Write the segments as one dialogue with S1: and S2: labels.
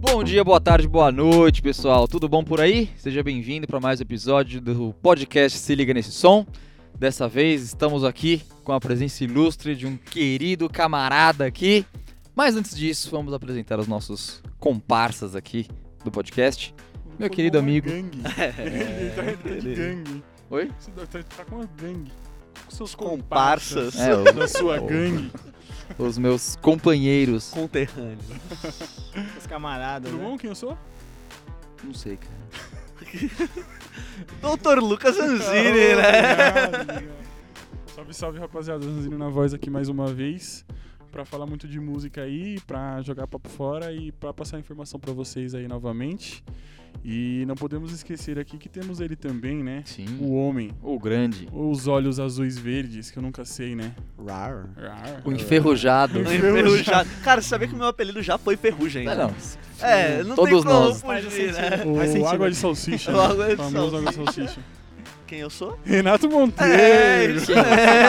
S1: Bom dia, boa tarde, boa noite, pessoal. Tudo bom por aí? Seja bem-vindo para mais um episódio do podcast Se Liga Nesse Som. Dessa vez estamos aqui com a presença ilustre de um querido camarada aqui. Mas antes disso, vamos apresentar os nossos comparsas aqui do podcast. Meu
S2: Formou
S1: querido
S2: uma
S1: amigo.
S2: Gangue. Ele tá entrando de gangue.
S1: Oi?
S2: Você deve tá- tá com uma gangue. Com seus
S3: Comparsas.
S2: comparsas.
S1: É, o-
S2: Da sua
S1: o-
S2: gangue.
S1: Os meus companheiros.
S3: Conterrâneo.
S4: Os camaradas,
S2: Tudo
S4: né?
S2: bom? Quem eu sou?
S1: Não sei, cara.
S3: Doutor Lucas Anzini,
S2: Alô,
S3: né?
S2: obrigado, Ah, obrigado. Salve, salve, rapaziada. Zanzini na voz aqui mais uma vez. Pra falar muito de música aí, pra jogar papo fora e pra passar informação pra vocês aí novamente. E não podemos esquecer aqui que temos ele também, né?
S1: Sim.
S2: O homem.
S1: O grande.
S2: Ou os olhos azuis verdes, que eu nunca sei, né? Ah.
S3: Rar.
S2: Rar.
S1: Ah. É. O enferrujado. Ah,
S3: Enferrujado. Cara, você sabia que o meu apelido já foi ferrugem?
S1: Não,
S3: né?
S1: não.
S3: É, não
S1: Todos
S3: tem como
S1: nós.
S3: fugir, né?
S4: Faz
S2: O
S4: sentido.
S2: água de salsicha. né?
S3: O água de
S2: famoso água de salsicha.
S3: Quem eu sou?
S2: Renato Monteiro.
S3: É, isso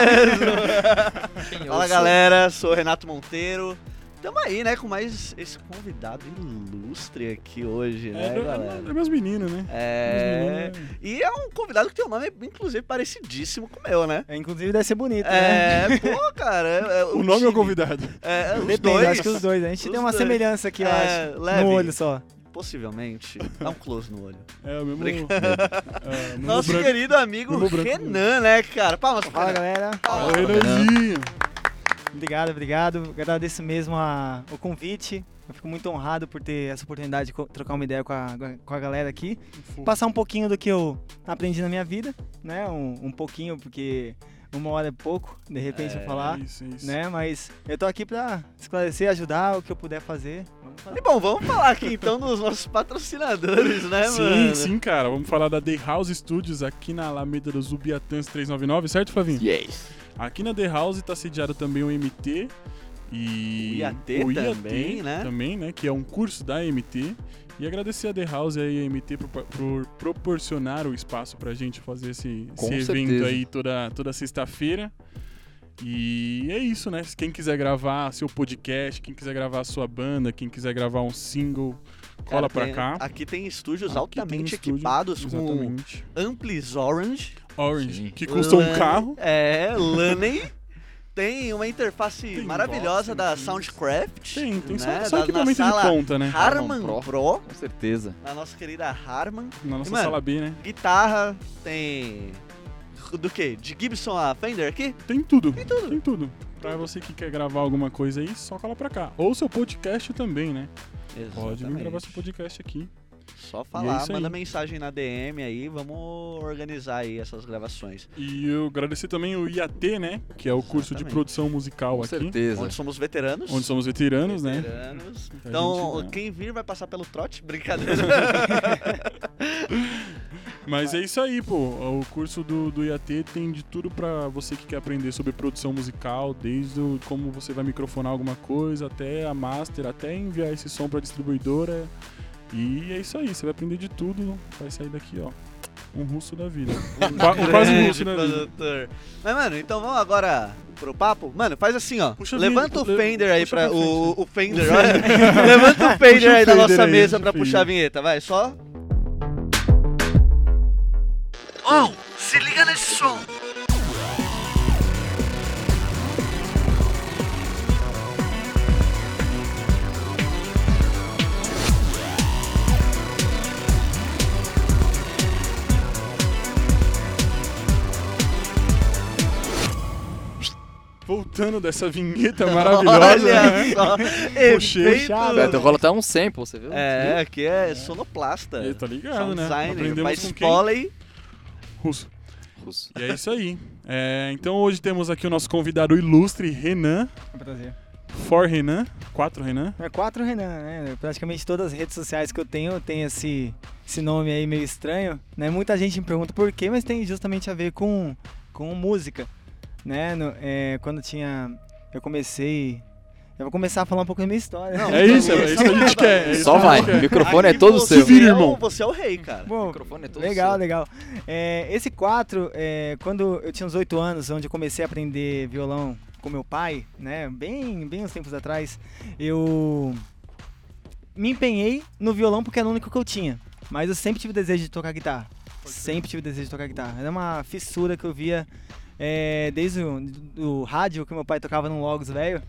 S3: mesmo.
S1: Quem eu
S3: Fala,
S1: sou?
S3: galera. Sou o Renato Monteiro. Tamo aí, né? Com mais esse convidado ilustre aqui hoje,
S2: É,
S3: né,
S2: do-
S3: galera?
S2: é meus meninos, né?
S3: É.
S2: Meus meninos, né?
S3: E é um convidado que tem um nome, inclusive, parecidíssimo com o meu, né?
S4: É, inclusive deve ser bonito, né?
S3: É, pô, cara. é- é
S2: O nome é o
S3: time.
S2: convidado.
S3: É, os
S4: Depende,
S3: dois.
S4: acho que os dois. né? A gente
S3: Os
S4: tem uma
S3: dois.
S4: semelhança aqui, eu
S3: É,
S4: acho.
S3: leve.
S4: No olho só.
S3: Possivelmente. Dá um close no olho.
S2: É o mesmo. é, o mesmo
S3: Nosso
S2: branco.
S3: querido amigo
S2: Nulo branco.
S3: Renan, né, cara? Palmas pro
S4: Fala,
S3: Renan.
S4: galera.
S2: Fala, Renanzinho.
S4: Obrigado, obrigado. Agradeço mesmo a- o convite. Eu fico muito honrado por ter essa oportunidade de co- trocar uma ideia com a, com a galera aqui. Passar um pouquinho do que eu aprendi na minha vida, né? Um, um pouquinho, porque uma hora é pouco, de repente,
S3: É,
S4: eu falar.
S2: Isso, isso.
S4: Né? Mas eu tô aqui pra esclarecer, ajudar o que eu puder fazer. Vamos fazer.
S3: E bom, vamos falar aqui então dos nossos patrocinadores, né,
S2: sim,
S3: mano?
S2: sim, cara. Vamos falar da The House Studios aqui na Alameda dos Ubiatãs 399, certo, Flavinho?
S1: Yes.
S2: Aqui na The House tá sediado também o MT e
S3: O IAT também, né?
S2: também, né, que é um curso da MT. E agradecer a The House e a MT por, por proporcionar o espaço pra gente fazer esse,
S1: Com
S2: esse evento
S1: certeza.
S2: aí toda, toda sexta-feira. E é isso, né? Quem quiser gravar seu podcast, quem quiser gravar sua banda, quem quiser gravar um single,
S3: Cara,
S2: cola pra
S3: tem-
S2: cá.
S3: Aqui tem estúdios
S2: Aqui tem um
S3: altamente
S2: estúdio,
S3: equipados com
S2: Exatamente.
S3: Amplis Orange.
S2: Orange,
S1: Sim.
S2: que custa um
S3: Laney-
S2: carro.
S3: É, Laney. Tem uma interface
S2: Tem
S3: maravilhosa
S2: voz,
S3: da
S2: tem-
S3: Soundcraft.
S2: Tem, tem só,
S3: né?
S2: só
S3: Da-
S2: equipamento
S3: na
S2: de
S3: sala
S2: ponta, né?
S3: Harman
S1: Harman
S3: Pro.
S1: Com certeza.
S3: na nossa querida Harman.
S2: Na nossa
S3: Mano,
S2: sala B, né?
S3: Guitarra, tem. Do que? De Gibson a Fender aqui?
S2: Tem tudo.
S3: Tem tudo.
S2: Tem tudo. Pra você que quer gravar alguma coisa aí, só cola pra cá. Ou seu podcast também, né? Pode vir gravar seu podcast aqui.
S3: Só falar,
S2: é isso aí.
S3: manda mensagem na DM aí, vamos organizar aí essas gravações.
S2: E eu agradecer também o IAT, né? Que é o curso de
S3: Exatamente.
S2: produção musical
S1: Com
S2: aqui.
S1: certeza.
S3: Onde somos veteranos.
S2: Onde somos veteranos, né?
S3: veteranos.
S2: A
S3: Então,
S2: gente, né?
S3: quem vir vai passar pelo trote? Brincadeira.
S2: Mas é isso aí, pô. O curso do, do IAT tem de tudo pra você que quer aprender sobre produção musical, desde o- como você vai microfonar alguma coisa, até a master, até enviar esse som pra distribuidora. E é isso aí, você vai aprender de tudo, vai sair daqui, ó. Um russo da vida. Qua- um quase
S3: Grande
S2: russo da vida.
S3: produtor. Mas, mano, então vamos agora pro papo? Mano, faz assim, ó.
S2: Puxa a
S3: Levanta o
S2: vinheta,
S3: Fender
S2: le-
S3: aí
S2: puxa
S3: pra.
S2: pra
S3: O,
S2: frente.
S3: o Fender, olha. Levanta o Fender
S2: Puxa o
S3: aí da
S2: Fender
S3: nossa
S2: aí,
S3: mesa
S2: puxa o
S3: pra
S2: Fender.
S3: puxar a vinheta, vai, só. Oh, se liga nesse som.
S2: Voltando dessa vinheta maravilhosa, né?
S3: Olha só.
S2: Puxei.
S3: efeito-
S1: Beto rola até um sample, você viu?
S3: É, aqui é sonoplasta.
S2: E aí, tá ligado,
S3: Sound
S2: né?
S3: design,
S2: Aprendemos
S3: faz
S2: com quem?
S3: Foley.
S2: Russo.
S1: Russo.
S2: E é isso aí. É, então hoje temos aqui o nosso convidado ilustre, Renan.
S4: É um prazer.
S2: For Renan. Quatro Renan.
S4: É quatro Renan, né? Praticamente todas as redes sociais que eu tenho tem esse, esse nome aí meio estranho, né? Muita gente me pergunta por quê, mas tem justamente a ver com, com música, né? No- é, quando tinha... Eu comecei... Eu vou começar a falar um pouco da minha história.
S3: Não,
S2: É isso, é isso que a gente quer. é isso
S1: Só
S2: que a
S1: vai,
S2: gente
S1: o
S2: quer.
S1: microfone
S3: Aqui
S1: é todo
S3: você
S1: seu.
S2: Se vira,
S3: é o-
S2: irmão.
S3: Você é o rei, cara.
S1: O
S4: Bom,
S1: microfone é todo
S4: legal,
S1: seu.
S4: legal. É, esse 4, quando eu tinha uns 8 anos, onde eu comecei a aprender violão com meu pai, né? Bem, bem uns tempos atrás, eu me empenhei no violão porque era o único que eu tinha. Mas eu sempre tive desejo de tocar guitarra. Sempre tive desejo de tocar guitarra. Era uma fissura que eu via é, desde o do rádio que meu pai tocava num Logos velho.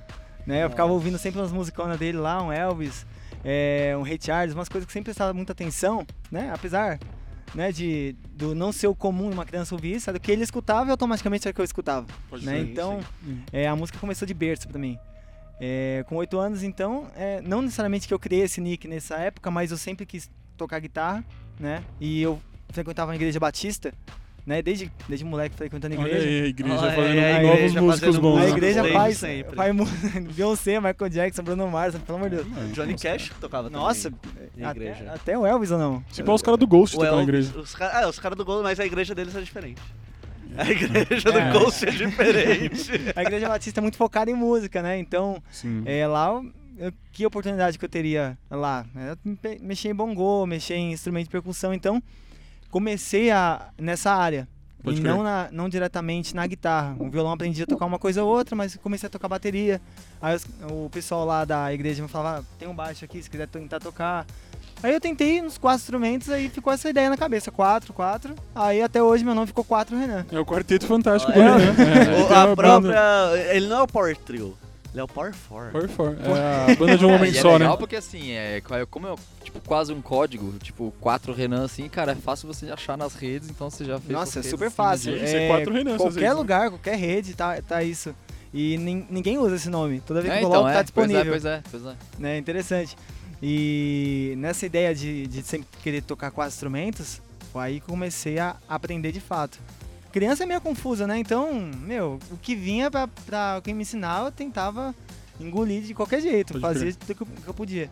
S4: Né? Eu ficava ouvindo sempre umas musiconas dele lá, um Elvis, é, um Ray Charles, umas coisas que sempre prestava muita atenção, né? Apesar né, de do não ser o comum uma criança ouvir isso, era o que ele escutava e automaticamente era o que eu escutava.
S2: Pode
S4: né?
S2: ser.
S4: Então,
S2: Hum.
S4: é, a música começou de berço pra mim. É, com oito anos, então, é, não necessariamente que eu criei esse nick nessa época, mas eu sempre quis tocar guitarra, né? E eu frequentava a igreja batista, né? Desde, desde moleque frequentando a
S2: Olha
S4: igreja.
S2: aí a igreja
S3: Olha aí,
S2: fazendo
S4: a
S2: novos
S4: igreja
S2: músicos
S3: fazendo
S2: bons.
S4: A
S3: música.
S2: né?
S4: igreja
S3: Desde
S4: faz,
S3: sempre.
S4: faz mu- Beyoncé, Michael Jackson, Bruno Mars, pelo amor de Deus.
S3: Johnny Cash tocava
S4: Nossa,
S3: também. na
S4: até,
S3: igreja.
S4: até o Elvis ou não?
S2: Se pá, Tipo, os caras do Ghost
S3: O
S2: tocam na
S3: Elvis-
S2: igreja.
S3: Os caras ah, os caras do Gol, mas a igreja deles é diferente. A igreja
S4: É.
S3: do Ghost é diferente.
S4: A igreja batista é muito focada em música, né? Então,
S2: Sim.
S4: é, lá, eu- eu- que oportunidade que eu teria lá? Eu me- mexi em bongô, mexi em instrumento de percussão, então comecei a, nessa área.
S2: Pode
S4: e
S2: crer.
S4: não, na- não diretamente na guitarra. O violão eu aprendi a tocar uma coisa ou outra, mas comecei a tocar bateria. Aí os- o pessoal lá da igreja me falava, "Ah, tem um baixo aqui, se quiser tentar tocar. Aí eu tentei nos quatro instrumentos, aí ficou essa ideia na cabeça, quatro, quatro. Aí até hoje meu nome ficou quatro Renan.
S2: É o quarteto fantástico
S3: É.
S2: do Renan. É, ele
S3: O-
S2: tem
S3: a
S2: uma banda-
S3: própria. Ele não é o Power Trio, ele é o Power Four.
S2: Power Four. um É a banda de um homem
S1: e é
S2: só, né?
S1: legal porque assim, é, qua- como é tipo, quase um código, tipo 4 Renan assim, cara, é fácil você achar nas redes, então você já fez.
S4: Nossa, é
S1: suas redes,
S4: super
S1: assim,
S4: fácil.
S2: Isso é quatro Renan, essas
S4: Qualquer
S2: vezes, né?
S4: lugar, qualquer rede, tá, tá isso. E nin- ninguém usa esse nome. Toda vez que
S1: É,
S4: eu
S1: então,
S4: coloco, tá
S1: é, pois é,
S4: disponível.
S1: pois é, pois é.
S4: né? Interessante. E nessa ideia de, de sempre querer tocar quatro instrumentos, foi aí que comecei a aprender de fato. Criança é meio confusa, né? Então, meu, o que vinha pra, pra quem me ensinar, eu tentava engolir de qualquer jeito,
S2: Pode
S4: fazia tudo que eu, que eu podia.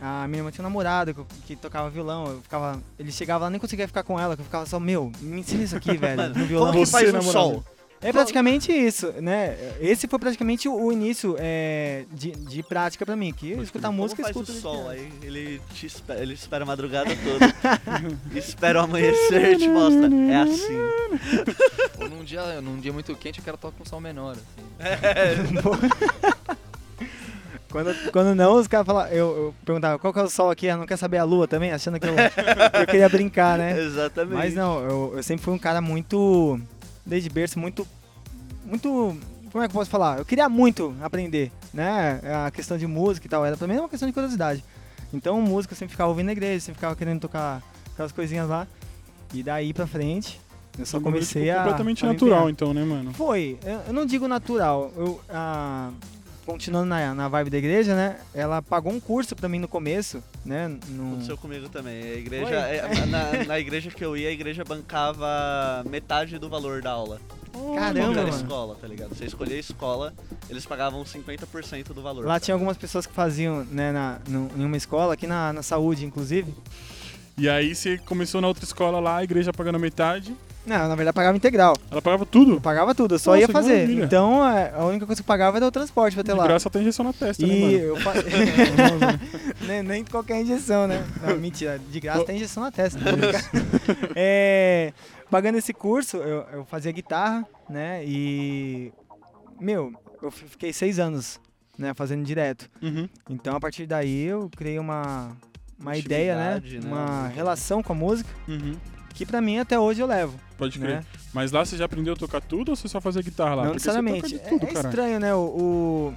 S4: A minha irmã tinha um namorado que, eu- que tocava violão, eu ficava. Ele chegava lá, nem conseguia ficar com ela, que eu ficava só, meu, me ensina isso aqui, velho, no violão.
S3: Como que faz
S2: Você,
S3: um
S2: namorado.
S3: sol?
S4: É praticamente isso, né? Esse foi praticamente o início é, de, de prática pra mim, que eu escutar música e
S3: Como faz
S4: escuto.
S3: o
S4: desde
S3: sol?
S4: criança.
S3: Aí ele, te espera, ele espera a madrugada toda. espera o amanhecer e te mostra. É assim.
S1: Ou num dia, num dia muito quente, o cara toca um som menor, assim.
S4: Quando, quando não, os caras falavam, eu, eu perguntava, qual que é o sol aqui? Ela não quer saber a lua também, achando que eu, eu queria brincar,
S2: É.
S4: né?
S3: Exatamente.
S4: Mas não, eu, eu sempre fui um cara muito, desde berço, muito, muito, como é que eu posso falar? Eu queria muito aprender, né? A questão de música e tal, era pra mim uma questão de curiosidade. Então música eu sempre ficava ouvindo na igreja, sempre ficava querendo tocar aquelas coisinhas lá. E daí pra frente, eu só
S2: Ficou
S4: comecei a...
S2: um Completamente
S4: a me empenhar.
S2: natural, então, né, mano?
S4: Foi, eu eu não digo natural. Eu, ah, continuando na, na vibe da igreja, né? Ela pagou um curso pra mim no começo, né? No...
S3: Aconteceu comigo também. A
S4: Foi?
S3: igreja, é, na, na igreja que eu ia, a igreja bancava metade do valor da aula. Como
S4: Caramba,
S3: era
S4: mano.
S3: escola, tá ligado? Você escolhia a escola, eles pagavam 50% do valor.
S4: Lá tinha algumas pessoas que faziam, né, na, no- em uma escola, aqui na, na saúde, inclusive.
S2: E aí você começou na outra escola lá, a igreja pagando metade.
S4: Não, na verdade pagava integral.
S2: Ela pagava
S4: Eu
S2: tudo.
S4: pagava tudo, eu só
S2: Nossa,
S4: ia
S2: que
S4: fazer.
S2: maravilha.
S4: Então é, a única coisa que eu pagava era o transporte pra até
S2: De
S4: lá.
S2: graça até injeção na testa, né,
S4: E
S2: mano?
S4: eu pa- nem, nem qualquer injeção, né? Não, mentira, de graça tem injeção na testa. né? É, pagando esse curso, eu, eu fazia guitarra, né? E. Meu, eu fi- fiquei seis anos, né? Fazendo direto.
S2: Uhum.
S4: Então a partir daí eu criei uma, uma ideia, né?
S3: Intimidade, né?
S4: Uma relação com a música
S2: Uhum.
S4: que pra mim até hoje eu levo.
S2: Pode crer.
S4: né?
S2: Mas lá você já aprendeu a tocar tudo ou você só fazia guitarra lá?
S4: Não
S2: Porque você toca
S4: necessariamente.
S2: é de
S4: É-
S2: tudo,
S4: é,
S2: cara.
S4: estranho, né? O, o-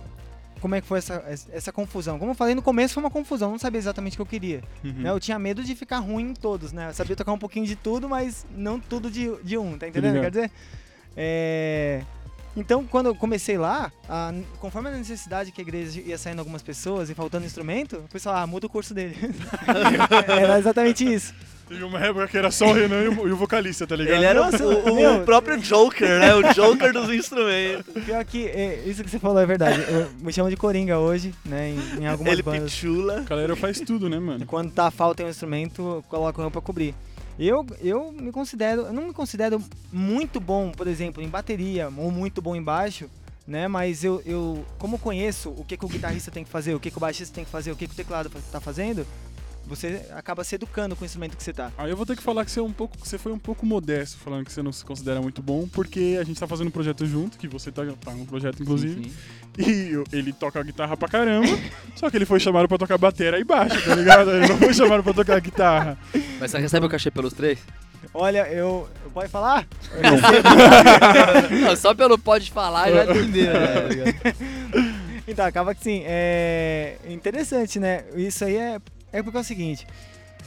S4: como é que foi essa, essa confusão? Como eu falei no começo, foi uma confusão. Eu não sabia exatamente o que eu queria. né?
S2: Uhum.
S4: Eu tinha medo de ficar ruim em todos, né? Eu sabia tocar um pouquinho de tudo, mas não tudo de, de um, tá entendendo? o que eu Quer dizer, é... Então, quando eu comecei lá, a- conforme a necessidade que a igreja ia saindo algumas pessoas e faltando instrumento, o pessoal, ah, muda o curso dele. É, Era exatamente isso.
S2: Teve uma época que era só o Renan e o, e o vocalista, tá
S4: é
S2: ligado?
S3: Ele era o-
S4: Nossa,
S3: o, o
S4: meu.
S3: próprio Joker, né? O Joker dos instrumentos.
S4: Pior que, é, isso que você falou é verdade. Eu, me chamam de Coringa hoje, né? Em, em algumas
S3: Ele
S4: bandas.
S3: pitula.
S2: A galera faz tudo, né, mano?
S4: Quando tá falta em um instrumento, eu coloco um pra cobrir. Eu, eu me considero, eu não me considero muito bom, por exemplo, em bateria ou muito bom em baixo, né? Mas eu, eu como eu conheço o que, que o guitarrista tem que fazer, o que, que o baixista tem que fazer, o que, que o teclado fa- tá fazendo, Você acaba se educando com o instrumento que você tá.
S2: Aí eu vou ter que falar que você, é um pouco, que você foi um pouco modesto falando que você não se considera muito bom, porque a gente tá fazendo um projeto junto, que você tá, tá num projeto inclusive,
S1: Sim, sim.
S2: e eu- ele toca guitarra pra caramba, só que ele foi chamado pra tocar batera e baixo, tá ligado? Ele não foi chamado pra tocar guitarra.
S1: Mas você recebe o cachê pelos três?
S4: Olha, eu. eu- Pode falar?
S1: Não, só pelo pode falar já entenderam.
S4: É,
S1: né?
S4: Então, acaba que sim. É interessante, né? Isso aí é, é porque é o seguinte.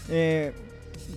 S4: é,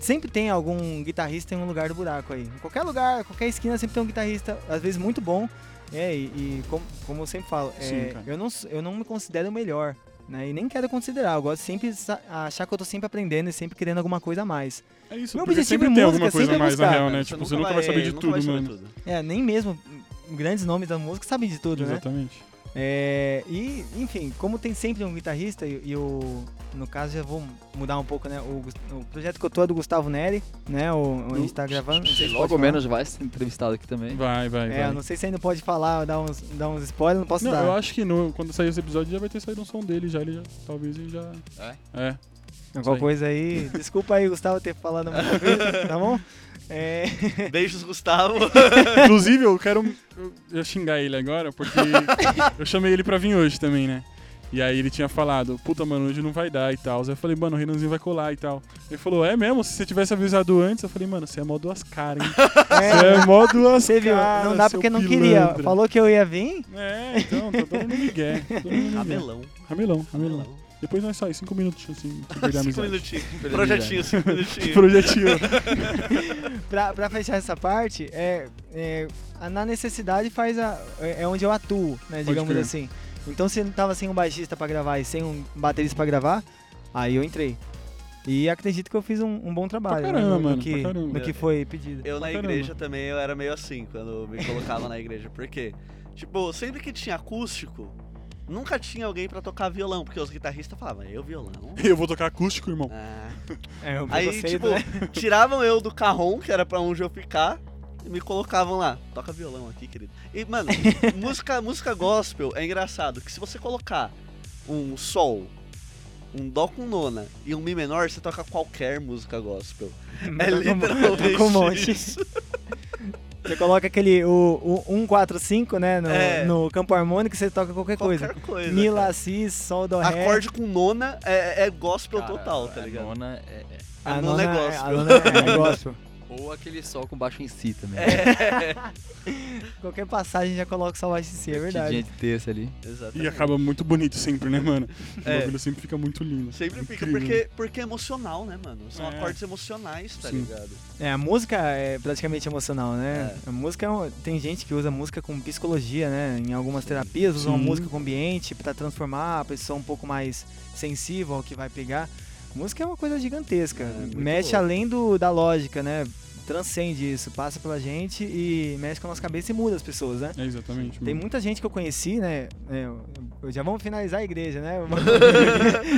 S4: sempre tem algum guitarrista em um lugar do buraco aí. Em qualquer lugar, qualquer esquina sempre tem um guitarrista, às vezes muito bom. É, e, e como, como eu sempre falo, é,
S2: Sim, cara.
S4: eu, não, sou- eu não me considero o melhor. Né? E nem quero considerar. Eu gosto de sempre sa- achar que eu tô sempre aprendendo e sempre querendo alguma coisa a mais.
S2: É isso,
S4: Meu
S2: porque
S4: objetivo
S2: sempre
S4: em
S2: tem
S4: música
S2: alguma coisa
S4: sempre
S2: a
S4: é
S2: mais na
S4: buscar,
S2: real,
S4: cara.
S2: né? Tipo, você nunca vai saber de
S3: nunca
S2: tudo,
S3: vai saber
S2: mano.
S3: tudo.
S4: É, nem mesmo hum, grandes nomes da música sabem de tudo, né?
S2: Exatamente.
S4: É, e, enfim, como tem sempre um guitarrista, e, e o. No caso, já vou mudar um pouco, né? O, Gus- o projeto que eu tô é do Gustavo Neri, né? O, o- a gente tá gravando. não
S2: é
S4: sei se pode
S1: Logo
S4: falar.
S1: menos vai ser entrevistado aqui também.
S2: Vai, vai,
S4: É, eu
S2: vai.
S4: não sei se ainda pode falar, dar uns, dar uns spoilers, não posso
S2: Não,
S4: dar.
S2: eu acho que no, quando sair esse episódio já vai ter saído um som dele já, ele já, talvez ele já... É?
S4: Alguma
S2: Sim.
S4: coisa aí. Desculpa aí, Gustavo, ter falado muita coisa, tá bom? É,
S3: Beijos, Gustavo.
S2: Inclusive, eu quero eu, eu xingar ele agora, porque eu chamei ele pra vir hoje também, né? E aí ele tinha falado, puta, mano, hoje não vai dar e tal. Aí eu falei, mano, o Renanzinho vai colar e tal. Ele falou, é mesmo? Se você tivesse avisado antes, eu falei, mano, você é mó duas caras, hein? Você
S4: é,
S2: é mó duas
S4: você
S2: caras,
S4: viu? não dá
S2: seu
S4: porque não
S2: pilantra.
S4: queria. Falou que eu ia vir.
S2: É, então, tá todo mundo migué. todo mundo migué.
S3: Ramelão.
S2: Ramelão, ramelão.
S3: Ramelão.
S2: Depois nós saímos, cinco minutos, assim, pra perder a
S3: Cinco
S2: amizade.
S3: minutinhos. Projetinho, cinco minutinhos.
S2: Projetivo.
S4: Pra, pra fechar essa parte, é, é, a- na necessidade faz a, é é onde eu atuo, né, digamos
S2: crer.
S4: assim. Então se não tava sem um baixista pra gravar e sem um baterista pra gravar, aí eu entrei. E acredito que eu fiz um, um bom trabalho né,
S2: caramba,
S4: no, no
S2: mano,
S4: que,
S2: pra caramba.
S4: no que foi pedido.
S3: Eu na
S2: Pra caramba.
S3: igreja também eu era meio assim quando me colocava na igreja. Por quê? Tipo, sempre que tinha acústico, nunca tinha alguém pra tocar violão, porque os guitarristas falavam, eu violão?
S2: Eu vou tocar acústico, irmão.
S3: Ah.
S4: É, eu
S3: Aí,
S4: preconceito,
S3: tipo,
S4: né?
S3: tiravam eu do carrom, que era pra onde eu ficar, e me colocavam lá. Toca violão aqui, querido. E, mano, música, música gospel é engraçado, que se você colocar um sol, um dó com nona e um mi menor, você toca qualquer música gospel. É
S4: Tá com-
S3: literalmente
S4: tá com um monte.
S3: isso.
S4: Você coloca aquele o, o 145, né, no,
S3: É.
S4: no campo harmônico, você toca qualquer, coisa.
S3: Qualquer coisa.
S4: Mi,
S3: cara.
S4: lá, si, sol, do, ré.
S3: Acorde com nona é, é gospel
S1: Cara,
S3: total, tá
S1: a
S3: ligado?
S1: nona é- é-
S3: A,
S4: A
S3: nona, é
S4: nona-
S3: gospel.
S4: A nona é gospel.
S1: Ou aquele sol com baixo em si também.
S4: É,
S1: Né?
S4: Qualquer passagem já coloca só baixo em si, é verdade.
S1: Dia de terça ali.
S4: é
S3: Exatamente.
S2: E acaba muito bonito sempre, né, mano? O
S3: É.
S2: bagulho sempre fica muito lindo.
S3: Sempre fica,
S2: Incrível.
S3: porque, porque é emocional, né, mano? São
S2: É.
S3: acordes emocionais, tá
S2: Sim.
S3: ligado?
S4: É, a música é praticamente emocional, né? A música é um- tem gente que usa música como psicologia, né? Em algumas terapias usam a
S2: Sim.
S4: música como ambiente pra transformar a pessoa um pouco mais sensível ao que vai pegar. Música é uma coisa gigantesca,
S3: É, muito
S4: mexe
S3: louco.
S4: além do da lógica, né? Transcende isso, passa pela gente e mexe com a nossa cabeça e muda as pessoas, né?
S2: É, exatamente.
S4: Tem
S2: mano.
S4: muita gente que eu conheci, né? é, eu- eu- já vamos finalizar a igreja, né?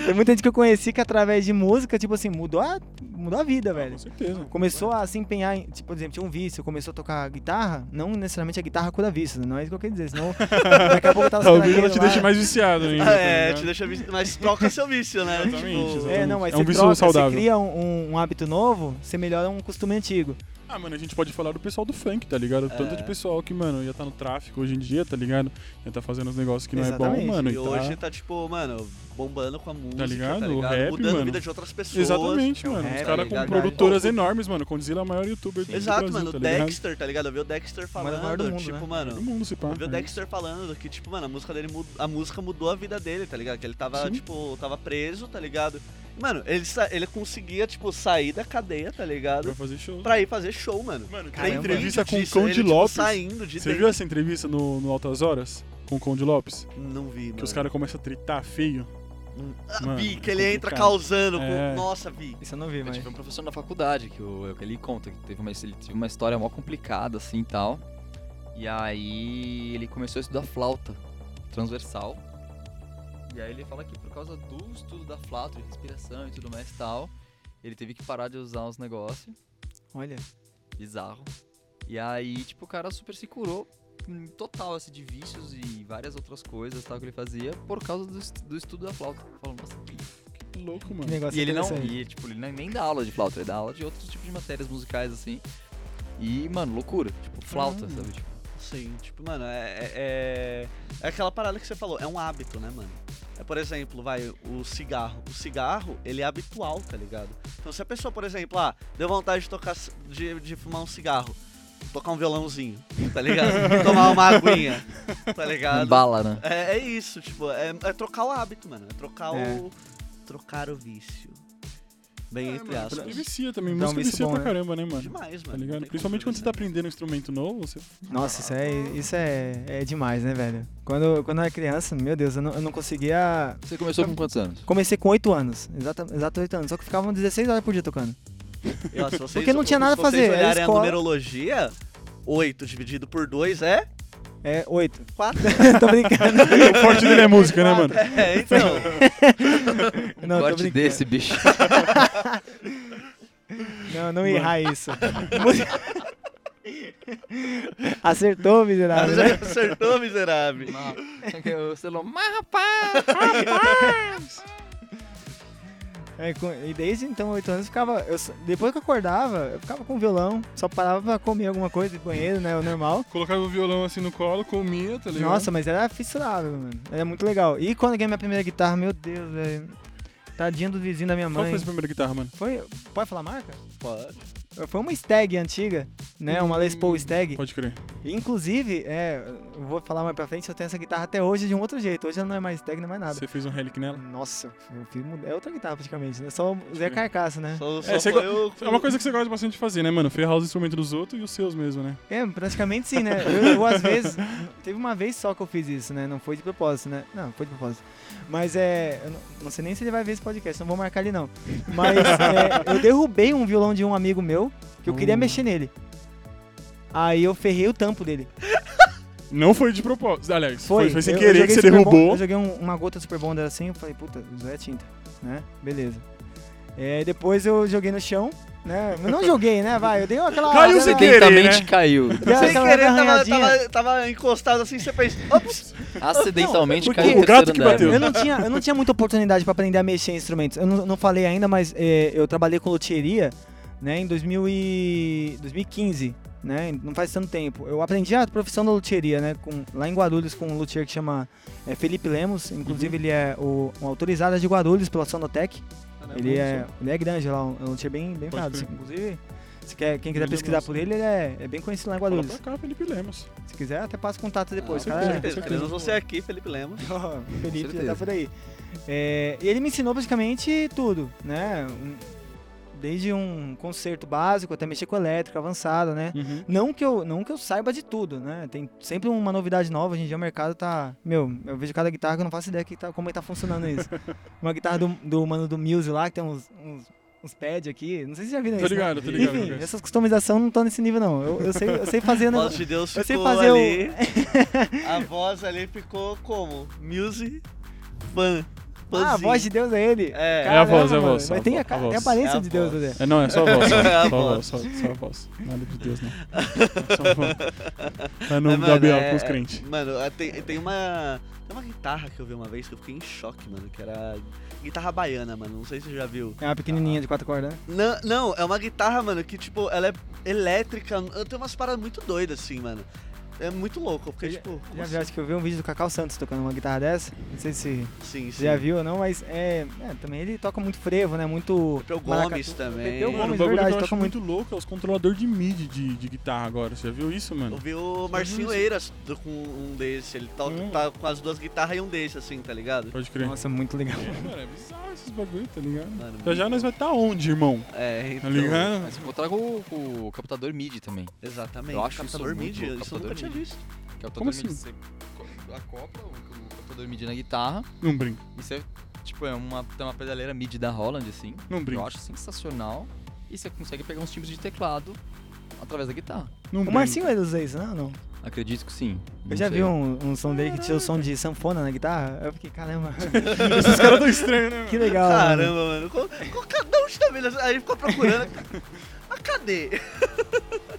S4: Tem muita gente que eu conheci que através de música, tipo assim, mudou a, mudou a vida, velho.
S2: Com certeza.
S4: Começou a se empenhar em, tipo, por exemplo, tinha um vício, começou a tocar guitarra, não necessariamente a guitarra cura vício, não é isso que eu quero dizer, senão daqui a pouco eu tava
S2: Talvez ela te
S4: sendo aquele
S2: deixe
S4: lá-
S2: mais viciado ainda.
S3: tá Ah, é,
S2: tá
S3: te
S2: ligado?
S3: deixa vício, mas troca seu vício, né?
S2: Exatamente,
S3: Tipo,
S2: exatamente.
S4: É, não, mas
S2: É um
S4: você,
S2: vício
S4: troca,
S2: saudável.
S4: você cria um, um- um hábito novo, você melhora um costume antigo.
S2: Ah, mano, a gente pode falar do pessoal do funk, tá ligado? Tanto
S3: É.
S2: de pessoal que, mano, ia tá no tráfico hoje em dia, tá ligado? Ia tá fazendo uns negócios que não é
S4: Exatamente.
S2: bom, mano.
S3: e
S2: tá-
S3: hoje tá, tipo, mano, bombando com a música, tá ligado?
S2: ligado? O rap,
S3: Mudando
S2: mano.
S3: a vida de outras pessoas.
S2: Exatamente,
S4: é um
S2: mano.
S4: rap,
S2: Os caras
S4: tá
S2: com
S4: ligado?
S2: produtoras enormes, mano. Condzilla é a maior youtuber do
S3: Exato,
S2: Brasil,
S3: mano. O
S2: tá ligado?
S3: Dexter, tá ligado? Eu vi o Dexter
S4: Mas maior
S3: falando,
S4: do mundo,
S3: tipo,
S4: né?
S2: Todo
S3: mano...
S2: mundo se pá.
S3: Eu vi o
S2: né?
S3: Dexter falando que, tipo, mano, a música dele mud- a música mudou a vida dele, tá ligado? Que ele tava,
S2: Sim.
S3: tipo, tava preso, tá ligado? Mano, ele, sa- ele conseguia, tipo, sair da cadeia, tá ligado?
S2: Vai fazer show.
S3: Pra ir fazer show, mano.
S2: Mano, tem
S4: Caramba.
S2: entrevista
S3: vídeo
S2: com o
S3: disso,
S2: Cão
S3: ele,
S2: de
S3: tipo,
S2: Lopes.
S3: saindo de
S2: Você viu essa entrevista no, no Altas Horas com o Conde Lopes?
S3: Não vi, mano.
S2: Que os caras começam a tritar feio.
S3: Ah,
S2: Mano,
S3: vi, que
S2: é
S3: ele entra
S2: complicado.
S3: causando. com-
S2: É.
S3: Nossa, vi.
S4: Isso eu não vi,
S1: Eu
S4: mas.
S1: tive um professor na faculdade que, eu, que ele conta que teve uma, ele teve uma história mó complicada assim e tal. E aí ele começou a estudar flauta transversal. E aí ele fala que por causa do estudo da flauta, de respiração e tudo mais e tal, ele teve que parar de usar uns negócios
S4: Olha,
S1: bizarro. E aí, tipo, o cara super se curou em total assim, de vícios e várias outras coisas tal que ele fazia por causa do, est- do estudo da flauta. Falou, nossa, que, que
S2: louco,
S4: Que
S2: mano.
S4: negócio
S1: E ele não,
S4: interessante.
S1: e, tipo, ele não- nem dá aula de flauta, ele dá aula de outros tipos de matérias musicais, assim. E, mano, loucura. Tipo, flauta,
S2: Caralho.
S1: sabe? Tipo,
S3: Sim, tipo, mano, é, é, é- é aquela parada que você falou, é um hábito, né, mano? É, por exemplo, vai, o cigarro. O cigarro, ele é habitual, tá ligado? Então, se a pessoa, por exemplo, ah, deu vontade de tocar, ci- de, de fumar um cigarro, tocar um violãozinho, tá ligado? Tomar uma aguinha, tá ligado?
S1: bala, né?
S3: É, é isso, tipo, é, é trocar o hábito, mano. É trocar
S4: É.
S3: o. Trocar o vício. Bem
S2: É,
S3: entre
S2: mano,
S3: aspas. é
S2: E vicia também.
S4: Dá um
S2: Música
S4: vício
S2: vicia
S4: bom,
S2: pra
S4: né?
S2: caramba, né, mano?
S3: Demais, mano.
S2: Tá
S3: não
S2: ligado?
S3: tem
S2: Principalmente quando
S3: como
S2: você tá
S3: saber,
S2: aprendendo um instrumento novo, você
S4: Nossa, isso é, isso é, é demais, né, velho? Quando, quando eu era criança, meu Deus, eu não, eu não conseguia.
S1: Você começou com quantos anos?
S4: Comecei com 8 anos, exata- exato 8 anos, só que ficavam 16 horas por dia tocando.
S3: né? Ó, se vocês-
S4: Porque não tinha nada a
S3: Se
S4: fazer,
S3: vocês
S4: era
S3: olharem a
S4: escola.
S3: numerologia, 8 dividido por 2 é
S4: É, 8.
S3: 4.
S4: tô brincando.
S2: O forte dele é música, né, mano?
S3: é, então.
S4: Não, tô
S1: Corte
S4: brincando.
S1: desse, bicho.
S4: Não, não errar isso. Acertou, miserável. né?
S3: Acertou, miserável.
S1: É o celular, mas rapaz!
S4: É, com- e desde então, 8 anos, eu ficava. eu s- depois que eu acordava, eu ficava com o violão, só parava pra comer alguma coisa de banheiro, né? O normal.
S2: Colocava o violão assim no colo, comia, tá ligado?
S4: Nossa, mas era fissurável, mano. Era muito legal. E quando eu ganhei minha primeira guitarra, meu Deus, velho. Tadinha do vizinho da minha
S2: Qual
S4: mãe.
S2: foi a sua primeira guitarra, mano?
S4: Foi. Pode falar a marca?
S3: Pode. Hum.
S4: Foi uma Stag antiga, né? Uma Les Paul Stag.
S2: Pode crer.
S4: E, Inclusive, é, eu vou falar mais pra frente, eu tenho essa guitarra até hoje de um outro jeito. Hoje ela não é mais Stag, não é mais nada.
S2: Você fez um relic nela?
S4: Nossa, eu fiz, mudar- é outra guitarra praticamente, né? Só usei a
S2: crer.
S4: carcaça, né?
S3: Só, só
S2: É, você
S3: foi o.
S2: É uma coisa que você gosta bastante de fazer, né, mano? Ferrar os instrumentos dos outros e os seus mesmo, né?
S4: É, praticamente sim, né? Eu, eu, às vezes. Teve uma vez só que eu fiz isso, né? Não foi de propósito, né? Não, foi de propósito. Mas é. Eu não, não sei nem se ele vai ver esse podcast, não vou marcar ele não. Mas é, eu derrubei um violão de um amigo meu que eu queria
S2: Uh.
S4: mexer nele. Aí eu ferrei o tampo dele.
S2: Não foi de propósito. Aliás,
S4: Foi,
S2: foi, foi sem
S4: eu- eu
S2: querer que
S4: joguei
S2: você
S4: Super
S2: derrubou.
S4: Bond- eu joguei um- uma gota de Super Bonder assim, eu falei, puta, isso é tinta, né? Beleza. É, depois eu joguei no chão, né? Mas não joguei, né? Vai, eu dei aquela.
S2: Caiu
S4: aquela-
S2: sem querer, né?
S1: Acidentalmente caiu.
S4: dei
S3: Sem
S4: aquela
S3: querer, tava,
S4: arranhadinha.
S3: tava, tava encostado assim, você fez. Ops!
S1: Acidentalmente
S4: Não, porque
S1: caiu no
S4: o
S2: gato
S1: terceiro
S2: que
S1: andar,
S2: bateu.
S1: né?
S4: Eu não, tinha, eu não tinha muita oportunidade pra aprender a mexer em instrumentos. Eu não, não falei ainda, mas é, eu trabalhei com loteria né, em 2000 e- 2015, né? Não faz tanto tempo. Eu aprendi a profissão da loteria, né? com- lá em Guarulhos, com um luthier que chama é, Felipe Lemos. Inclusive,
S2: Uhum.
S4: ele é o, um autorizado de Guarulhos pela Sonotec. ele, é, ele é grande lá, um um luthier bem, bem
S2: Pode
S4: falado.
S2: crer.
S4: Inclusive, se quer, quem quiser
S2: Grande
S4: pesquisar
S2: abraço.
S4: por ele, ele é, é bem conhecido lá em
S2: Fala
S4: Guarulhos.
S2: pra cá, Felipe Lemos.
S4: Se quiser, até passa o contato depois.
S3: Depois, ah,
S4: cara, é-
S3: com certeza.
S2: é-
S3: Queremos você aqui, Felipe Lemos.
S4: Ó, o Felipe já
S1: certeza.
S4: tá por aí. É, e ele me ensinou praticamente tudo, né? Um- Desde um concerto básico até mexer com elétrico avançado, né?
S2: Uhum.
S4: Não que, eu, não que eu saiba de tudo, né? Tem sempre uma novidade nova. Hoje em dia o mercado tá. Meu, eu vejo cada guitarra que eu não faço ideia que tá, como é que tá funcionando isso. uma guitarra do, do mano do Muse lá, que tem uns, uns, uns pads aqui. Não sei se já viram
S2: Tô
S4: isso. né?
S2: ligado, tô ligado.
S4: Enfim,
S2: cara.
S4: essas customizações não estão nesse nível, não. Eu, eu sei, eu sei fazer o
S3: A voz
S4: negócio.
S3: de Deus
S4: Eu sei
S3: ficou
S4: fazer o-
S3: ali. A voz ali ficou como? Music fan.
S4: Ah, a voz de Deus é ele.
S3: É.
S2: É a voz,
S4: Caramba,
S2: é a
S4: mano.
S2: voz,
S4: Mas
S2: a
S4: tem a,
S2: voz,
S4: ca-
S2: a
S4: tem a
S2: voz.
S4: aparência
S3: É a
S4: de Deus,
S3: voz.
S4: Zé.
S2: É, não, é só a voz. Só,
S3: É a
S2: só a
S3: voz.
S2: voz, só, só a voz. Nada de Deus, não. É só a voz. Pra não
S3: Mas,
S2: dar
S3: mano,
S2: B.O.
S3: é-
S2: com os crentes.
S3: Mano, é, tem, tem uma. Tem uma guitarra que eu vi uma vez que eu fiquei em choque, mano, que era. Guitarra baiana, mano. Não sei se você já viu.
S4: É uma pequenininha de quatro cordas, né?
S3: Não, não, é uma guitarra, mano, que, tipo, ela é elétrica. Tem umas paradas muito doidas, assim, mano. É muito louco, porque,
S4: Eu
S3: tipo. como
S4: Já
S3: assim?
S4: vi, acho que eu vi um vídeo do Cacau Santos tocando uma guitarra dessa. Não sei se
S3: Sim, sim.
S4: você já viu ou não, mas é, é, Também ele toca muito frevo, né? Muito.
S3: Pepeu
S4: maracatu.
S3: Gomes também.
S4: Pepeu
S2: Mano,
S4: Gomes,
S2: o bagulho
S4: verdade, tá
S2: que eu
S4: toca
S2: acho
S4: muito.
S2: muito louco é os controladores de MIDI de, de guitarra agora. Você já viu isso,
S3: Eu
S2: mano?
S3: vi o
S4: Uhum.
S3: Marcinho Eiras do- com um desse. Ele tá,
S2: Hum.
S3: tá com as duas guitarras e um desse, assim, tá ligado?
S2: Pode crer.
S4: Nossa, muito legal.
S2: É, mano, é bizarro esses bagulho, tá ligado?
S3: Mano,
S2: Já já nós vai estar onde, irmão?
S3: É,
S2: Tá
S3: então.
S2: ligado?
S1: Mas botaram o, o captador MIDI também.
S3: Exatamente.
S1: Eu acho isso
S3: captador
S1: muito
S3: MIDI,
S1: louco, tá
S3: isso eu nunca
S1: captador
S3: tinha visto.
S1: é Captador
S2: Como
S1: MIDI,
S2: assim?
S1: você acopla o, o captador MIDI na guitarra
S2: Não brinca,
S1: e você, tipo, é uma, tem uma pedaleira MIDI da Holland, assim.
S2: não
S1: Eu
S2: brinca.
S1: acho sensacional. E você consegue pegar uns timbres de teclado através da guitarra.
S2: Não
S4: O
S2: brinca.
S4: Marcinho ele usa isso, não? não.
S1: Acredito que sim. Não
S4: Eu já
S1: sei.
S4: vi um, um som dele que tinha o som de sanfona na guitarra. Eu fiquei, caramba,
S2: Esses caras tão estranhos, né? mano?
S4: que legal. mano.
S3: Caramba, Ah, mano. Qual, qual, cada um está vendo? Aí ele ficou procurando. Mas cadê?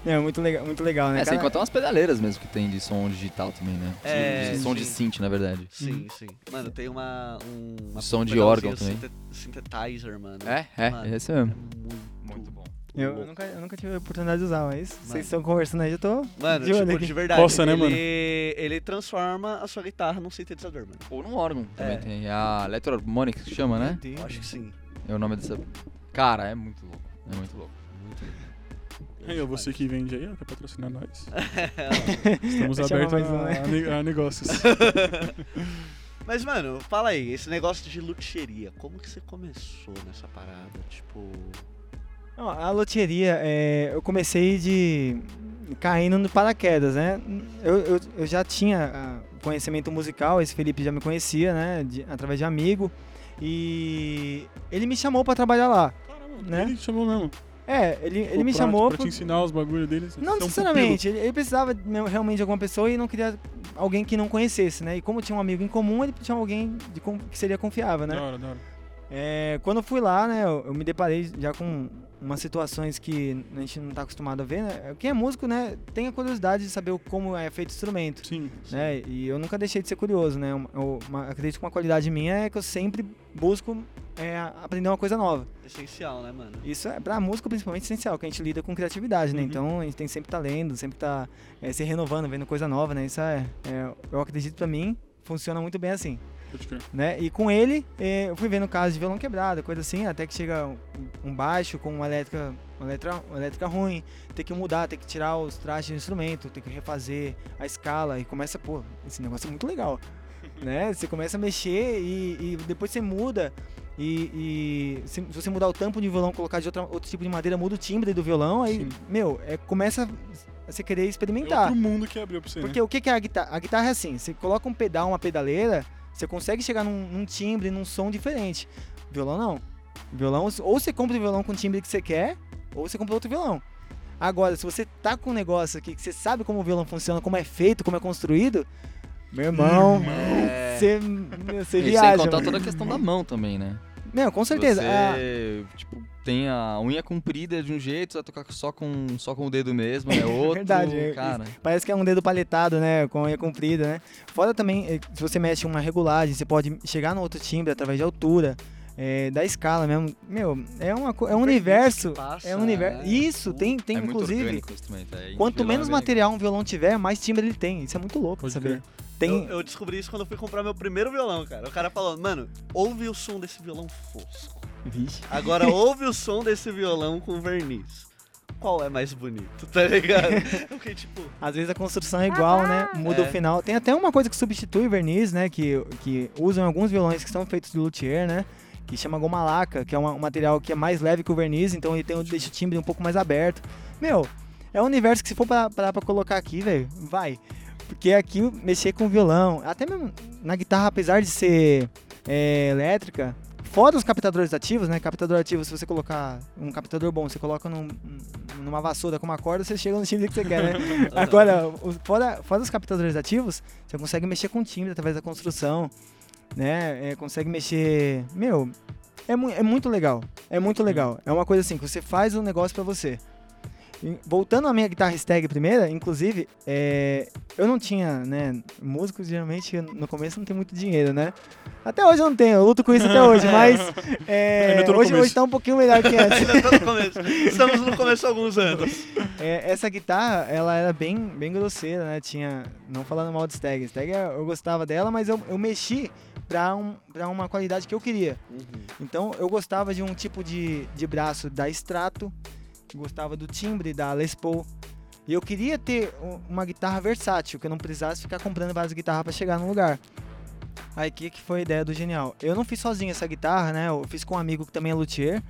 S4: É muito legal, muito legal, né?
S1: É, sem
S4: cara?
S1: contar umas pedaleiras mesmo que tem de som digital também, né? De-
S3: É,
S1: de som de
S3: sim.
S1: synth, na verdade.
S3: Sim, sim. Mano, tem uma. Um, uma
S1: Som de
S3: pedalzinho
S1: órgão também.
S3: sinte- Synthetizer, mano.
S1: É, é,
S3: Mano,
S1: é esse
S3: é
S1: mesmo.
S3: muito.
S1: bom.
S4: Eu, eu nunca, eu nunca tive a oportunidade de usar, mas
S3: Mano.
S4: vocês estão conversando aí, eu tô.
S3: Mano,
S4: de olho
S3: tipo,
S4: aqui.
S3: de verdade.
S2: Nossa, né,
S3: ele,
S2: mano?
S3: ele transforma a sua guitarra num sintetizador, mano.
S1: Ou num órgão também
S3: É.
S1: tem. A Electroharmonic que chama, né?
S3: Eu acho que sim.
S1: É o nome dessa. Cara, é muito louco. É muito louco.
S3: Muito. É,
S2: Aí, ó, você que vende aí, ó, quer patrocinar nós. Estamos
S4: Vai chamar
S2: abertos
S4: mais um,
S2: a,
S4: né?
S2: a ne- a negócios.
S3: Mas, mano, fala aí, esse negócio de luteria, como que você começou nessa parada? Tipo.
S4: Não, a loteria, é, eu comecei de caindo no paraquedas, né? Eu, eu, eu já tinha ah, conhecimento musical, esse Felipe já me conhecia, né? de- através de amigo. E ele me chamou pra trabalhar lá.
S2: Caramba,
S4: Né?
S2: ele te chamou mesmo.
S4: É, ele, ele
S2: Pô, pra-
S4: me chamou.
S2: Pra
S4: por-
S2: te ensinar os bagulhos deles.
S4: Não
S2: Você é um
S4: necessariamente, ele, ele precisava mesmo realmente de alguma pessoa e não queria alguém que não conhecesse, né? E como tinha um amigo em comum, ele tinha alguém de com- que seria confiável,
S2: pupilo.
S4: né?
S2: Da hora, da hora.
S4: É, quando eu fui lá, né, eu, eu me deparei já com umas situações que a gente não tá acostumado a ver, né? Quem é músico, né, tem a curiosidade de saber o- como é feito o instrumento,
S2: Sim.
S4: né? E eu nunca deixei de ser curioso, né? Uma- eu- uma- acredito que uma qualidade minha é que eu sempre busco é, aprender uma coisa nova.
S3: Essencial, né, mano?
S4: Isso é pra música principalmente essencial, que a gente lida com criatividade, né?
S2: Uhum.
S4: Então a gente tem que sempre estar lendo, sempre estar se renovando, vendo coisa nova, né? Isso é, é- eu acredito pra mim, funciona muito bem assim
S2: Pode crer.
S4: né? E com ele, eh, eu fui vendo casos de violão quebrado, coisa assim, até que chega um- um baixo com uma elétrica, uma elétrica, uma elétrica ruim, tem que mudar, tem que tirar os trastes do instrumento, tem que refazer a escala e começa, pô, esse negócio é muito legal, né? Você começa a mexer e, e depois você muda e, e se, se você mudar o tampo de violão, colocar de outra- outro tipo de madeira, muda o timbre do violão, aí,
S2: Sim.
S4: meu, é, começa a você querer
S2: É
S4: experimentar.
S2: outro mundo que abriu pra você,
S4: Porque o que, que é a guitarra? A guitarra é assim, você coloca um pedal, uma pedaleira, você consegue chegar num, num timbre, num som diferente. Violão não. Violão, ou você compra o violão com o timbre que você quer, ou você compra outro violão. Agora, se você tá com um negócio aqui que você sabe como o violão funciona, como é feito, como é construído, meu irmão, você, meu, você
S1: E
S4: viaja.
S1: sem contar
S4: mano.
S1: toda a questão da mão também, né?
S4: Não, com certeza. Ah,
S1: Você, tipo, tem a unha comprida de um jeito, vai tocar só com, só com o dedo mesmo, é outro.
S4: Verdade, é-
S1: Cara,
S4: Parece que é um dedo paletado, né? Com a unha comprida, né? Fora também, eh, se você mexe uma regulagem, você pode chegar no outro timbre através de altura, eh, da escala mesmo. Meu, é, uma, co- é um universo. É um
S3: né?
S4: universo. Isso, tem, tem
S1: é muito
S4: inclusive.
S1: orgânico o instrumento, é
S4: Quanto
S1: individual, é
S4: menos
S1: bem
S4: material um violão tiver, mais timbre ele tem. Isso é muito louco,
S2: Pode
S4: saber.
S2: crer.
S4: Tem.
S3: Eu, eu descobri isso quando eu fui comprar meu primeiro violão, cara. O cara falou, mano, ouve o som desse violão fosco.
S4: Vixe.
S3: Agora ouve o som desse violão com verniz. Qual é mais bonito, tá ligado? Eu fiquei tipo,
S4: Às vezes a construção é igual, né? Muda
S3: É.
S4: o final. Tem até uma coisa que substitui verniz, né? Que, que usam alguns violões que são feitos de luthier, né? Que chama goma laca, que é uma- um material que é mais leve que o verniz, então ele tem, o- deixa o timbre um pouco mais aberto. Meu, é um universo que se for parar pra, pra colocar aqui, velho, vai. Porque aqui mexer com violão, até mesmo na guitarra, apesar de ser é, elétrica, fora os captadores ativos, né? Captador ativo, se você colocar um captador bom, você coloca num- numa vassoura com uma corda, você chega no timbre que você quer, né? Agora, os- fora, fora os captadores ativos, você consegue mexer com o timbre através da construção, né? É, consegue mexer. Meu, é, mu- é muito legal. É
S2: Uhum.
S4: muito legal. É uma coisa assim, que você faz um negócio pra você. E voltando à minha guitarra stag primeira, inclusive, é, eu não tinha, né? Músicos geralmente no começo não tem muito dinheiro, né? Até hoje eu não tenho, eu luto com isso até hoje, mas é,
S2: Ainda tô no
S4: hoje, hoje
S2: começo.
S4: tá um pouquinho melhor que antes.
S3: ainda tô no começo. Estamos no começo há alguns anos.
S4: É, essa guitarra, ela era bem, bem grosseira, né? Tinha. Não falando mal de Stag. Stag é- eu gostava dela, mas eu, eu mexi pra, um, pra uma qualidade que eu queria. Então eu gostava de um tipo de, de braço da Strato, gostava do timbre da Les Paul. E eu queria ter u- uma guitarra versátil, que eu não precisasse ficar comprando várias guitarras pra chegar num lugar. Aí que que foi a ideia do genial. Eu não fiz sozinho essa guitarra, né? Eu fiz com um amigo que também é luthier,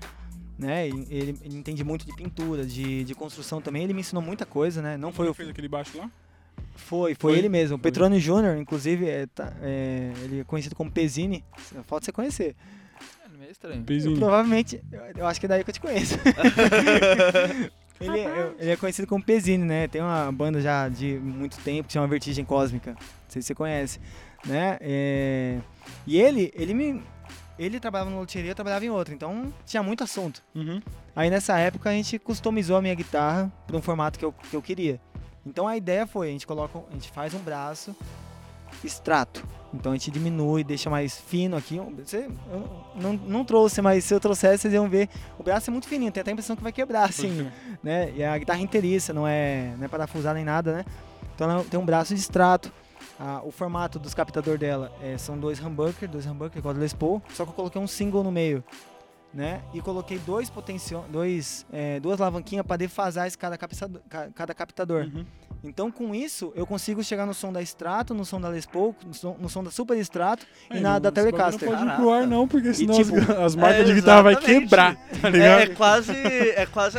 S4: né? E ele, ele entende muito de pintura, de, de construção também. Ele me ensinou muita coisa, né? Não foi
S2: Foi
S4: o
S2: fez aquele baixo lá?
S4: foi, foi
S2: Foi?
S4: ele mesmo. O
S2: Foi.
S4: Petrônio Júnior, inclusive, é, tá- é, ele é conhecido como Pesini. Falta você conhecer.
S1: legal. É meio estranho.
S2: Pezinho.
S4: Provavelmente, eu- eu acho que é daí que eu te conheço. ele, é- eu- ele é conhecido como Pesini, né? Tem uma banda já de muito tempo que chama Vertigem Cósmica. Não sei se você conhece, né? É, E ele, ele me Ele trabalhava numa loteria, eu trabalhava em outra, então tinha muito assunto.
S2: Uhum.
S4: Aí nessa época a gente customizou a minha guitarra para um formato que eu, que eu queria. Então a ideia foi, a gente coloca, a gente faz um braço extrato. Então a gente diminui, deixa mais fino aqui. Um, Você, eu não, não trouxe, mas se eu trouxesse, vocês iam ver. O braço é muito fininho, tem até a impressão que vai quebrar, assim, né? E a guitarra inteiriça, não é, não é parafusada nem nada, né? Então ela tem um braço de extrato. Ah, o formato dos captador dela é, são dois humbucker, dois humbucker igual a do Les Paul, só que eu coloquei um single no meio, né? E coloquei dois potencio, dois, é, duas alavanquinhas para defasar esse cada, captador, cada captador.
S2: Uhum.
S4: Então, com isso, eu consigo chegar no som da Strato, no som da Les Paul, no som, no som da Super Strato e
S2: Aí,
S4: na
S2: não-
S4: da
S2: esse bagulho
S4: Telecaster.
S2: Não pode ir
S3: Caraca.
S2: pro ar, não, porque senão
S4: tipo,
S2: as, as marcas
S3: é,
S2: de guitarra vai
S3: exatamente.
S2: quebrar, tá
S3: É,
S2: ligado?
S3: quase, é quase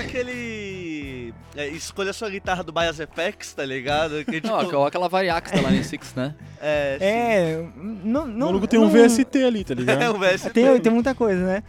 S3: aquele. é, escolha sua guitarra do Bias Apex, tá ligado? Que, tipo,
S1: Não, coloca aquela variax lá em Six, né?
S3: é, sim.
S4: É, não,
S2: o
S4: não,
S2: maluco tem um
S4: não-
S2: VST ali, tá ligado?
S3: É, o VST.
S4: Tem, tem muita coisa, né?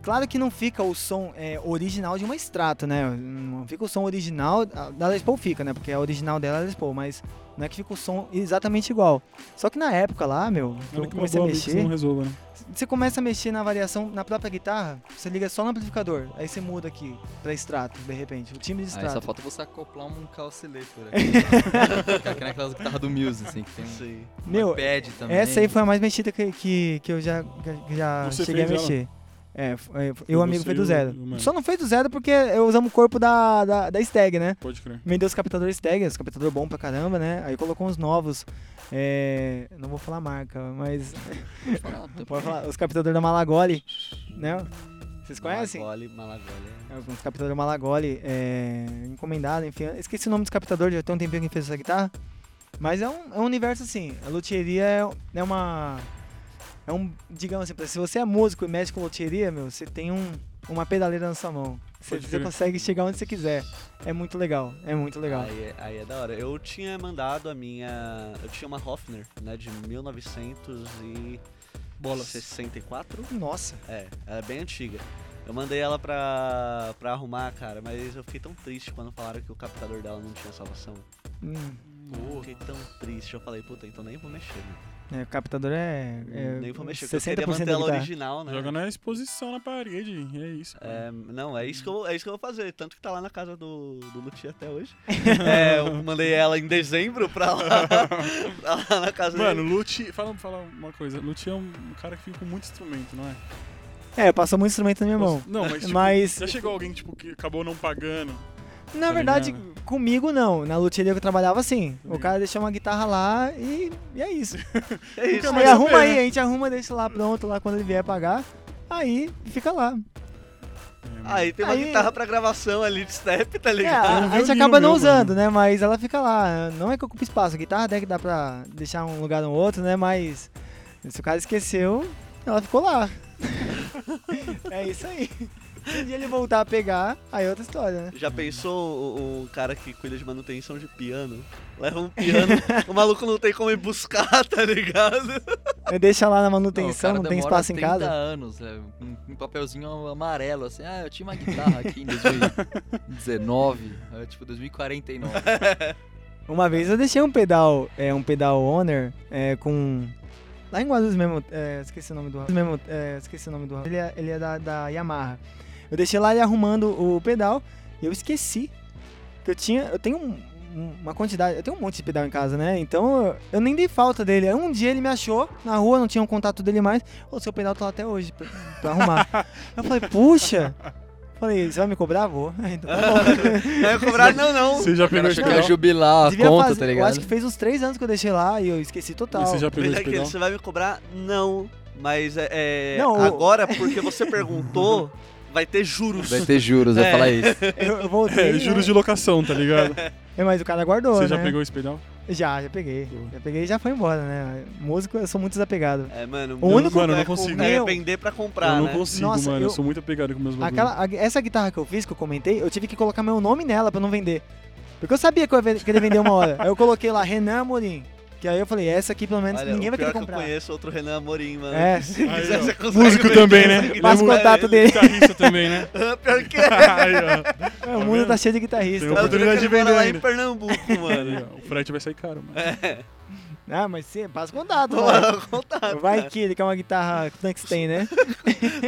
S4: Claro que não fica o som é, original de uma extrato, né? Não fica o som original. a- Da Les Paul fica, né? Porque a original dela é a Les Paul, mas não é que fica o som exatamente igual. Só que na época lá, meu, que
S2: Nada
S4: eu
S2: que uma
S4: comecei a
S2: boa mix
S4: mexer.
S2: não resolva, né?
S4: Você começa a mexer na variação na própria guitarra, você liga só no amplificador, aí você muda aqui pra extrato, de repente, o timbre de
S1: Aí só
S4: extrato.
S1: falta você acoplar um calceletor aqui. Ficar aqui naquelas guitarras do Muse, assim, que tem um
S3: Sim.
S4: Meu,
S1: pad também.
S4: essa aí foi a mais mexida que, que, que eu já, que já
S2: Você
S4: cheguei a
S2: fez ela?
S4: mexer. É, f- é, f-
S2: Foi
S4: e o amigo
S2: você
S4: foi
S2: e
S4: do
S2: o-
S4: zero.
S2: e o mano.
S4: Só não fez do zero porque eu usamos o corpo da, da, da Stag, né?
S2: Pode crer.
S4: Vendeu os captadores Stag, os captadores bom pra caramba, né? Aí colocou uns novos. É, não vou falar a marca, mas. Pode falar, os captadores da Malagoli, né? Vocês conhecem?
S3: Malagoli, Malagoli. é.
S4: É, Os captadores Malagoli, é, encomendado, enfim. eu Esqueci o nome dos captadores, já tem um tempinho que fez essa guitarra. Mas é um, é um universo assim. A luthieria é, é uma. É um. Digamos assim, pra- se você é músico e mexe com luthieria, meu, você tem um, uma pedaleira na sua mão. Você,
S2: Pode
S4: você
S2: crer.
S4: consegue chegar onde você quiser. É muito legal, é muito legal.
S3: Aí, é- aí é da hora. Eu tinha mandado a minha. Eu tinha uma Hofner, né? De 1964.
S4: Nossa,
S3: É, ela é bem antiga. Eu mandei ela pra, pra arrumar, cara, mas eu fiquei tão triste quando falaram que o captador dela não tinha salvação.
S4: hum,
S3: Eu fiquei tão triste. Eu falei, puta, então nem vou mexer, né?
S4: é, o captador é. é
S3: nem vou mexer, porque eu
S4: 60%
S3: queria manter
S4: da
S3: ela
S4: guitarra.
S3: original, né?
S2: Joga na exposição na parede, é isso. cara.
S3: É, não, é isso, que eu, é isso que eu vou fazer. Tanto que tá lá na casa do, do Luti até hoje. É, eu mandei ela em dezembro pra lá, pra lá na casa
S2: Mano,
S3: dele.
S2: Lute, fala, fala uma coisa, Lute é um cara que fica com muito instrumento, não é?
S4: É, passou muito instrumento na minha mão.
S2: não, mas, tipo,
S4: Mas-
S2: já chegou alguém tipo, que acabou não pagando.
S4: Na
S2: Tá
S4: verdade,
S2: ligado?
S4: comigo não. Na luteria que eu trabalhava, sim. O
S2: ligado.
S4: cara deixou uma guitarra lá e, e é isso.
S3: É isso.
S4: Aí
S2: mas
S4: arruma
S2: também,
S4: aí,
S2: né?
S4: a gente arruma, deixa lá pronto, lá quando ele vier pagar. Aí fica lá.
S3: Aí tem uma
S4: Aí-
S3: guitarra pra gravação ali de step, tá
S4: É,
S3: ligado?
S4: a,
S2: um
S4: a gente
S2: violino
S4: acaba não
S2: meu,
S4: usando, né? Mas ela fica lá. Não é que ocupa espaço. A guitarra até que dá pra deixar um lugar no outro, né? Mas se o cara esqueceu, ela ficou lá. é isso aí. Se um dia ele voltar a pegar, aí é outra história, né?
S3: Já pensou o, o cara que cuida de manutenção de piano? Leva um piano, o maluco não tem como ir buscar, tá ligado?
S4: Deixa É lá na
S1: Não,
S4: manutenção,
S1: o
S4: não,
S1: cara
S4: tem
S1: demora
S4: espaço em
S1: 30
S4: casa.
S1: anos, é, um, um papelzinho amarelo, assim, ah, eu tinha uma guitarra aqui em 2019, é, tipo 2049.
S4: Uma vez eu deixei um pedal, é, um pedal Honor, é, com. Lá em Guarulhos mesmo, é, esqueci o nome do mesmo, é, esqueci o nome do Ele é, ele é da, da Yamaha. Eu deixei lá ele arrumando o pedal e eu esqueci. Que eu tinha. Eu tenho um- um- uma quantidade. Eu tenho um monte de pedal em casa, né? Então eu, eu nem dei falta dele. Aí um dia ele me achou na rua, não tinha um contato dele mais. O seu pedal tá lá até hoje pra, pra arrumar. eu falei, puxa! Falei, você vai me cobrar? Vou. Então, tá bom.
S3: Não é cobrar, não, não.
S2: Você já
S1: O cara
S2: pegou esse
S1: achou que ia
S2: pedal?
S1: jubilar a
S4: Devia
S1: conta,
S4: fazer-
S1: tá
S4: Eu acho
S1: ligado?
S4: que fez uns três anos que eu deixei lá e eu esqueci total.
S2: Você já pegou
S3: Mas é
S2: esse
S3: aquele,
S2: pedal?
S3: você vai me cobrar? Não. Mas é, é,
S4: Não, o-
S3: agora, porque você perguntou, vai ter juros.
S1: Vai ter juros, vai
S3: É.
S1: falar isso.
S4: Eu, eu voltei.
S2: É, juros de locação, tá ligado?
S4: né? Mas o cara guardou,
S2: Você
S4: né?
S2: já pegou esse pedal?
S4: Já, já peguei.
S2: Boa.
S4: Já peguei e já foi embora, né? Músico, eu sou muito desapegado.
S3: É, mano,
S4: O único-
S2: Mano, eu não
S3: é com-
S2: consigo.
S3: É
S4: Meu.
S3: vender pra comprar,
S2: eu não
S3: né?
S2: consigo,
S4: Nossa,
S2: mano. Eu...
S4: eu-
S2: sou muito apegado com meus bagulhos.
S4: Aquela, a- essa guitarra que eu fiz, que eu comentei, eu tive que colocar meu nome nela pra não vender. Porque eu sabia que eu ia ve- querer vender uma hora. Aí eu coloquei lá, Renan Amorim. Que aí eu falei, essa aqui pelo menos
S3: Olha,
S4: ninguém
S3: o
S4: vai
S3: pior
S2: é
S4: querer
S3: que eu
S4: comprar.
S3: conheço é outro Renan Amorim, mano.
S4: É.
S3: que Se
S2: Aí,
S3: quiser,
S2: ó.
S3: você consegue
S2: Músico
S3: vender
S2: também,
S3: essa
S2: né?
S3: guitarra.
S4: Passa o
S2: Lembro-
S4: contato dele.
S2: Guitarrista também, né?
S3: Pior que é.
S2: Aí, ó.
S4: É, o mundo
S2: vendo?
S4: tá cheio de guitarrista.
S2: Tem
S3: É o
S2: oportunidade
S3: Dudu que
S2: de vender
S3: mora lá
S2: ainda.
S3: em Pernambuco, mano.
S2: Aí, ó. O frete vai sair caro, mano.
S4: Ah, mas você passa contato, vai.
S3: Mano, contato,
S4: Vai
S3: cara.
S4: que ele quer uma guitarra Frankenstein, né?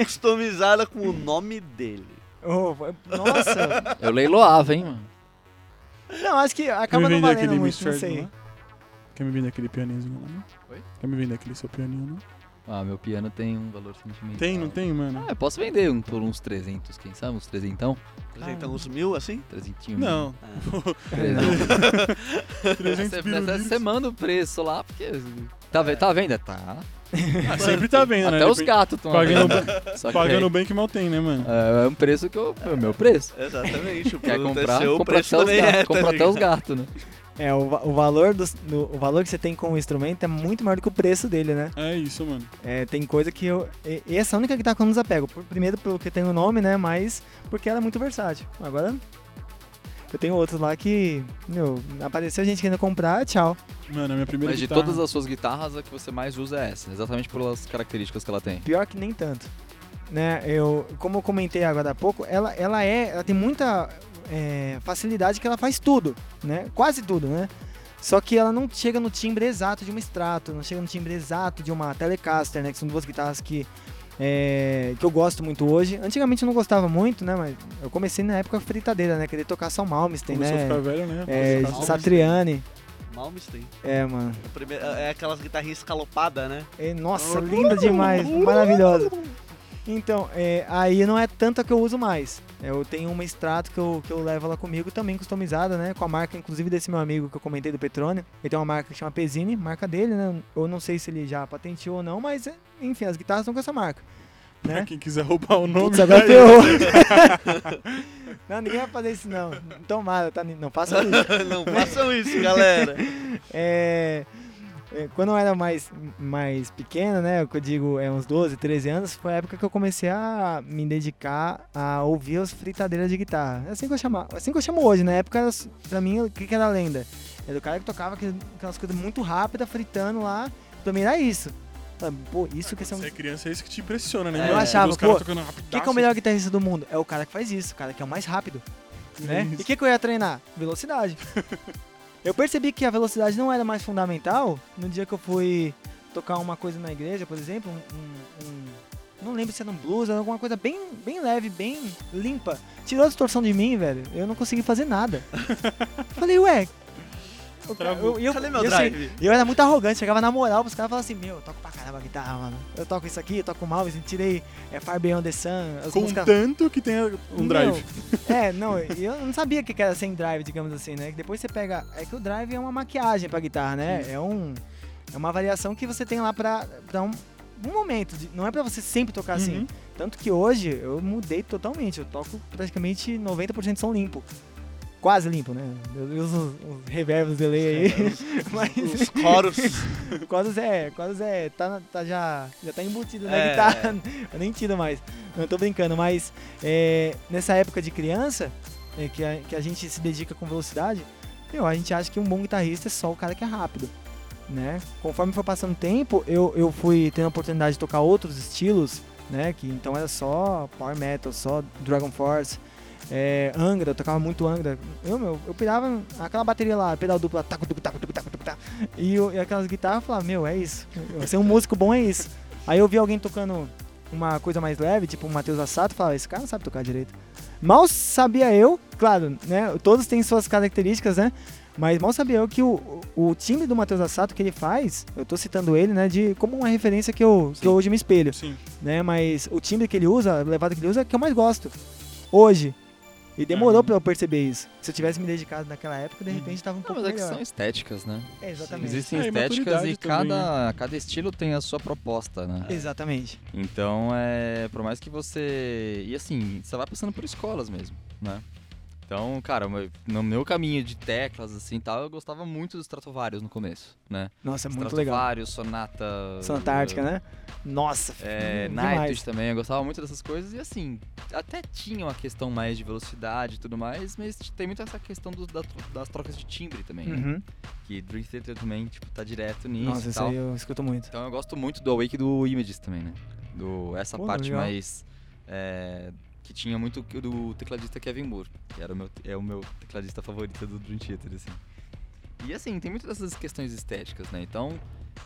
S3: Customizada com o nome dele.
S4: Oh, nossa!
S1: Eu leiloava, hein, mano.
S4: Não, acho que
S2: Quer me
S4: acaba não
S2: vender
S4: valendo
S2: aquele
S4: muito, não
S2: Mr.
S4: sei.
S2: lá? Quer me vender aquele pianinho lá? não?
S1: Oi?
S2: Quer me vender aquele seu pianinho não?
S1: Ah, meu piano tem um valor sentimental.
S2: Tem, não tem, mano?
S1: Ah, eu posso vender um por uns 300, quem sabe? Uns 300? Ah.
S3: Apresentam uns mil, assim?
S1: 300.
S2: Não.
S1: Você,
S2: 300 pirulitos.
S1: você manda o preço lá, porque. Tá, ve- tá à venda? Tá.
S2: Ah, sempre tá vendo, né?
S1: Até os
S2: Depende-
S1: gatos estão
S2: Pagando,
S1: Só que
S2: pagando
S1: aí,
S2: bem que mal tem, né, mano?
S1: é, é um preço que eu. É o meu preço.
S3: Exatamente. O
S1: Quer
S3: produto é
S1: comprar?
S3: seu, o
S1: Compra
S3: preço
S1: até os,
S3: também
S1: gatos,
S3: é, tá
S1: compra até os
S3: ligado?
S1: gatos, né?
S4: É, o, va- o valor dos- do, o valor que você tem com o instrumento é muito maior do que o preço dele, né?
S2: É isso, mano.
S4: É, tem coisa que eu. e- e Essa é a única guitarra que eu não desapego. Por- Primeiro porque tem o nome, né? Mas porque ela é muito versátil. Agora. Eu tenho outros lá que. Meu, apareceu gente querendo comprar, tchau.
S2: Mano, a minha primeira
S1: Mas de
S2: guitarra-
S1: todas as suas guitarras, a que você mais usa é essa, exatamente pelas características que ela tem.
S4: Pior que nem tanto. Né, eu, como eu comentei agora há pouco, ela, ela é, ela tem muita é, facilidade que ela faz tudo, né? Quase tudo, né? Só que ela não chega no timbre exato de uma Strato, não chega no timbre exato de uma Telecaster, né? Que são duas guitarras que, é, que eu gosto muito hoje. Antigamente eu não gostava muito, né? Mas eu comecei na época fritadeira, né? Querer tocar só Malmsteen,
S2: Começou a ficar
S4: né?
S2: velho, né?
S4: É,
S2: Começou a ficar-
S4: Satriani.
S3: Malmsteen.
S4: É, mano.
S3: A primeira- É aquelas guitarrinhas escalopadas, né?
S4: É, nossa, linda demais, maravilhosa. Então, é, aí não é tanta que eu uso mais. É, Eu tenho uma extrato que eu, que eu levo ela comigo, também customizada, né? Com a marca, inclusive, desse meu amigo que eu comentei do Petrônio. Ele tem uma marca que chama Pesini, marca dele, né? Eu não sei se ele já patenteou ou não, mas, é, enfim, as guitarras são com essa marca.
S2: Pra
S4: Né?
S2: quem quiser roubar o nome.
S4: Putz, agora
S2: aí.
S4: ferrou. não, ninguém vai fazer isso, não. Tomara, tá? Não faça isso.
S3: Não façam isso, galera.
S4: É, é, quando eu era mais, mais pequeno, né? O que eu digo é uns 12, 13 anos, foi a época que eu comecei a me dedicar a ouvir as fritadeiras de guitarra. É assim que eu chamo, assim que eu chamo hoje. Na época, era, s- pra mim, o que, que era lenda? Era o cara que tocava aquele- aquelas coisas muito rápidas, fritando lá. Pra mim era isso. Falei, Pô, isso que é ser um
S2: Você é criança, é isso que te impressiona, né?
S4: Eu
S2: mano?
S4: achava,
S2: Os caras
S4: pô,
S2: tocando
S4: Quem que é o melhor guitarrista do mundo? É o cara que faz isso, o cara que é o mais rápido. Né? E o que, que eu ia treinar? Velocidade. eu percebi que a velocidade não era mais fundamental no dia que eu fui tocar uma coisa na igreja, por exemplo, um- um- um- não lembro se era um blues, era alguma coisa bem, bem leve, bem limpa. Tirou a distorção de mim, velho. Eu não consegui fazer nada. Falei, ué. eu-
S2: Travou.
S4: eu- eu-
S3: Cadê meu
S4: eu sei-
S3: drive?
S4: e eu era muito arrogante, chegava na moral pros caras e falava assim, meu, eu toco pra caramba a guitarra, mano. Eu toco isso aqui, eu toco Malvis, tirei é, Far Beyond the Sun, as músicas...
S2: Contanto que tenha um drive.
S4: Não, é, não, e eu não sabia o que que era sem drive, digamos assim, né? Que depois você pega. É que o drive é uma maquiagem pra guitarra, né? É um. É uma variação que você tem lá pra, pra um, um momento. de- não é pra você sempre tocar assim.
S2: Uhum.
S4: Tanto que hoje eu mudei totalmente. Eu toco praticamente 90% som limpo. Quase limpo, né? Eu uso os reverbs delay aí.
S2: É,
S4: Mas
S3: Os coros.
S4: quase é, quase é, tá, na- tá já, já tá embutido na
S3: É.
S4: guitarra. Eu nem tiro mais. Não, eu tô brincando, mas é, nessa época de criança, é, que, a, que a gente se dedica com velocidade, meu, a gente acha que um bom guitarrista é só o cara que é rápido. Né? Conforme foi passando o tempo, eu, eu fui tendo a oportunidade de tocar outros estilos, né? Que então era só power metal, só Dragon Force, é, Angra, eu tocava muito Angra. Eu, meu, eu pirava aquela bateria lá, pedal dupla, taco, tucu, taco, tucu, taco, tucu, taco, e, eu- e aquelas guitarras, eu falava, meu, é isso. Eu- Ser um músico bom é isso. Aí eu vi alguém tocando uma coisa mais leve, tipo o Matheus Assato, eu falava, esse cara não sabe tocar direito. Mal sabia eu, claro, né? Todos têm suas características, né? Mas mal sabia eu que o, o time do Matheus Assato que ele faz, eu tô citando ele, né, de como uma referência que eu, que eu hoje me espelho
S2: Sim.
S4: né? Mas o timbre que ele usa, a levada que ele usa, é que eu mais gosto. Hoje. E demorou
S2: Uhum.
S4: pra eu perceber isso. Se eu tivesse me dedicado naquela época, de repente tava um
S1: Não,
S4: pouco
S1: mas é que
S4: melhor.
S1: são estéticas, né?
S4: É, exatamente.
S1: Existem
S2: É, e
S1: estéticas
S2: maturidade
S1: e
S2: também, né?
S1: cada, cada estilo tem a sua proposta, né?
S4: Exatamente.
S1: Então, é, por mais que você. E assim, você vai passando por escolas mesmo, né? Então, cara, meu- no meu caminho de teclas, assim e tal, eu gostava muito dos Stratovarius no começo, né?
S4: Nossa, é muito legal.
S1: Stratovarius, Sonata.
S4: Sonata Ártica, né? Nossa,
S1: É,
S4: hum,
S1: Nightwish
S4: demais.
S1: também, eu gostava muito dessas coisas. E assim, até tinha uma questão mais de velocidade e tudo mais, mas tem muito essa questão do- da tro- das trocas de timbre também, né?
S4: Uhum.
S1: Que Dream Theater também, tipo, tá direto nisso
S4: Nossa,
S1: e
S4: isso
S1: tal.
S4: aí eu escuto muito.
S1: Então eu gosto muito do Awake e do Images também, né? Do, essa
S4: Pô,
S1: parte
S4: legal.
S1: mais. é, que tinha muito que- do tecladista Kevin Moore, que era o meu, é o meu tecladista favorito do Dream Theater, assim. E assim, tem muitas dessas questões estéticas, né? Então,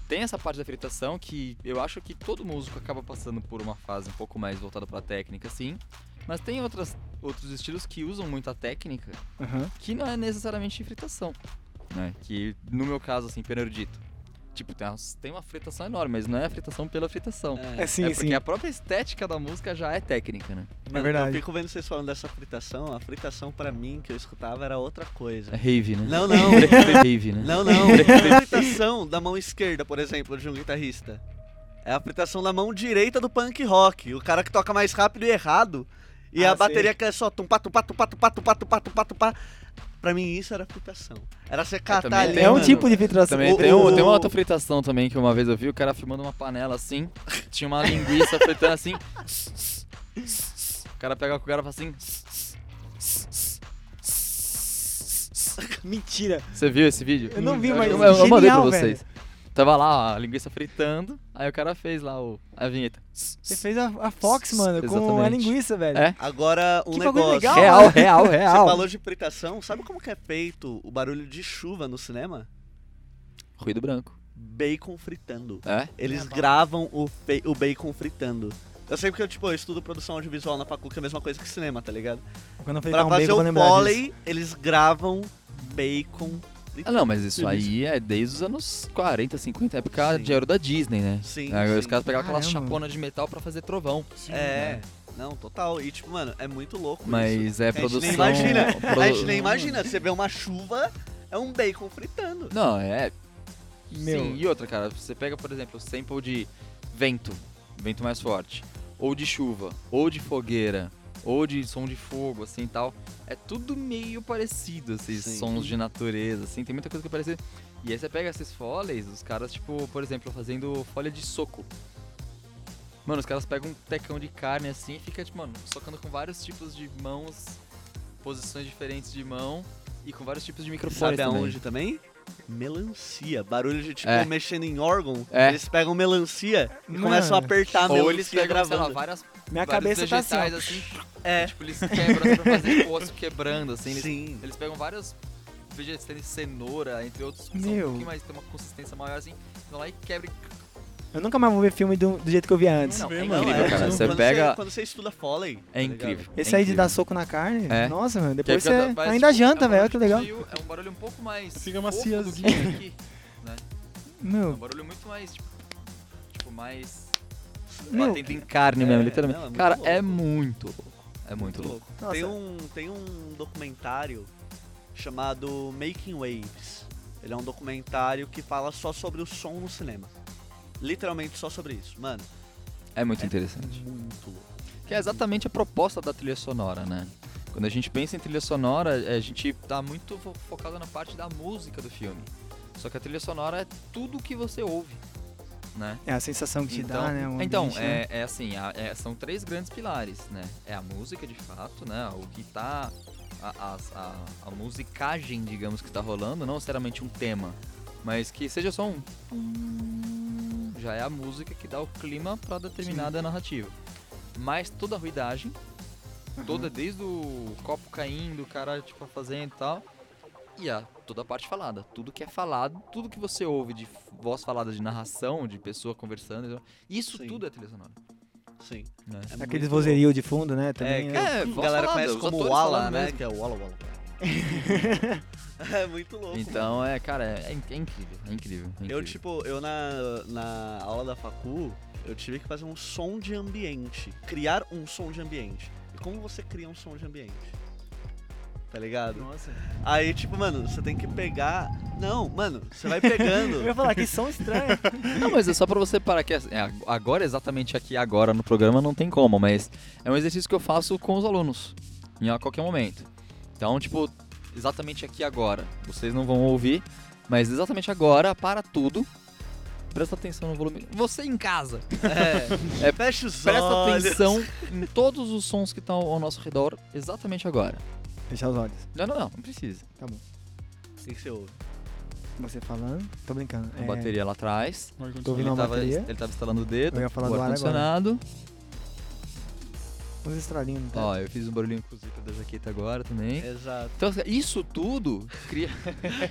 S1: tem essa parte da fritação que eu acho que todo músico acaba passando por uma fase um pouco mais voltada pra técnica, sim. Mas tem outras, outros estilos que usam muito a técnica,
S4: Aham.
S1: que não é necessariamente fritação, né? Que, no meu caso, assim, penerdito. Tipo, tem uma, tem uma fritação enorme, mas não é a fritação pela fritação.
S4: É sim,
S1: é
S4: é
S1: porque
S4: sim.
S1: a própria estética da música já é técnica, né?
S3: Mano,
S4: verdade.
S3: Eu fico vendo vocês falando dessa fritação. A fritação pra mim que eu escutava era outra coisa.
S1: É rave, né?
S3: Não, não.
S1: É rave, né?
S3: Não, não. É a fritação da mão esquerda, por exemplo, de um guitarrista. É a fritação da mão direita do punk rock. O cara que toca mais rápido e errado. E
S4: Ah,
S3: a bateria que é só tum pá, tum pá, tum pá, tum pá, tum pá, tum pá, tum pá, tum pá. Pra mim isso era fritação. Era você catar
S1: também
S3: ali.
S1: tem,
S4: É um
S1: mano.
S4: tipo de filtração.
S1: Também
S3: O-
S1: tem, um,
S3: o-
S1: tem uma outra fritação também que uma vez eu vi o cara filmando uma panela assim, tinha uma linguiça fritando assim. O cara pega a colher e fala assim. um-
S4: Mentira.
S1: Você viu esse vídeo?
S4: Eu não vi,
S1: Eu-
S4: mas
S1: eu, eu mandei pra
S4: genial,
S1: vocês. Tava lá a linguiça fritando, aí o cara fez lá o, a vinheta.
S4: Você fez a, a Fox, mano, com a
S1: Exatamente.
S4: linguiça, velho.
S1: É.
S3: Agora um
S4: Que bagulho
S3: negócio.
S4: legal,
S3: Você
S1: Real, real, real.
S3: falou de fritação, sabe como que é feito o barulho de chuva no cinema?
S1: Ruído branco.
S3: Bacon fritando.
S1: É?
S3: Eles
S4: É bom.
S3: gravam o, fe- o bacon fritando. Eu sei porque eu, tipo, eu estudo produção audiovisual na Pacu, que é a mesma coisa que cinema, tá ligado?
S4: Quando eu falei
S3: Pra
S4: um bacon,
S3: fazer
S4: eu vou
S3: o
S4: lembrar disso.
S3: vôlei, eles gravam bacon.
S1: Ah, não, mas isso
S2: Delícia.
S1: aí é desde os anos 40, 50, época
S3: Sim.
S1: de ouro da Disney, né?
S3: Sim,
S1: Aí
S3: sim.
S1: os caras pegavam aquelas
S4: Caramba.
S1: chaponas de metal pra fazer trovão.
S2: né?
S3: É, não, total. E tipo, mano, é muito louco isso.
S1: Mas é
S3: A gente
S1: produção.
S3: nem imagina.
S1: produ-
S3: A gente nem imagina, você vê uma chuva, é um bacon fritando.
S1: Não, é.
S4: Meu.
S1: Sim, e outra, cara. Você pega, por exemplo, sample de vento, vento mais forte, ou de chuva, ou de fogueira, ou de som de fogo, assim e tal. É tudo meio parecido, esses
S3: Sim.
S1: sons de natureza, assim. Tem muita coisa que é parecida. E aí você pega esses foleys, os caras, tipo, por exemplo, fazendo folha de soco. Mano, os caras pegam um tecão de carne assim e fica, tipo, mano, socando com vários tipos de mãos, posições diferentes de mão e com vários tipos de microfone.
S3: Sabe aonde também? Melancia. Barulho de tipo
S1: É.
S3: mexendo em órgão.
S1: É.
S3: Eles pegam melancia e
S4: Mano.
S3: começam a
S4: Ah,
S3: apertar a melancia
S1: Ou eles pegam, sei lá,
S3: gravando.
S1: várias,
S4: Minha
S1: vários
S4: cabeça tá assim, ó.
S1: vegetais, assim.
S3: É.
S1: e, tipo, eles quebram pra fazer osso quebrando, assim. Eles,
S3: Sim.
S1: eles pegam vários vegetais, tem cenoura, entre outros, que são
S4: Meu.
S1: um pouquinho mais, tem uma consistência maior, assim. Vão lá e quebra. e-
S4: Eu nununca mais vou ver filme do, do jeito que eu via antes.
S1: Não, é
S2: vê, mano.
S1: incrível,
S2: Não, é,
S1: cara.
S3: quando
S1: Você pega...
S3: Quando você estuda Foley. tá
S1: É
S3: ligado?
S1: incrível.
S4: Esse aí de
S1: incrível.
S4: dar soco na carne,
S1: É.
S4: nossa, mano,
S1: Que aí
S4: depois
S1: fica-
S4: você
S1: mas,
S4: ainda
S1: tipo,
S4: janta,
S1: é um
S4: velho, olha que
S1: barulho
S4: legal.
S1: sutil, É um barulho um pouco mais.
S2: Fica
S1: fofo do
S2: maciazinho.
S1: que aqui. É um
S4: Meu,
S1: barulho muito mais, tipo, tipo mais.
S4: Meu.
S1: Batendo em carne
S3: É,
S1: mesmo, literalmente.
S3: não, é muito
S1: Cara,
S3: louco.
S1: é muito louco. É muito louco.
S4: Nossa.
S3: Tem um, tem um documentário chamado Making Waves. Ele é um documentário que fala só sobre o som no cinema. Literalmente só sobre isso. Mano,
S1: É muito
S3: É
S1: interessante.
S3: muito louco.
S1: Que é exatamente a proposta da trilha sonora, né? Quando a gente pensa em trilha sonora, a gente tá muito fo- focado na parte da música do filme. Só que a trilha sonora é tudo que você ouve, né?
S4: é a sensação que te dá, né? o
S1: então
S4: ambiente, né?
S1: é, é assim, a- é- são três grandes pilares, né? É a música, de fato, né? O que tá... A, as- a- a musicagem, digamos, que tá rolando, não necessariamente um tema, mas que seja só um... Já é a música que dá o clima pra determinada narrativa. Mas toda a ruidagem,
S3: Uhum.
S1: toda, desde o copo caindo, o cara, tipo, fazendo e tal... E a, toda a parte falada, tudo que é falado, tudo que você ouve de voz falada, de narração, de pessoa conversando, isso
S3: Sim.
S1: tudo é trilha sonora.
S3: Sim.
S1: Né?
S3: É
S4: Aqueles
S3: muito louco.
S4: vozerio de fundo, né? Também,
S3: É,
S4: né?
S3: que
S1: voz
S3: a galera
S1: falada,
S3: conhece
S1: os
S3: como
S1: atores
S3: Walla,
S1: falando
S3: né?
S1: mesmo.
S3: Que é o Walla Walla. é muito louco.
S1: Então, é, cara, é, é inc- é incrível, é incrível. é
S3: Eu,
S1: incrível.
S3: tipo, eu na, na aula da facu, eu tive que fazer um som de ambiente. Criar um som de ambiente. E como você cria um som de ambiente? Tá ligado?
S4: Nossa.
S3: Aí, tipo, mano, você tem que pegar... Não, mano, você vai
S4: Eu ia
S3: pegando...
S4: falar, que som estranho.
S1: Não, mas é só pra você parar que assim, é, agora, exatamente aqui, agora no programa, não tem como, mas é um exercício que eu faço com os alunos, em a qualquer momento. Então, tipo, exatamente aqui agora, vocês não vão ouvir, mas exatamente agora, para tudo, presta atenção no volume. Você em casa,
S3: É, fecha os
S1: presta
S3: olhos.
S1: atenção em todos os sons que estão ao nosso redor, exatamente agora.
S4: Fechar os olhos.
S1: Não, não, não, não precisa.
S3: O que que você ouve?
S4: Você falando, tô brincando.
S1: A
S4: É,
S1: bateria lá atrás,
S4: Tô ouvindo
S1: Ele
S4: uma
S1: tava,
S4: bateria.
S1: ele tava instalando o dedo,
S4: Eu ia falar
S1: o
S4: do ar agora.
S1: ar-condicionado.
S4: uns É, estralinhos né? no teto.
S1: Ó, eu fiz um barulhinho com o zíper da jaqueta agora
S4: É,
S1: também.
S3: Exato.
S1: Então, isso tudo cria,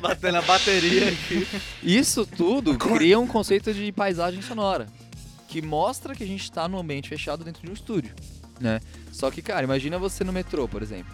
S3: Batendo a bateria aqui.
S1: isso tudo cria um conceito de paisagem sonora, que mostra que a gente tá num ambiente fechado dentro de um estúdio, né? Só que, cara, imagina você no metrô, por exemplo.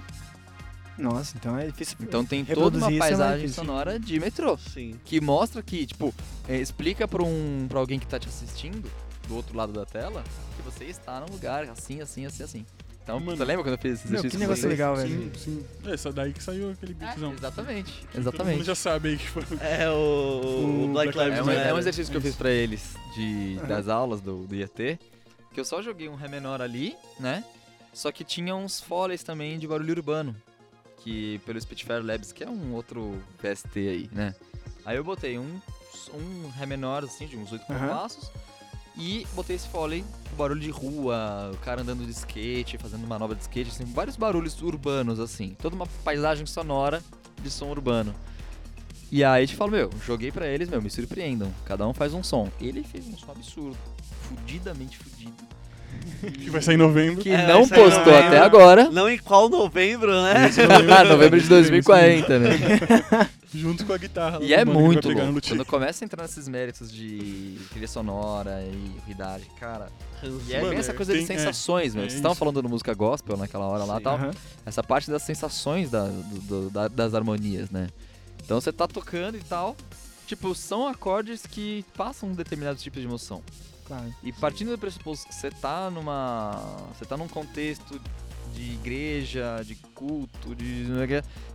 S4: Nossa, então é difícil.
S1: Então tem toda
S4: Reproduzir
S1: uma
S4: isso é mais
S1: paisagem
S4: difícil.
S1: sonora de metrô.
S3: Sim.
S1: que mostra que, tipo, é, explica pra, um, pra alguém que tá te assistindo, do outro lado da tela, que você está num lugar assim, assim, assim, assim. Então,
S2: Mano.
S1: você lembra quando eu fiz esse
S4: Meu,
S1: exercício?
S4: que
S1: com
S4: negócio
S1: vocês? É,
S4: legal, velho.
S2: Sim, sim. É, essa daí que saiu aquele beatzão.
S1: Exatamente,
S2: Todo mundo
S1: exatamente.
S2: já sabe aí que foi.
S3: É o,
S2: O
S3: o Black
S2: Black
S1: É
S3: Lives
S1: um,
S3: Matter.
S1: é um exercício que eu
S2: Isso.
S1: fiz pra eles de, das aulas do, do IAT, que eu só joguei um Ré menor ali, né? Só que tinha uns foleys também de barulho urbano, que pelo Spitfire Labs, que é um outro PST aí, né? Aí eu botei um, um Ré menor, assim, de uns oito
S4: Aham.
S1: compassos, e botei esse foley com barulho de rua, o cara andando de skate, fazendo manobra de skate, assim, vários barulhos urbanos, assim. Toda uma paisagem sonora de som urbano. E aí a gente fala, meu, joguei pra eles, meu, me surpreendam. Cada um faz um som. Ele fez um som absurdo. Fudidamente fudido.
S2: Que vai sair em novembro.
S1: Que
S3: É,
S1: não
S3: isso aí não
S1: postou
S3: é-
S1: até agora.
S3: Não em qual novembro, né?
S1: Novembro de 2040, né?
S2: Junto com a guitarra. lá
S1: E
S2: do
S1: é
S2: mano que vai
S1: muito
S2: pegar no
S1: louco.
S2: luthier.
S1: Quando começa a entrar nesses méritos de trilha sonora e ruidade, cara. E aí
S2: Mano,
S1: vem essa coisa de
S2: tem- é,
S1: sensações, meu.
S2: é
S1: Vocês estavam
S2: isso.
S1: falando do música gospel naquela hora lá e
S3: Sim.
S1: tal.
S4: Aham.
S1: essa parte das sensações da- do- do- da- das harmonias, né? Então você tá tocando e tal, tipo, são acordes que passam um determinado tipo de emoção.
S4: Claro.
S1: E partindo do pressuposto que você tá numa. Você tá num contexto de igreja, de culto, de.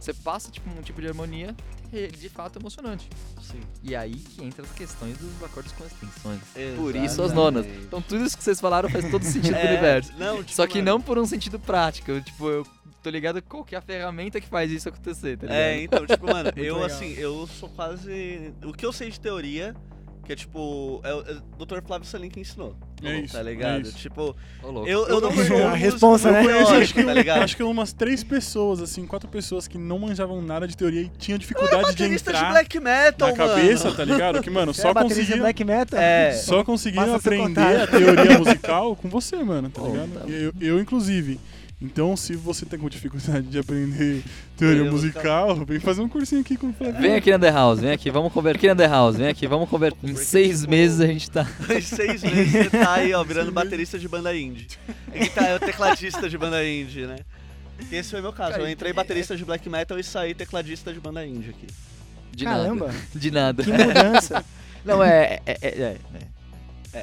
S1: Você passa tipo, um tipo de harmonia que é, de fato emocionante.
S3: Sim.
S1: E aí que entra as questões dos acordes com as tensões.
S3: Exatamente.
S1: Por isso as nonas. Então tudo isso que vocês falaram faz todo sentido
S3: É,
S1: pro universo.
S3: Não, tipo,
S1: Só que
S3: mano,
S1: não por um sentido prático. eu, tipo, eu tô ligado com qualquer ferramenta que faz isso acontecer, tá ligado?
S3: É, então, tipo, mano, eu
S4: legal.
S3: assim, eu sou quase. O que eu sei de teoria, que é tipo. É, o- é, o Dr. Flávio Salim que ensinou.
S2: É isso,
S3: Tá
S2: é
S3: ligado?
S2: isso.
S3: tipo,
S1: Ô, louco.
S3: eu, eu não
S4: A
S3: sou um músico
S4: responsa, né?
S2: Eu acho
S3: teórico,
S2: que,
S3: tá
S2: um-
S3: ligado?
S2: acho que umas três pessoas, assim, quatro pessoas que não manjavam nada de teoria e tinham dificuldade de
S3: Baterista de
S2: entrar
S3: black metal,
S2: na
S3: mano.
S2: cabeça, tá ligado? Que, mano,
S4: Você
S2: só
S4: é baterista
S2: conseguiam,
S4: black metal?
S3: É.
S2: só conseguiam
S4: Passa seu
S2: aprender
S4: contato.
S2: a teoria musical com você, mano, tá
S1: Pô,
S2: ligado?
S1: tá.
S2: Eu, eu, inclusive. Então, se você tem com dificuldade de aprender teoria
S3: Teoria musical.
S2: musical, vem fazer um cursinho aqui com o Flavinho.
S1: Vem aqui na The House, vem aqui, vamos conversar. Aqui na The House, vem aqui, vamos conversar. Em
S3: Porque,
S1: seis
S3: tipo,
S1: meses a gente tá.
S3: Em seis meses você tá aí, ó, virando
S2: meses.
S3: baterista de banda indie. Ele tá, é o tecladista de banda indie, né? Que esse foi meu caso.
S1: Cara,
S3: Eu entrei
S1: é-
S3: baterista de black metal e saí tecladista de banda indie aqui.
S1: De
S4: Caramba,
S1: nada. De nada.
S4: que mudança.
S1: Não, é. é, é, é, é.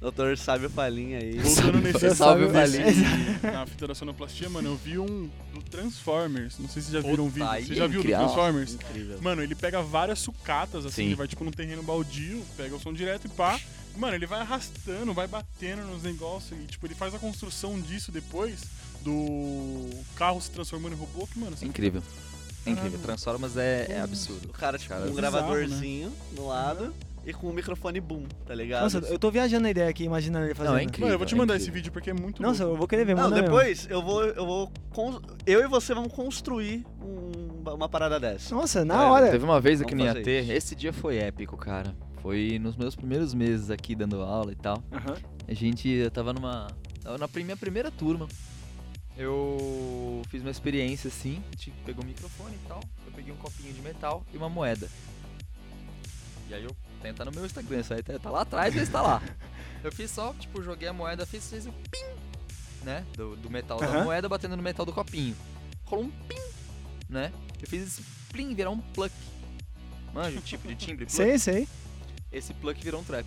S3: Doutor Sábio Falinha aí.
S2: Voltando nesse,
S1: Salve,
S2: nesse-
S1: Valinho.
S2: na fita da sonoplastia, mano, eu vi um do Transformers. Não sei se vocês já viram um vídeo.
S1: aí
S2: Você já
S1: é
S2: viu do
S1: incrível.
S2: Transformers?
S3: Incrível.
S2: Mano, ele pega várias sucatas, assim,
S1: Sim.
S2: ele vai tipo num terreno baldio, pega o som direto e pá. Mano, ele vai arrastando, vai batendo nos negócios e, tipo, ele faz a construção disso depois do carro se transformando em robô, que, mano,
S1: É
S2: assim,
S1: Incrível. É incrível.
S2: Caramba.
S1: Transformas é, é absurdo.
S3: O cara, tipo,
S1: Cara,
S4: né?
S3: com um
S2: bizarro,
S3: gravadorzinho no lado e com um microfone boom, tá ligado?
S4: Nossa, eu tô viajando na ideia aqui, imaginando ele fazendo.
S1: Não, é incrível.
S2: mano, eu vou te
S1: é
S2: mandar esse
S1: incrível.
S2: vídeo porque é muito
S4: Nossa,
S2: louco.
S4: eu vou querer ver,
S3: Não,
S4: manda mesmo.
S3: depois eu vou. Eu vou. cons- Eu e você vamos construir um- uma parada dessa.
S4: Nossa, na
S3: É,
S4: hora.
S1: Teve um- uma vez aqui no
S3: Vamos
S1: IAT,
S3: fazer isso.
S1: esse dia foi épico, cara. Foi nos meus primeiros meses aqui dando aula e tal.
S4: Aham.
S1: A gente eu tava numa. Tava na pri- minha primeira turma. Eu fiz uma experiência assim, a gente pegou um microfone e tal. Eu peguei um copinho de metal e uma moeda. E aí eu tenta no meu Instagram, isso aí tá tá lá atrás, mas tá lá. Eu fiz só, tipo, joguei a moeda, fiz, fiz o pim, né? Do, do metal da
S4: Aham.
S1: moeda batendo no metal do copinho. Rolou um pim, né? Eu fiz esse plim virar um pluck. Manja, o tipo de timbre, pluck
S4: Sei, sei.
S1: esse pluck virou um trap.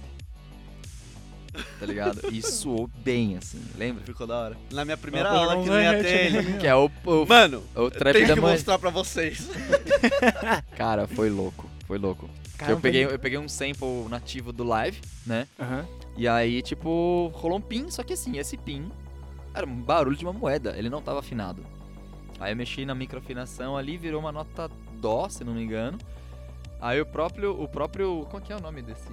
S1: Tá ligado? E soou bem, assim, lembra?
S3: Ficou da hora. Na minha primeira
S2: Dá pra jogar
S3: aula que
S2: uns
S3: não ia
S2: hi-hat
S3: ter
S2: ali
S3: ele.
S2: também, ó.
S1: Que é o, o,
S3: Mano,
S1: o
S3: eu
S1: trap
S3: tenho
S1: da
S3: que
S1: mãe.
S3: mostrar pra vocês.
S1: Cara, foi louco, foi louco. Que eu,
S4: Caramba,
S1: peguei,
S4: ele-
S1: eu peguei um sample nativo do live, né?
S4: Aham.
S1: E aí, tipo, rolou um pin, só que assim, esse pin era um barulho de uma moeda, ele não tava afinado. Aí eu mexi na microafinação ali, virou uma nota dó, se não me engano. Aí o próprio, o próprio, como é que é o nome desse...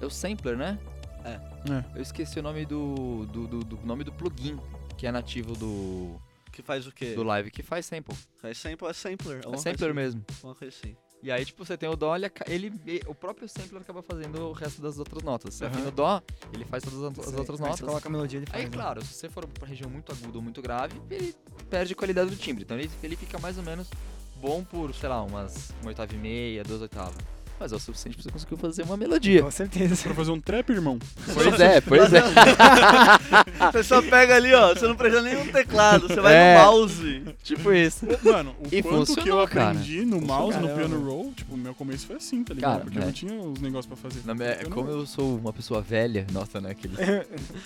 S1: É o sampler, né? Eu esqueci o nome do, do, do- do nome do plugin que é nativo do,
S3: Que faz o quê?
S1: do Live, que faz sample.
S3: Faz sample, é sampler.
S1: É sampler mesmo.
S3: Uma coisa assim.
S1: E E aí, tipo, você tem o Dó, ele, aca- ele- e- o próprio sampler acaba fazendo o resto das outras notas. Você
S2: Aham.
S1: afina o Dó, ele faz todas as, as
S4: Aí
S1: outras
S4: você
S1: notas.
S4: coloca a melodia, ele faz.
S1: Aí,
S4: né?
S1: claro, se você for pra região muito aguda ou muito grave, ele perde a qualidade do timbre. Então ele, ele fica mais ou menos bom por, sei lá, umas uma oitava e meia, duas oitavas. Mas é o suficiente pra você conseguir fazer uma melodia.
S4: Com certeza.
S2: Pra fazer um trap, irmão.
S1: Pois é, pois é.
S3: Você só pega ali, ó. Você não precisa nem um teclado, você vai
S1: É.
S3: no mouse.
S1: Tipo isso.
S2: Mano, o
S1: E
S2: quanto que eu
S1: funcionou, cara.
S2: aprendi no mouse,
S4: Funcionou. é.
S2: no piano roll, tipo, o meu começo foi assim, tá ligado?
S1: Cara,
S2: Porque eu
S1: né?
S2: não tinha os negócios pra fazer.
S1: Na
S2: Foi
S1: minha-
S2: piano
S1: é como
S2: roll.
S1: eu sou uma pessoa velha, nossa, né? Aquele...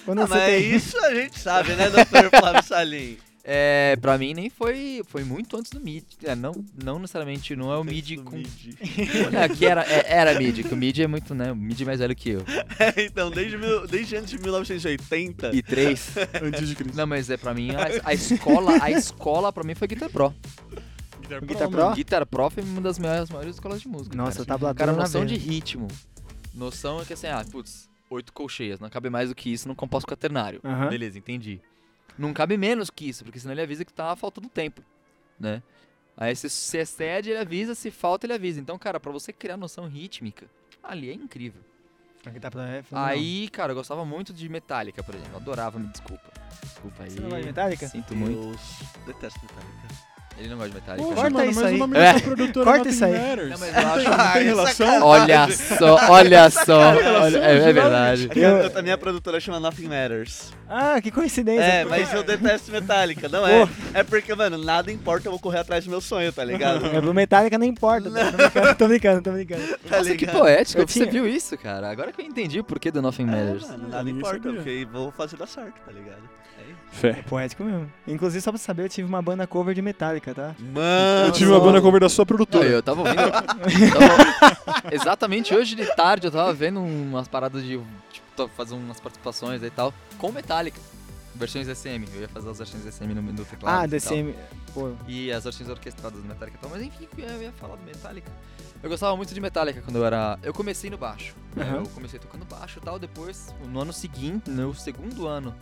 S4: Quando
S3: Ah,
S4: você
S3: mas
S4: tem...
S3: isso a gente sabe, né, doutor Flávio Salim?
S1: É, pra mim nem foi. Foi muito antes do mid. É, não, não necessariamente, não é o mid
S3: Do
S1: com.
S3: MIDI.
S1: É, que era, é, era mid, que o mid é muito, né? O mid é mais velho que eu.
S3: então, desde, mil- desde antes de 1980.
S1: E 3.
S2: Antes de Cristo.
S1: Não, mas é pra mim, a, a escola, a escola pra mim foi Guitar Pro.
S2: Guitar
S4: Guitar
S2: Pro,
S4: Pro?
S2: mano.
S1: Guitar Pro foi uma das maiores, maiores escolas de música.
S4: Nossa, tá
S1: cara.
S4: tablatura
S1: Cara,
S4: na
S1: noção de
S4: veia.
S1: ritmo. Noção é que assim, ah, putz, oito colcheias, não cabe mais do que isso num compasso quaternário.
S4: Aham.
S1: Beleza, entendi. Não cabe menos que isso, porque senão ele avisa que tá faltando tempo, né? Aí se, se excede, ele avisa, se falta, ele avisa. Então, cara, pra você criar noção rítmica, ali é incrível.
S4: Pra quem tá pra- é fenomenal.
S1: Aí, cara, eu gostava muito de Metallica, por exemplo. Eu adorava, me desculpa. Desculpa aí.
S4: Você não gosta de Metallica?
S1: Sinto muito.
S3: Eu detesto Metallica.
S1: Ele não gosta de Metallica.
S2: Poxa,
S1: né?
S4: Corta
S2: mano,
S4: isso
S2: mas
S4: aí.
S2: o nome dessa
S1: É.
S2: produtora
S4: Corta
S2: Nothing
S4: isso aí.
S2: Matters.
S1: Não, mas eu acho-
S2: Não tem
S3: Ah,
S2: relação?
S1: Olha só, olha só. olha- é, é verdade.
S3: É que
S4: Eu-
S3: a- a minha produtora chama Nothing Matters.
S4: Ah, que coincidência.
S3: É, mas eu detesto Metallica. Não é. É porque, mano, nada importa, eu vou correr atrás do meu sonho, tá ligado?
S4: É pro Metallica, não importa. Tô brincando, tô brincando, tô brincando.
S3: Tá
S1: Nossa, que
S3: ligado?
S1: poético.
S4: Eu
S1: Você
S4: tinha-
S1: viu isso, cara? Agora que eu entendi o porquê do Nothing
S3: É,
S1: Matters.
S3: mano, nada
S2: Ninguém
S3: importa,
S2: sabia.
S3: porque vou fazer dar certo, tá ligado? É isso.
S2: Fé.
S4: Poético mesmo. Inclusive, só pra saber, eu tive uma banda cover de Metallica, tá?
S3: Mano,
S2: Eu tive uma banda cover da sua
S1: Não,
S2: produtora.
S1: eu tava ouvindo. eu tava- exatamente hoje de tarde eu tava vendo umas paradas de. Tipo, tô fazendo umas participações aí e tal. Com Metallica. Versões SM. Eu ia fazer as versões SM no, no teclado.
S4: ah,
S1: e tal.
S4: DCM. Pô,
S1: E as versões orquestradas do Metallica e tal. Mas enfim, eu ia falar do Metallica. Eu gostava muito de Metallica quando eu era. Eu comecei no baixo. né?
S4: Aham.
S1: Eu comecei tocando baixo e tal. Depois, no ano seguinte, no segundo ano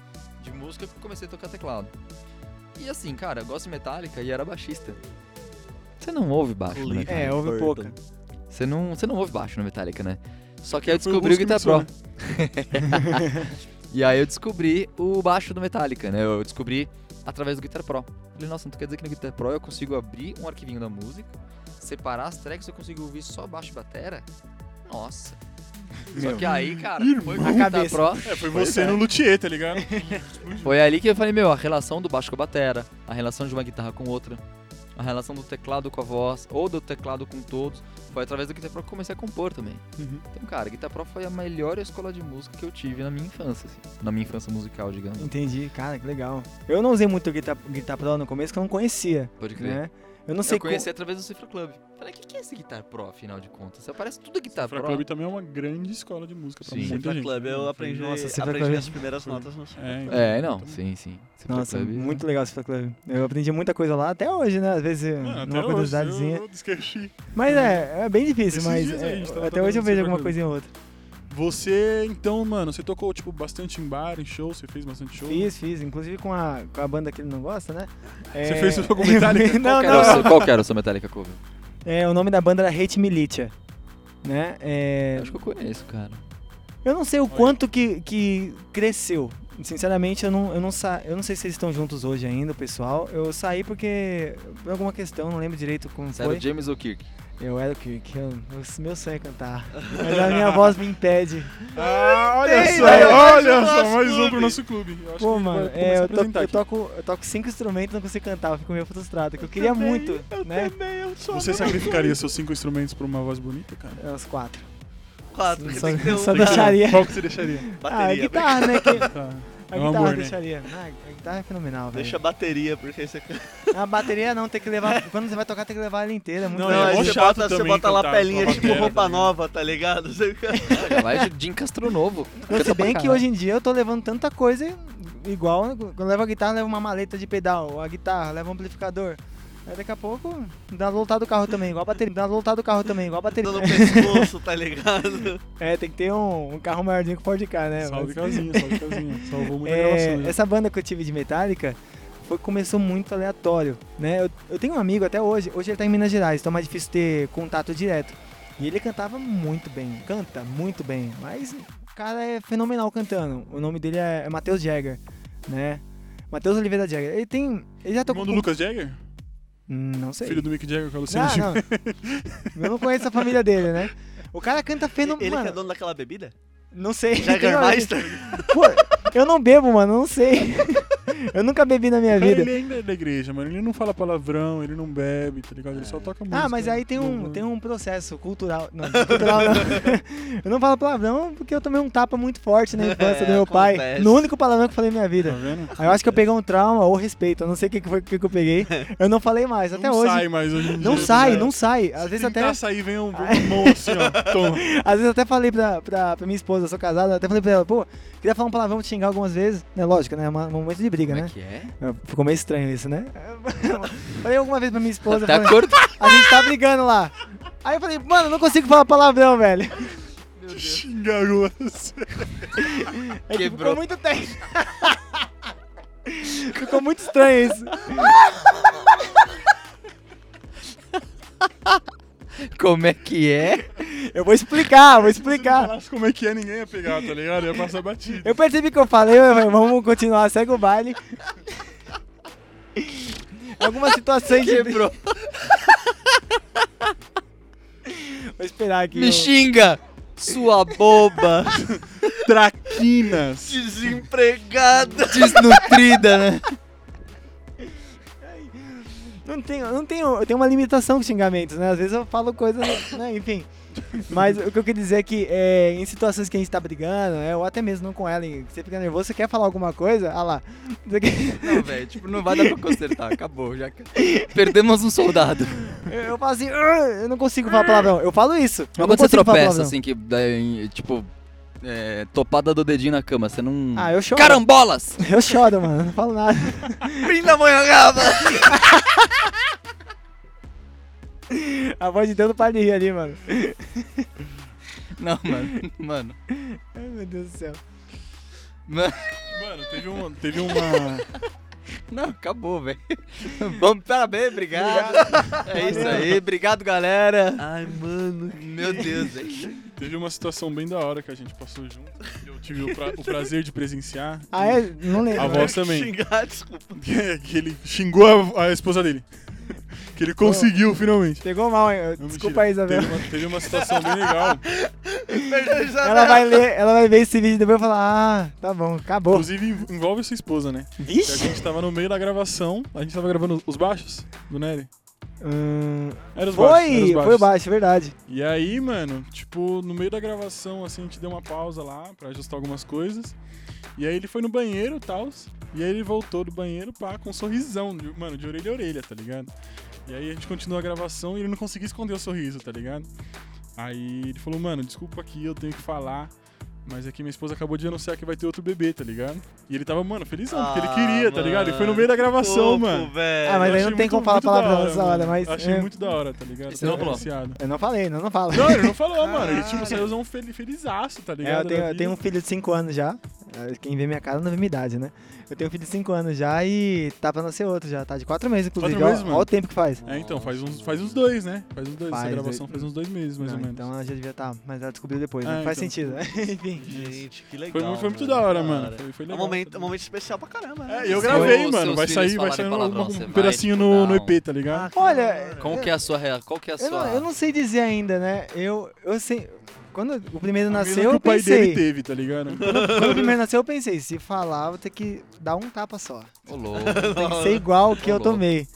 S1: de música, eu comecei a tocar teclado. E assim, cara, eu gosto de Metallica e era baixista. Você não ouve baixo, né? cara?
S4: é, houve pouca.
S3: Burton.
S1: Você não, você não ouve baixo no Metallica, né? Só que aí eu
S2: Foi o
S1: descobri o
S2: Lúcio que
S1: Guitar
S2: me
S1: Pro.
S4: né?
S1: e aí eu descobri o baixo do Metallica, né? Eu descobri através do Guitar Pro. Eu Falei, nossa, então quer dizer que no Guitar Pro eu consigo abrir um arquivinho da música, separar as tracks, eu consigo ouvir só baixo e batera? Nossa. Só
S4: Meu.
S1: que aí, cara, foi com o
S4: A
S1: Guitar
S4: cabeça.
S1: Pro.
S2: É, foi você no Luthier, tá ligado?
S1: Foi ali que eu falei, meu, a relação do baixo com a batera, a relação de uma guitarra com outra, a relação do teclado com a voz, ou do teclado com todos, foi através do Guitar Pro que eu comecei a compor também.
S2: Uhum.
S1: Então, cara, Guitar Pro foi a melhor escola de música que eu tive na minha infância, assim. Na minha infância musical, digamos.
S4: Entendi, cara, que legal. Eu não usei muito o Guitar, Guitar Pro no começo, que eu não conhecia,
S1: Pode crer.
S4: né? Eu não sei
S1: Eu conheci através do Cifra Club. Falei, o que, que é esse Guitar Pro, afinal de contas? Você parece tudo Guitar
S2: Cifra
S1: Pro.
S2: Club também é uma grande escola de música pra
S1: Sim.
S2: muita
S3: Cifra
S2: gente.
S3: Club, eu aprendi,
S4: Nossa, Cifra
S3: aprendi
S4: Club.
S3: minhas primeiras notas no Cifra.
S2: É,
S1: É, não,
S2: então-
S1: sim, sim. Cifra
S4: Nossa,
S1: Club.
S4: muito legal esse Fat Club. Eu aprendi muita coisa lá, até hoje, né? Às vezes,
S2: Mano, Ah, até
S4: numa
S2: hoje,
S4: curiosidadezinha.
S2: eu esqueci.
S4: Mas é, é bem difícil,
S2: Esses
S4: mas
S2: dias aí, a gente
S4: é,
S2: tava
S4: até hoje eu
S2: tocando
S4: vejo
S2: Cifra
S4: alguma
S2: Club.
S4: coisa em outra.
S2: Você, então, mano, você tocou, tipo, bastante em bar, em show, você fez bastante show?
S4: Fiz, fiz. Inclusive com a, com a banda que ele não gosta, né?
S2: Você
S4: É-
S2: fez o jogo Metallica?
S1: Qual
S4: não,
S1: que era o
S4: não.
S1: seu- Qual que era o seu Metallica Cover?
S4: É, o nome da banda era Hate Militia. Né? É,
S1: Eu acho que eu conheço, cara.
S4: eu não sei o
S2: Olha.
S4: quanto que, que cresceu. Sinceramente, eu não, eu, não sa... eu não sei se eles estão juntos hoje ainda, o pessoal. Eu saí porque. Por alguma questão, não lembro direito como
S1: Você era
S4: foi.
S1: o James O'Kirk.
S4: Eu era o Kirk. Eu... o Meu sonho é cantar. Mas a minha voz me impede.
S2: Ah, olha
S3: Tem,
S2: só,
S3: né?
S4: é
S2: olha
S3: Mais um pro
S2: só,
S3: nosso
S2: mais um
S3: clube.
S2: pro nosso clube. Eu acho
S4: Pô,
S2: que
S4: mano,
S2: vai começar
S4: é,
S2: a
S4: eu, toco,
S2: apresentar
S4: eu,
S2: aqui.
S4: toco, eu toco cinco instrumentos e não consigo cantar, eu fico meio frustrado, que eu queria
S3: também,
S4: muito,
S3: eu
S4: né?
S3: também, eu sou
S2: Você sacrificaria seus cinco instrumentos por uma voz bonita, cara?
S4: É, Uns quatro.
S3: quatro, porque
S4: só-
S3: tem que ter um
S4: só
S3: pra
S4: deixaria.
S2: Qual que você deixaria?
S4: Ah, a
S3: bateria. porque-
S4: guitarra, né? que-
S2: Tá.
S4: a
S2: É um
S4: guitarra
S2: amor,
S4: eu
S2: né?
S4: deixaria. Ah, a guitarra é fenomenal, velho.
S3: Deixa a bateria, porque você
S4: A bateria não, tem que levar. Quando você vai tocar, tem que levar ela inteira. é Muito
S2: Não,
S4: legal.
S2: é
S3: aí
S2: mó
S3: você
S2: chato
S3: bota, você
S2: também
S3: bota lá
S2: cantar
S3: pelinha
S2: com a
S3: tipo
S2: bateria,
S3: roupa
S2: tá ligado?
S3: nova, tá ligado? Você fica-
S1: Vai de Jim Castro Novo.
S4: Não, se
S1: Canta pra
S4: bem que
S1: caralho.
S4: hoje em dia eu tô levando tanta coisa igual. né? Quando eu levo a guitarra, eu levo uma maleta de pedal, a guitarra, levo um amplificador. Aí daqui a pouco dá voltar do carro também, igual a bateria. Dá voltar do carro também, igual a bateria.
S3: no pescoço, tá ligado?
S4: É, tem que ter um, um carro maiorzinho que pode ficar, né?
S2: Salve
S4: Mas-
S2: casinha, salve casinha. Salvou muita
S4: É,
S2: gravação. né?
S4: essa banda que eu tive de Metallica foi, começou muito aleatório, né? Eu, eu tenho um amigo até hoje, hoje ele tá em Minas Gerais, então é mais difícil ter contato direto. E ele cantava muito bem, canta muito bem, mas o cara é fenomenal cantando. O nome dele é, é Matheus Jagger, né? Matheus Oliveira Jagger. Ele tem. Ele já tocou.
S2: Irmão do
S4: com-
S2: Lucas Jagger?
S4: Hum, Não sei.
S2: Filho do Mick Jagger assim, com a Luciana
S4: Ah,
S2: Gil.
S4: não. Eu não conheço a família dele, né? O cara canta
S3: Ele
S4: fenomenal.
S3: que é dono daquela bebida?
S4: Não sei. tem uma-
S3: Jagermeister?
S4: Pô, eu não bebo, mano, eu não sei. Eu nunca bebi na minha
S2: Cara,
S4: vida.
S2: Ele ainda é da igreja, mano. Ele não fala palavrão, ele não bebe, tá ligado? Ele só toca música. Uhum.
S4: Ah, mas aí tem um,
S2: Não-
S4: tem um processo cultural. Não, é cultural não. Eu não falo palavrão porque eu tomei um tapa muito forte na infância do meu pai.
S3: acontece.
S4: No único palavrão que eu falei na minha
S2: Tá
S4: vida.
S2: vendo?
S4: Aí eu acho que eu peguei um trauma ou respeito. Eu não sei o que, que foi que, que eu peguei. Eu não falei mais, até
S2: não
S4: hoje.
S2: sai mais hoje em
S4: não
S2: dia,
S4: sai,
S2: né?
S4: não sai. Às
S2: Se
S4: vezes
S2: tentar
S4: até.
S2: sair, vem um mão assim, ó. Toma.
S4: Às vezes eu até falei pra, pra, pra minha esposa, eu sou casada, eu até falei pra ela, pô, queria falar um palavrão, te xingar algumas vezes. Né, lógico, né? É uma- um momento de briga,
S1: Como
S4: né?
S1: é que é?
S4: Ficou meio estranho isso, né? falei alguma vez pra minha esposa,
S1: Tá
S4: falei,
S1: cortando.
S4: a gente tá brigando lá. Aí eu falei, mano, eu não consigo falar palavrão, velho.
S2: Xingar agora. assim.
S4: É que
S1: Quebrou.
S4: ficou muito tempo. ficou muito estranho isso.
S1: Como é que é?
S4: Eu vou explicar, vou
S2: Se não
S4: explicar.
S2: falasse como é que é, ninguém ia pegar, tá ligado? Ia passar batido.
S4: Ah. Eu percebi que eu falei, eu falei, vamos continuar, segue o baile. Algumas situações de...
S1: Quebrou.
S4: Vou esperar aqui.
S1: Me
S4: eu-
S1: xinga! Sua boba!
S2: Traquinas.
S3: Desempregado!
S1: Desnutrida, né?
S4: Não tenho, não tenho, eu tenho uma limitação com xingamentos, né? Às vezes eu falo coisas, né? enfim. Mas o que eu queria dizer é que é, em situações que a gente tá brigando, né, ou até mesmo não com ela, e você fica nervoso, você quer falar alguma coisa, ah lá. Você quer-
S1: Não, velho, tipo, não vai dar pra consertar. Acabou, já. Perdemos um soldado.
S4: Eu falo assim, "Ah, eu não consigo falar palavrão. Eu falo isso. eu
S1: Mas
S4: não
S1: quando você
S4: consigo falar
S1: tropeça,
S4: palavrão.
S1: assim, que dá, em- tipo, é, topada do dedinho na cama, você não.
S4: Ah, eu choro.
S1: Carambolas!
S4: Eu choro, mano. Não falo nada.
S3: Fim da manhã,
S4: A voz de Deus não para de rir ali, mano.
S1: Não, mano. Mano.
S4: Ai, meu Deus do céu.
S1: Mano.
S2: Mano, teve, um, teve uma.
S1: Não, acabou, velho. Vamos, parabéns, obrigado. É isso aí, obrigado, galera.
S3: Ai, mano.
S1: Meu Deus, velho.
S2: Teve uma situação bem da hora que a gente passou junto. Eu tive o, pra- o prazer de presenciar.
S4: Ah, é? Não lembro.
S2: A
S4: né?
S2: voz também.
S3: Xingar, desculpa.
S2: Que, que ele xingou a, a esposa dele. Que ele conseguiu finalmente.
S4: Pegou mal, hein?
S2: Não,
S4: Desculpa aí,
S2: mentira.
S4: Isabel.
S2: Teve uma, teve uma situação bem legal.
S4: Ela vai ler, ela vai ver esse vídeo depois e falar, ah, tá bom, acabou.
S2: Inclusive, env- envolve sua esposa, né? Que a
S4: Vixe!
S2: gente tava no meio da gravação. A gente tava gravando os baixos do Nery.
S4: Hum,
S2: Era os baixos. era os
S4: foi,
S2: baixos.
S4: foi o baixo, é verdade.
S2: E aí, mano, tipo, no meio da gravação, assim, a gente deu uma pausa lá pra ajustar algumas coisas. E aí ele foi no banheiro e tal. E aí ele voltou do banheiro, pá, com um sorrisão, de- mano, de orelha a orelha, tá ligado? E aí a gente continuou a gravação e ele não conseguia esconder o sorriso, tá ligado? Aí ele falou, mano, desculpa aqui, eu tenho que falar. Mas é que minha esposa acabou de anunciar que vai ter outro bebê, tá ligado? E ele tava, mano, felizão, porque ele
S3: Ah,
S2: queria, tá ligado? E foi no meio da gravação, mano.
S4: Ah, mas
S2: Eu
S4: aí não
S2: achei
S4: tem como
S2: muito-
S4: falar
S2: muito da
S4: palavrão
S2: hora,
S4: nessa hora,
S2: mano.
S4: mas,
S2: Achei
S4: é.
S2: muito da hora, tá ligado?
S1: Você não falou?
S2: Diferenciado.
S4: Eu não falei, não, não fala.
S2: Não, ele não falou, mano. Ele, tipo, saiu um fel felizaço, tá
S4: É,
S2: ligado?
S4: eu, tenho,
S2: da
S4: eu tenho um
S2: vida.
S4: filho de 5 anos já. Ah, Quem vê minha cara não vê minha idade, né? Eu tenho um filho de 5 anos já e tá pra nascer outro já. Tá de 4 meses, inclusive.
S2: Quatro
S4: Ó-
S2: meses,
S4: ó,
S2: mano?
S4: o tempo que faz.
S2: É, então, faz uns, faz uns dois, né? Faz uns dois.
S4: Faz
S2: Essa gravação
S4: dois.
S2: faz uns dois meses, mais
S4: Não,
S2: ou menos.
S4: então ela já devia estar, mas ela descobriu depois,
S2: Ah,
S4: né? Faz
S2: então.
S4: sentido, né? Enfim.
S3: Gente, que legal.
S2: foi, muito- foi muito
S3: mano,
S2: da hora, mano. Foi, foi
S3: É um
S2: legal.
S3: momento, é um momento especial pra caramba, né?
S2: É, eu
S1: Se
S2: gravei,
S1: os
S2: mano.
S1: seus
S2: Vai
S1: filhos
S2: sair, vai
S1: falarem
S2: sair um-
S1: palavrão,
S2: um,
S1: você vai,
S2: pedacinho
S1: tipo,
S2: no, no
S1: dar um-
S2: EP, tá ligado?
S4: Olha,
S1: Qual que é a sua real? Qual que é a
S4: eu
S1: sua.
S4: não, eu não sei dizer ainda, né? Eu, eu sei. Quando o primeiro
S2: A mesma
S4: Ah, nasceu,
S2: Tá que o
S4: eu
S2: pai
S4: pensei.
S2: dele teve, tá ligado?
S4: Quando o primeiro nasceu, eu pensei, se falar, vou ter que dar um tapa só.
S1: Ô, louco.
S4: Tem que ser igual o que eu
S1: Louco.
S4: tomei.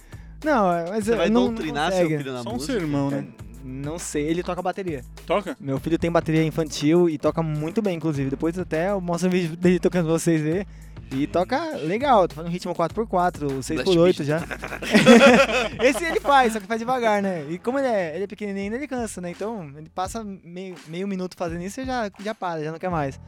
S4: Não, é, mas
S3: tá Você
S4: eu
S3: vai
S4: não,
S3: doutrinar
S4: não
S3: seu
S4: consegue.
S3: filho na
S2: Só um
S3: música?
S2: sermão, né?
S4: É, Não sei, ele toca bateria.
S2: Toca?
S4: Meu filho tem bateria infantil e toca muito bem, inclusive. Depois até eu mostro um vídeo dele tocando pra vocês verem. E toca legal, tá fazendo um ritmo 4x4, 6x8 já. Esse ele faz, só que faz devagar, né? E como ele é, ele é pequenininho, ainda, ele cansa, né? Então ele passa meio, meio minuto fazendo isso e já, já para, já não quer mais.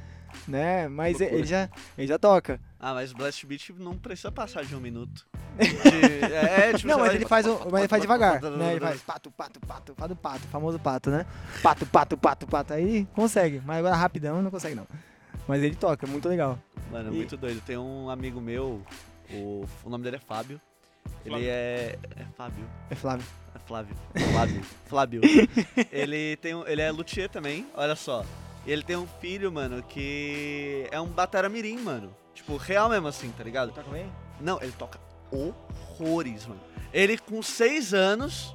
S4: Né? Mas
S1: Loucura.
S4: ele já, ele já toca.
S3: Ah, mas Blast Beat não precisa passar de um minuto. De- é, tipo,
S4: Não,
S3: você
S4: mas
S3: vai-
S4: ele faz, o- mas ele faz devagar, né? Ele faz pato, pato, pato, faz o pato, famoso pato, né? Pato, pato, pato, pato, aí consegue. Mas agora rapidão não consegue não. Mas ele toca, é muito legal.
S3: Mano, é
S4: E-
S3: muito doido. Tem um amigo meu O, o nome dele é Fábio. Ele
S2: Flávio.
S3: é. É Fábio.
S4: É Flávio.
S3: É Flávio. Flávio. Flávio. ele, tem, um- ele é luthier também, olha só. E ele tem um filho, mano, que é um batera mirim, mano. Tipo, real mesmo assim, tá ligado?
S4: Toca bem?
S3: Não, ele toca horrores, mano. Ele com seis anos.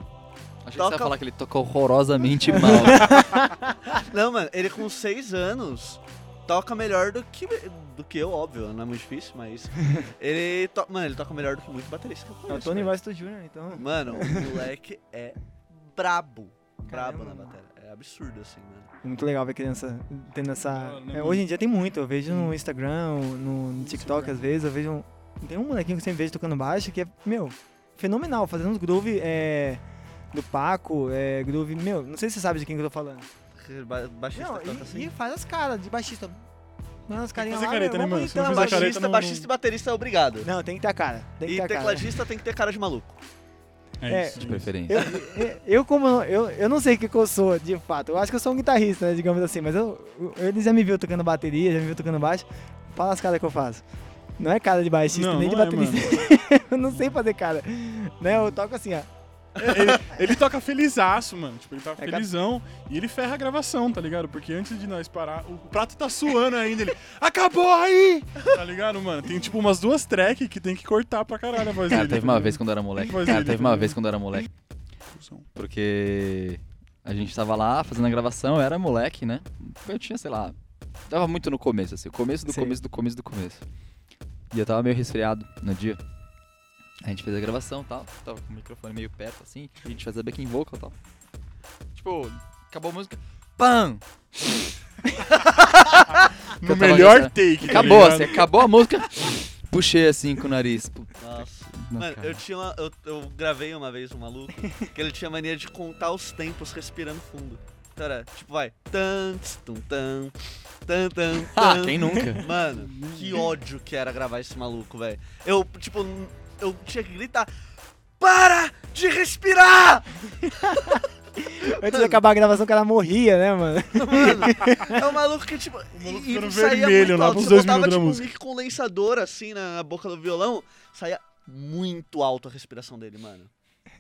S1: Achei que você
S3: Toca-
S1: ia falar que ele toca horrorosamente mal.
S3: Não, mano, ele com seis anos toca melhor do que, do que eu, óbvio. Não é muito difícil, mas. ele to... Mano, ele toca melhor do que muito baterista que eu
S4: É o
S3: conheço,
S4: Tony
S3: velho.
S4: Vasto Jr., então.
S3: Mano, o moleque é brabo. Brabo na
S4: Caramba.
S3: bateria. É absurdo, assim, mano.
S4: É Muito legal ver criança tendo essa.
S2: Ah, né,
S4: é,
S2: mano?
S4: hoje em dia tem muito, eu vejo no Instagram, no, no TikTok
S2: Instagram.
S4: às vezes, eu vejo. um- Tem um molequinho que eu sempre vejo tocando baixo que é, meu, fenomenal, fazendo uns groove é, do Paco, é, groove. Meu, não sei se você sabe de quem que eu tô falando.
S3: Ba- Baixista
S4: Não,
S3: toca
S4: e,
S3: assim.
S4: e faz as caras de baixista. Mano, as carinhas
S2: fazer
S4: lá,
S2: careta,
S4: meu,
S2: né,
S4: mó
S2: mano? Se não
S4: bonitão.
S2: fizer Mas a careta
S3: Baixista,
S2: não-
S3: baixista e baterista é obrigado.
S4: Não, tem que ter a cara. Tem que
S3: E
S4: ter a cara.
S3: tecladista tem que ter cara de maluco.
S4: É,
S2: isso.
S1: De
S2: é isso.
S1: preferência.
S4: Eu, eu- eu como não- eu, eu não sei o que, que eu sou, de fato. Eu acho que eu sou um guitarrista, né, digamos assim, mas eu, eu- ele já me viu tocando bateria, já me viu tocando baixo. Fala as caras que eu faço. Não é cara de baixista,
S2: Não,
S4: nem de
S2: não é, mano.
S4: baterista. eu não sei fazer cara. Né, eu toco assim, ó.
S2: ele, ele toca felizaço, mano. Tipo, ele toca
S4: É, cara.
S2: felizão e ele ferra a gravação, tá ligado? Porque antes de nós parar, o prato tá suando ainda. Ele, acabou aí! Tá ligado, mano? Tem tipo umas duas tracks que tem que cortar pra caralho a voz
S1: Cara,
S2: dele. tá
S1: teve uma vez quando eu era moleque.
S2: Voz
S1: Cara,
S2: dele,
S1: teve
S2: tá
S1: uma
S2: ligado?
S1: vez quando eu era moleque.
S2: Função.
S1: Porque a gente tava lá fazendo a gravação, eu era moleque, né? Eu tinha, sei lá. Tava muito no começo, assim. O começo do
S4: Sei.
S1: começo do começo do começo. E eu tava meio resfriado no dia. A gente fez a gravação e tal. Tava com o microfone meio perto, assim. A gente fez a backing vocal e tal. Tipo, acabou a música. PAM!
S2: No
S1: Ah, tava
S2: melhor
S1: nessa-
S2: take. tá
S1: Acabou,
S2: ligado?
S1: assim, acabou a música. Puxei assim com o nariz. Pô,
S3: Nossa.
S1: não,
S3: Mano,
S1: cara.
S3: eu tinha uma, eu, eu gravei uma vez um maluco que ele tinha mania de contar os tempos respirando fundo. Então era, tipo, vai. Tan, tss, tum, tan, tan, tan,
S1: Ah,
S3: tan.
S1: quem nunca?
S3: Mano, que ódio que era gravar esse maluco, velho. Eu, tipo, n- eu tinha que gritar. Para de respirar!
S4: Antes de acabar a gravação, o cara morria, né, mano?
S3: Mano, é um maluco que, tipo.
S2: maluco
S3: e, e
S2: ficando
S3: saía
S2: vermelho
S3: muito
S2: lá
S3: alto.
S2: pros
S3: Você
S2: dois
S3: botava,
S2: minutos da
S3: tipo, um
S2: música.
S3: mic condensador assim na, na boca do violão, saía muito alto a respiração dele, mano.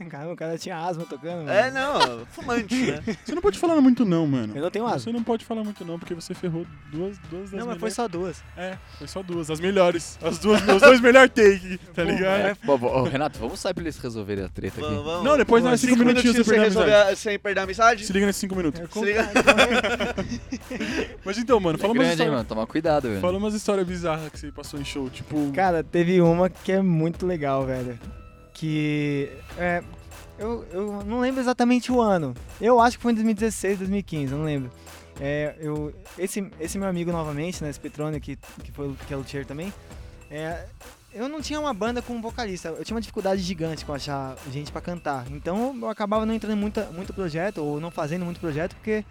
S4: Caramba, o cara tinha asma tocando.
S2: Hum.
S4: Mano.
S3: É, não, fumante, né?
S2: Você não pode falar muito, não, mano.
S4: Eu não tenho
S2: Você
S4: asma.
S2: não pode falar muito, não, porque você ferrou duas, duas das
S4: Não, mas
S2: melhores.
S4: foi só duas.
S2: É, foi só duas, as melhores. As duas, os dois melhores take, tá ligado?
S1: É, pô, ô, Renato, vamos sair pra eles resolverem a treta aqui.
S3: Vamos, vamos.
S2: Não, depois nós
S3: Cinco
S2: cinco minutinhos
S3: minutinhos
S2: você
S3: sem,
S2: perdeu a
S3: resolver
S2: amizade.
S3: a, sem perder a amizade.
S2: Se liga nesses cinco minutos.
S4: Eu
S3: Se liga.
S2: Mas então, mano,
S1: É
S2: fala umas
S1: grande, hein,
S2: histórias.
S1: mano? Toma cuidado, velho.
S2: Fala umas histórias bizarras que você passou em show, tipo.
S4: Cara, teve uma que é muito legal, velho. Que. É, eu, eu não lembro exatamente o ano. Eu acho que foi em 2016, 2015, eu não lembro. É, eu, esse, esse meu amigo novamente, né, esse Petrônio, que, que, foi, que é luthier também, é, eu não tinha uma banda com vocalista. Eu tinha uma dificuldade gigante com achar gente pra cantar. Então eu acabava não entrando em muita, muito projeto, ou não fazendo muito projeto, porque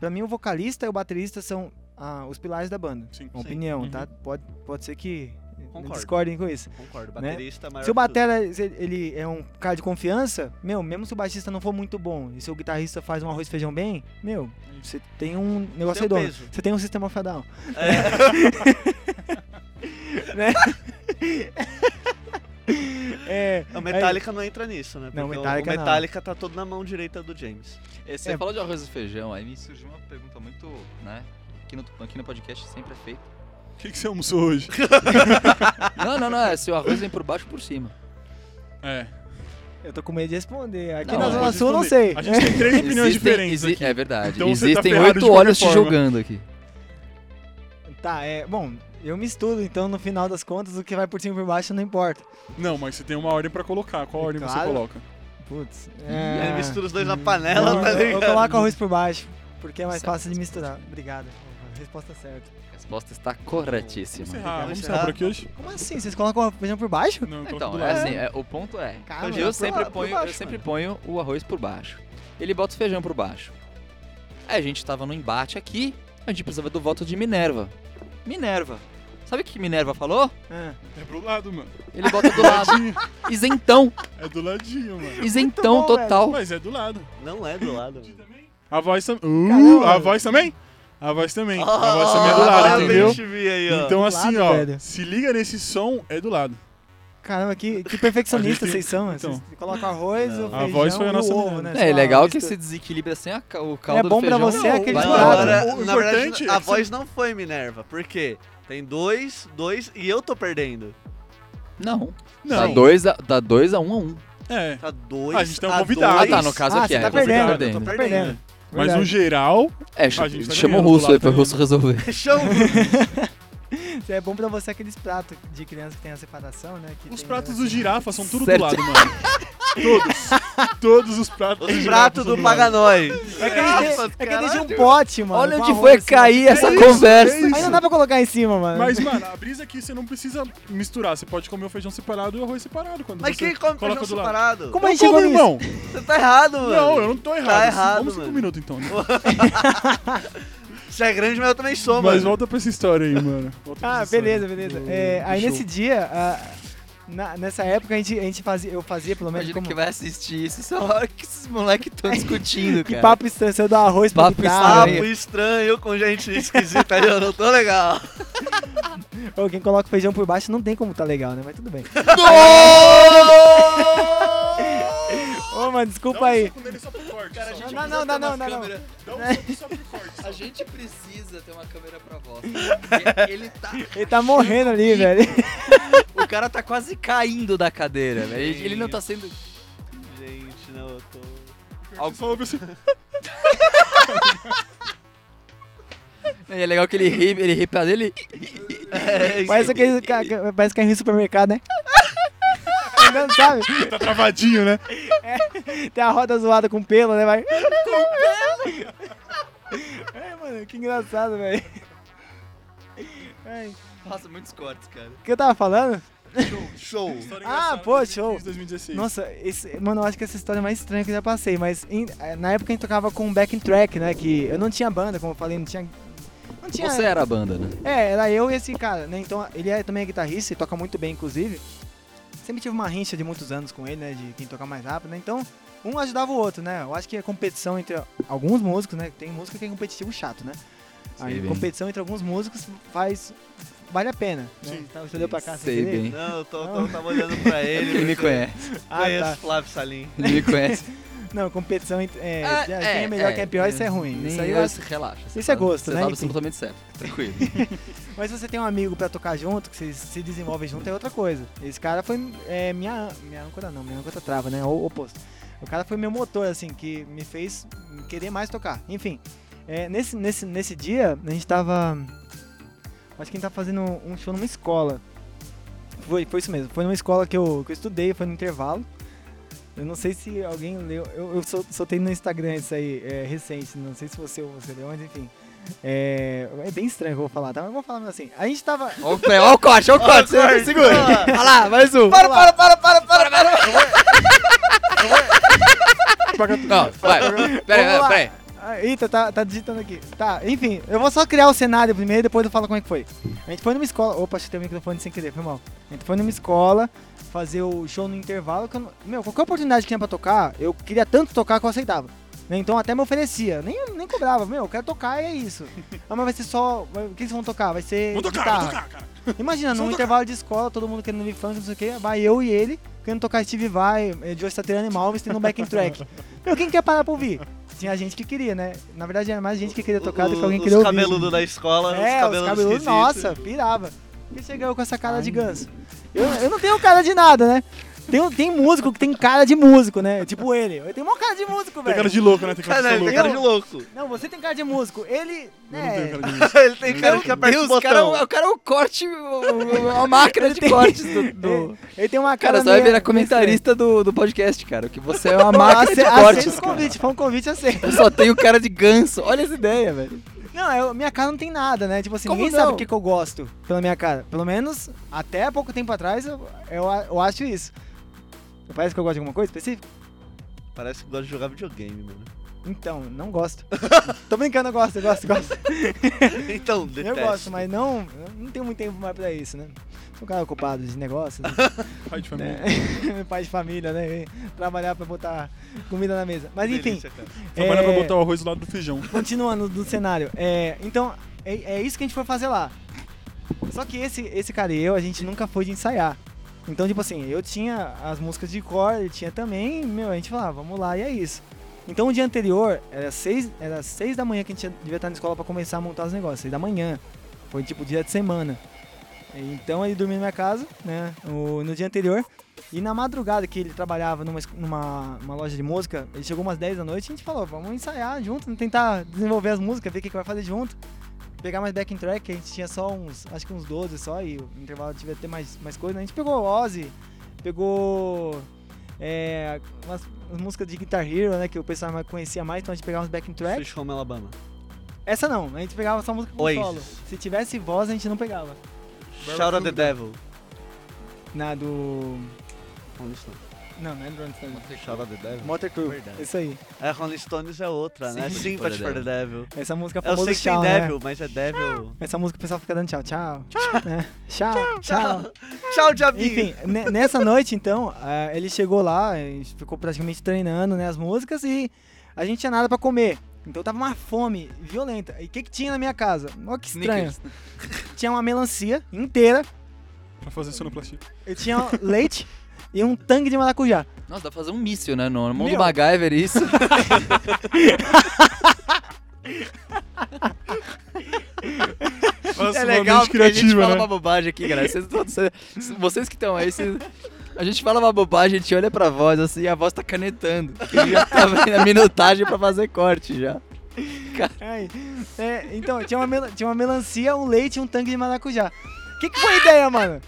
S4: pra mim o vocalista e o baterista são ah, os pilares da banda.
S2: Sim.
S4: Uma
S3: Sim.
S4: opinião,
S2: Uhum.
S4: tá? Pode, pode ser que
S3: Concordo.
S4: discordem com isso.
S3: Concordo,
S4: Né?
S3: baterista maior.
S4: se o
S3: que tudo.
S4: batera se ele- ele é um cara de confiança, meu, mesmo se o baixista não for muito bom e se o guitarrista faz um arroz e feijão bem, meu, você tem um negócio
S3: Tem um
S4: redondo.
S3: peso.
S4: Você tem um sistema fadal.
S3: É,
S4: Né? É,
S3: o Metallica não entra nisso, né?
S4: Não,
S3: Porque o-
S4: Metallica
S3: o
S4: não.
S3: Metallica tá todo na mão direita do James.
S1: É, Você
S4: É.
S1: falou de arroz e feijão, aí me surgiu uma pergunta muito, né? Aqui no, aqui no podcast sempre é feito.
S2: O que, que você almoçou hoje?
S1: Não, não, não, é se o arroz vem por baixo ou por cima.
S2: É.
S4: eu tô com medo de responder. Aqui
S1: Não,
S4: na
S1: mas
S4: Zona
S2: pode
S4: Sul eu não sei.
S2: responder. A gente tem três opiniões
S1: Existem-
S2: diferentes
S1: exi-
S2: aqui.
S1: É verdade.
S2: Então você tá
S1: Existem
S2: ferrado de
S1: oito
S2: qualquer
S1: olhos te
S2: forma.
S1: jogando aqui.
S4: Tá, é, bom, eu misturo, então no final das contas o que vai por cima e por baixo não importa.
S2: Não, mas você tem uma ordem pra colocar. Qual ordem você
S4: Claro.
S2: coloca?
S4: Putz.
S3: Ele
S4: É...
S3: mistura os dois
S2: Hum.
S3: na
S4: Eu,
S3: panela, tá
S4: eu, eu
S3: ligado?
S4: coloco arroz por baixo, porque é mais
S1: Certo.
S4: fácil de misturar. Obrigado. Resposta certa.
S1: A resposta está corretíssima.
S2: Vamos encerrar, vamos
S3: encerrar.
S2: encerrar por aqui hoje?
S4: Como assim? Vocês colocam arroz e feijão por baixo?
S2: Não, eu coloco do
S1: Então, é
S2: lado.
S1: assim, é, o ponto é.
S4: Cara,
S1: eu
S4: por
S1: sempre,
S3: lá- por
S1: ponho,
S3: baixo,
S1: eu sempre
S3: mano.
S1: ponho o arroz por baixo. Ele bota o feijão por baixo. Aí a gente tava no embate aqui, a gente precisava do voto de Minerva. Minerva. Sabe o que Minerva falou?
S4: Ah.
S2: É pro lado, mano.
S1: Ele bota do lado. Isentão.
S2: É do ladinho, mano.
S1: Isentão
S4: bom,
S1: total.
S2: Mas é do lado.
S3: Não é do lado. mano.
S2: A voz também.
S4: Caramba.
S2: a voz também? A voz também. a voz também é do lado,
S3: Ah,
S2: entendeu?
S3: bem, te vi aí, ó.
S2: Então
S4: Do
S2: assim,
S4: lado,
S2: ó,
S4: velho.
S2: se liga nesse som, é do lado.
S4: Caramba, que, que perfeccionista
S2: A gente-
S4: vocês são. né?
S2: então.
S4: Vocês colocam arroz,
S3: Não.
S4: o
S2: A
S4: feijão
S2: voz foi a
S4: e o
S2: nossa
S4: ovo,
S2: menina.
S4: né?
S1: É,
S4: Sei lá,
S1: legal
S4: uma
S1: que
S4: mistura.
S1: se desequilibra sem a, ca- o caldo
S4: bom
S1: do
S4: pra
S1: feijão.
S4: você, é
S1: não,
S4: aquele
S1: vai
S3: Não,
S4: Claro.
S1: embora.
S3: agora,
S2: O
S3: na verdade,
S2: importante é
S3: a
S2: que-
S3: voz não foi Minerva. Por quê? Tem dois, dois e eu tô perdendo.
S1: Não. Dá
S2: Não,
S1: 2 a 1 a, dois a, um a um.
S2: é.
S3: Tá dois.
S2: Ah, a gente tem um
S3: a
S2: convidado.
S1: Ah,
S3: dois,
S1: tá, no caso
S4: Ah,
S1: aqui
S4: você
S1: é.
S4: tá
S1: você
S4: perdendo,
S3: Eu tô
S1: perdendo.
S4: Tá Ah,
S3: perdendo.
S4: perdendo.
S2: Mas no
S4: Verdade.
S2: geral,
S1: É,
S2: A gente tá
S1: chama o
S2: ganhando do
S1: russo aí
S2: lado
S1: pra
S2: também.
S1: russo resolver.
S3: Chama
S4: É bom pra você aqueles pratos de criança que tem a separação, né? que
S2: os
S4: tem-
S2: pratos do girafa são tudo
S1: Certo.
S2: do lado, mano. Todos. Todos os pratos do
S3: os
S2: girafa
S3: pratos
S2: são
S3: do Paganói.
S4: É que eles têm-
S3: Nossa,
S4: é que eles tinham um
S3: caralho.
S4: pote, mano.
S1: Olha
S4: com
S1: onde
S4: arroz,
S1: foi
S4: assim.
S1: cair essa
S2: É isso,
S1: conversa.
S2: é isso.
S4: Aí não dá pra colocar em cima, mano.
S2: Mas, mano, a brisa é que você não precisa misturar. Você pode comer o feijão separado e o arroz separado. Quando
S3: Mas
S2: você
S3: quem come
S2: coloca
S3: feijão
S2: do lado.
S3: separado?
S4: Como a gente
S2: eu
S4: chegou
S2: como,
S4: nisso?
S2: irmão.
S3: Você tá errado, mano.
S2: Não, eu não tô errado.
S3: errado,
S2: Vamos cinco
S3: mano.
S2: minutos, então. né?
S3: Você é grande, mas eu também sou,
S2: Mas
S3: mano.
S2: volta pra essa história aí, mano. Volta pra
S4: Ah,
S2: essa história Hum,
S4: beleza, beleza.
S2: do-
S4: É,
S2: do
S4: aí
S2: show.
S4: nesse dia, a- na- nessa época a gente, a gente fazia, eu fazia pelo menos
S1: Imagina
S4: como
S1: que vai assistir isso, sei lá, o que esses moleques estão discutindo,
S4: que
S1: cara.
S4: papo estranho, se eu dar arroz pra
S1: Papo
S2: Ah,
S4: guitarra,
S2: é.
S3: Papo estranho com gente esquisita aí, eu não tô legal.
S4: ou quem coloca feijão por baixo não tem como tá legal, né? Mas tudo bem. Ô, mano,
S2: Dá
S4: desculpa
S2: um
S4: aí.
S2: soco nele só pro corte, só. né?
S4: gente- Não, não, não, não, não, não.
S2: Dá um soco só pro corte.
S1: A gente precisa ter uma câmera pra voz. porque Ele tá.
S4: Ele tá morrendo ali, velho.
S1: O cara tá quase caindo da cadeira, velho. Ele ele não tá sendo.
S3: Gente, não, eu tô...
S2: Só. Só ouve assim.
S1: É legal que ele ri, ele ri pra dele.
S3: É,
S4: Parece aquele ca- ca- parece que é no supermercado, né? Andando, sabe?
S2: Tá travadinho, né?
S4: Tem a roda zoada com pelo, né? Vai. É, mano, que engraçado, velho. Ai, O
S1: Nossa, muitos cortes, cara.
S4: que eu tava falando?
S3: Show.
S4: Ah, pô, show.
S2: 2016.
S4: Nossa, esse, mano, eu acho que essa história é mais estranha que eu já passei, mas em- eh, na época a gente tocava com backing track, né? Que eu não tinha banda, como eu falei, não tinha. Não tinha.
S1: Você era a banda, né?
S4: É, era eu e esse cara, né? Então ele é também é guitarrista e toca muito bem, inclusive. Sempre tive uma rincha de muitos anos com ele, né? De quem toca mais rápido, né? Então, um ajudava o outro, né? Eu acho que a competição entre alguns músicos, né? Tem música que é competitivo chato, né?
S1: Sei
S4: Aí,
S1: bem.
S4: competição entre alguns músicos faz. vale a pena. Né?
S2: Sim.
S4: Tá, você olhou pra cá,
S1: Sei
S4: você
S1: bem.
S3: Não, eu tô, tô- tava olhando pra ele.
S1: Ele me
S3: porque
S1: conhece.
S4: Ah,
S3: Conheço
S4: tá.
S3: Flávio Salim.
S1: Ele me conhece.
S4: Não, competição entre. É,
S1: Ah,
S4: de- quem é melhor, quem é pior, isso é ruim.
S1: Nem
S4: Isso aí eu
S1: eu-
S4: acho-
S1: relaxa.
S4: isso é gosto,
S1: você
S4: né?
S1: Você
S4: Enfim.
S1: absolutamente certo. Tranquilo.
S4: Mas se você tem um amigo pra tocar junto, que vocês se desenvolvem junto, é outra coisa. Esse cara foi é, minha, minha âncora, não, minha âncora trava, né? O oposto. O cara foi meu motor, assim, que me fez querer mais tocar. Enfim, é, nesse, nesse, nesse dia, a gente tava. Acho que a gente tava fazendo um show numa escola. Foi, foi isso mesmo, foi numa escola que eu, que eu estudei, foi no intervalo. Eu não sei se alguém leu, eu, eu sol- soltei no Instagram isso aí, é, recente, não sei se você ou você leu, mas enfim. É, é bem estranho o que eu vou falar, tá? Mas eu vou falar mesmo assim. A gente tava.
S1: Ó o pé, ó o corte, ó o corte.
S3: Ó o corte.
S1: Segura.
S3: Ah.
S1: Vai lá, mais um.
S4: Para, para,
S1: Não, vai. Pera aí,
S4: Vamos
S1: pera aí.
S4: Ah, Eita, tá, tá digitando aqui. Tá, enfim, eu vou só criar o cenário primeiro e depois eu falo como é que foi. A gente foi numa escola. Opa, chutei o microfone sem querer, foi mal. A gente foi numa escola fazer o show no intervalo. que eu não- Meu, qualquer oportunidade que tinha pra tocar, eu queria tanto tocar que eu aceitava. né? Então até me oferecia, nem, nem cobrava, meu, eu quero tocar e é isso. Ah, mas vai ser só. vai- O que eles vão tocar? Vai ser.
S2: Vou tocar,
S4: guitarra.
S2: vou tocar, cara.
S4: Imagina, num
S2: tocar.
S4: intervalo de escola, todo mundo querendo ouvir funk, não sei o quê, vai eu e ele querendo tocar Steve Vai, eh, Joe Satriani e Malvis tendo um backing track. Meu, quem quer parar pra ouvir? Tinha gente que queria, né? Na verdade, era mais gente que queria tocar do que alguém
S3: Os-
S4: queria
S3: Os
S4: ouvir.
S3: cabeludos da escola,
S4: É, os cabeludos,
S3: esquisitos.
S4: nossa, pirava. E chegou eu com essa cara de ganso. Eu, eu não tenho cara de nada, né? Tem, tem músico que tem cara de músico, né? Tipo ele. Eu tenho uma cara de músico,
S2: Tem cara
S4: velho.
S2: de louco, né? Tem cara de
S3: Caralho,
S2: louco.
S3: tem cara de louco.
S4: Não, você tem cara de músico. Ele.
S2: Eu não
S4: né?
S2: tenho cara de louco.
S3: Ele tem cara que
S2: Meu
S3: aperta o
S1: Deus, o cara, é
S3: botão.
S1: o- o cara é o corte, o- o- a máquina de cortes do. do...
S4: Ele, ele tem uma É. cara.
S1: Cara, você vai virar
S4: meio- meio estranha.
S1: comentarista do, do podcast, cara. Que você é uma
S4: Não,
S1: máquina de
S4: ace-
S1: cortes,
S4: aceito o
S1: cara.
S4: convite, foi um convite aceito.
S1: Eu só tenho cara de ganso. Olha essa ideia, velho.
S4: Não, eu- minha cara não tem nada, né? Tipo assim,
S1: Como
S4: ninguém
S1: não?
S4: sabe o que, que eu gosto pela minha cara. Pelo menos, até pouco tempo atrás, eu, eu, a- eu acho isso. Parece que eu gosto de alguma coisa específica?
S3: Parece que gosta de jogar videogame, mano.
S4: Então, não gosto. Tô brincando, eu gosto, eu gosto, eu gosto.
S3: Então, detesto.
S4: Eu gosto, mas não, eu não tenho muito tempo mais pra isso, né? Sou um cara ocupado de negócios,
S2: Pai de família.
S4: né? Pai de família, né? Trabalhar pra botar comida na mesa. Mas enfim,
S3: Delícia, cara.
S2: Trabalhar pra
S4: é,
S2: botar o arroz do lado do feijão.
S4: Continuando do cenário. É, então, é, é isso que a gente foi fazer lá. Só que esse, esse cara e eu, a gente nunca foi de ensaiar. Então, tipo assim, eu tinha as músicas de cor, ele tinha também, meu, a gente falava, vamos lá, e é isso. Então o dia anterior, era seis, era seis da manhã que a gente devia estar na escola pra começar a montar os negócios, seis da manhã. Foi tipo dia de semana. Então ele dormia na minha casa, né, o- no dia anterior. E na madrugada que ele trabalhava numa, es- numa uma loja de música, ele chegou umas 10 da noite e a gente falou, vamos ensaiar junto, né, tentar desenvolver as músicas, ver o que, que vai fazer junto. Pegar mais backing track, que a gente tinha só uns, acho que uns 12 só, e o intervalo devia ter mais, mais coisa. né. A gente pegou Ozzy, pegou é, umas, umas músicas de Guitar Hero, né, que o pessoal mais- conhecia mais, então a gente pegava uns backing track.
S3: Fish Home Alabama.
S4: Essa não, a gente pegava só música com
S3: Oasis.
S4: solo. Se tivesse voz, a gente não pegava.
S3: Shout out the Devil.
S4: Na do...
S3: Rolling Stones.
S4: Não, não é do Rolling Stones.
S3: Shout out the Devil.
S4: Motor Crew,
S5: Verdade.
S4: isso aí.
S3: É, Rolling Stones é outra, né?
S5: Sim.
S3: Sympathy for the Devil.
S4: Essa música é
S3: Eu
S4: famosa
S3: sei que tem
S4: tchau, né?
S3: Devil, mas é Devil.
S4: Essa música o pessoal fica dando tchau, tchau. né? Tchau, tchau.
S3: Tchau, diabinho.
S4: Enfim, ne- nessa noite, então, ah, ele chegou lá, e ficou praticamente treinando né, as músicas e a gente tinha nada pra comer. Então tava uma fome violenta. E o que, que tinha na minha casa? Olha que estranho.
S1: Snickers.
S4: Tinha uma melancia inteira,
S2: Pra fazer sonoplastia.
S4: eu tinha leite e um tangue de maracujá.
S1: Nossa, dá pra fazer um míssil, né? No, no mundo
S4: Meu.
S1: do MacGyver, isso.
S2: Nossa,
S1: é
S2: uma
S1: legal
S2: mente
S1: porque a gente
S2: criativa,
S1: fala
S2: né?
S1: uma bobagem aqui, galera. Vocês, todos- vocês- vocês que estão aí, vocês- a gente fala uma bobagem, a gente olha pra voz assim e a voz tá canetando. Ele já tá vendo a minutagem pra fazer corte já.
S4: Ai, é, então, tinha uma, mel- tinha uma melancia, um leite e um tanque de maracujá. Que que foi a ideia, mano?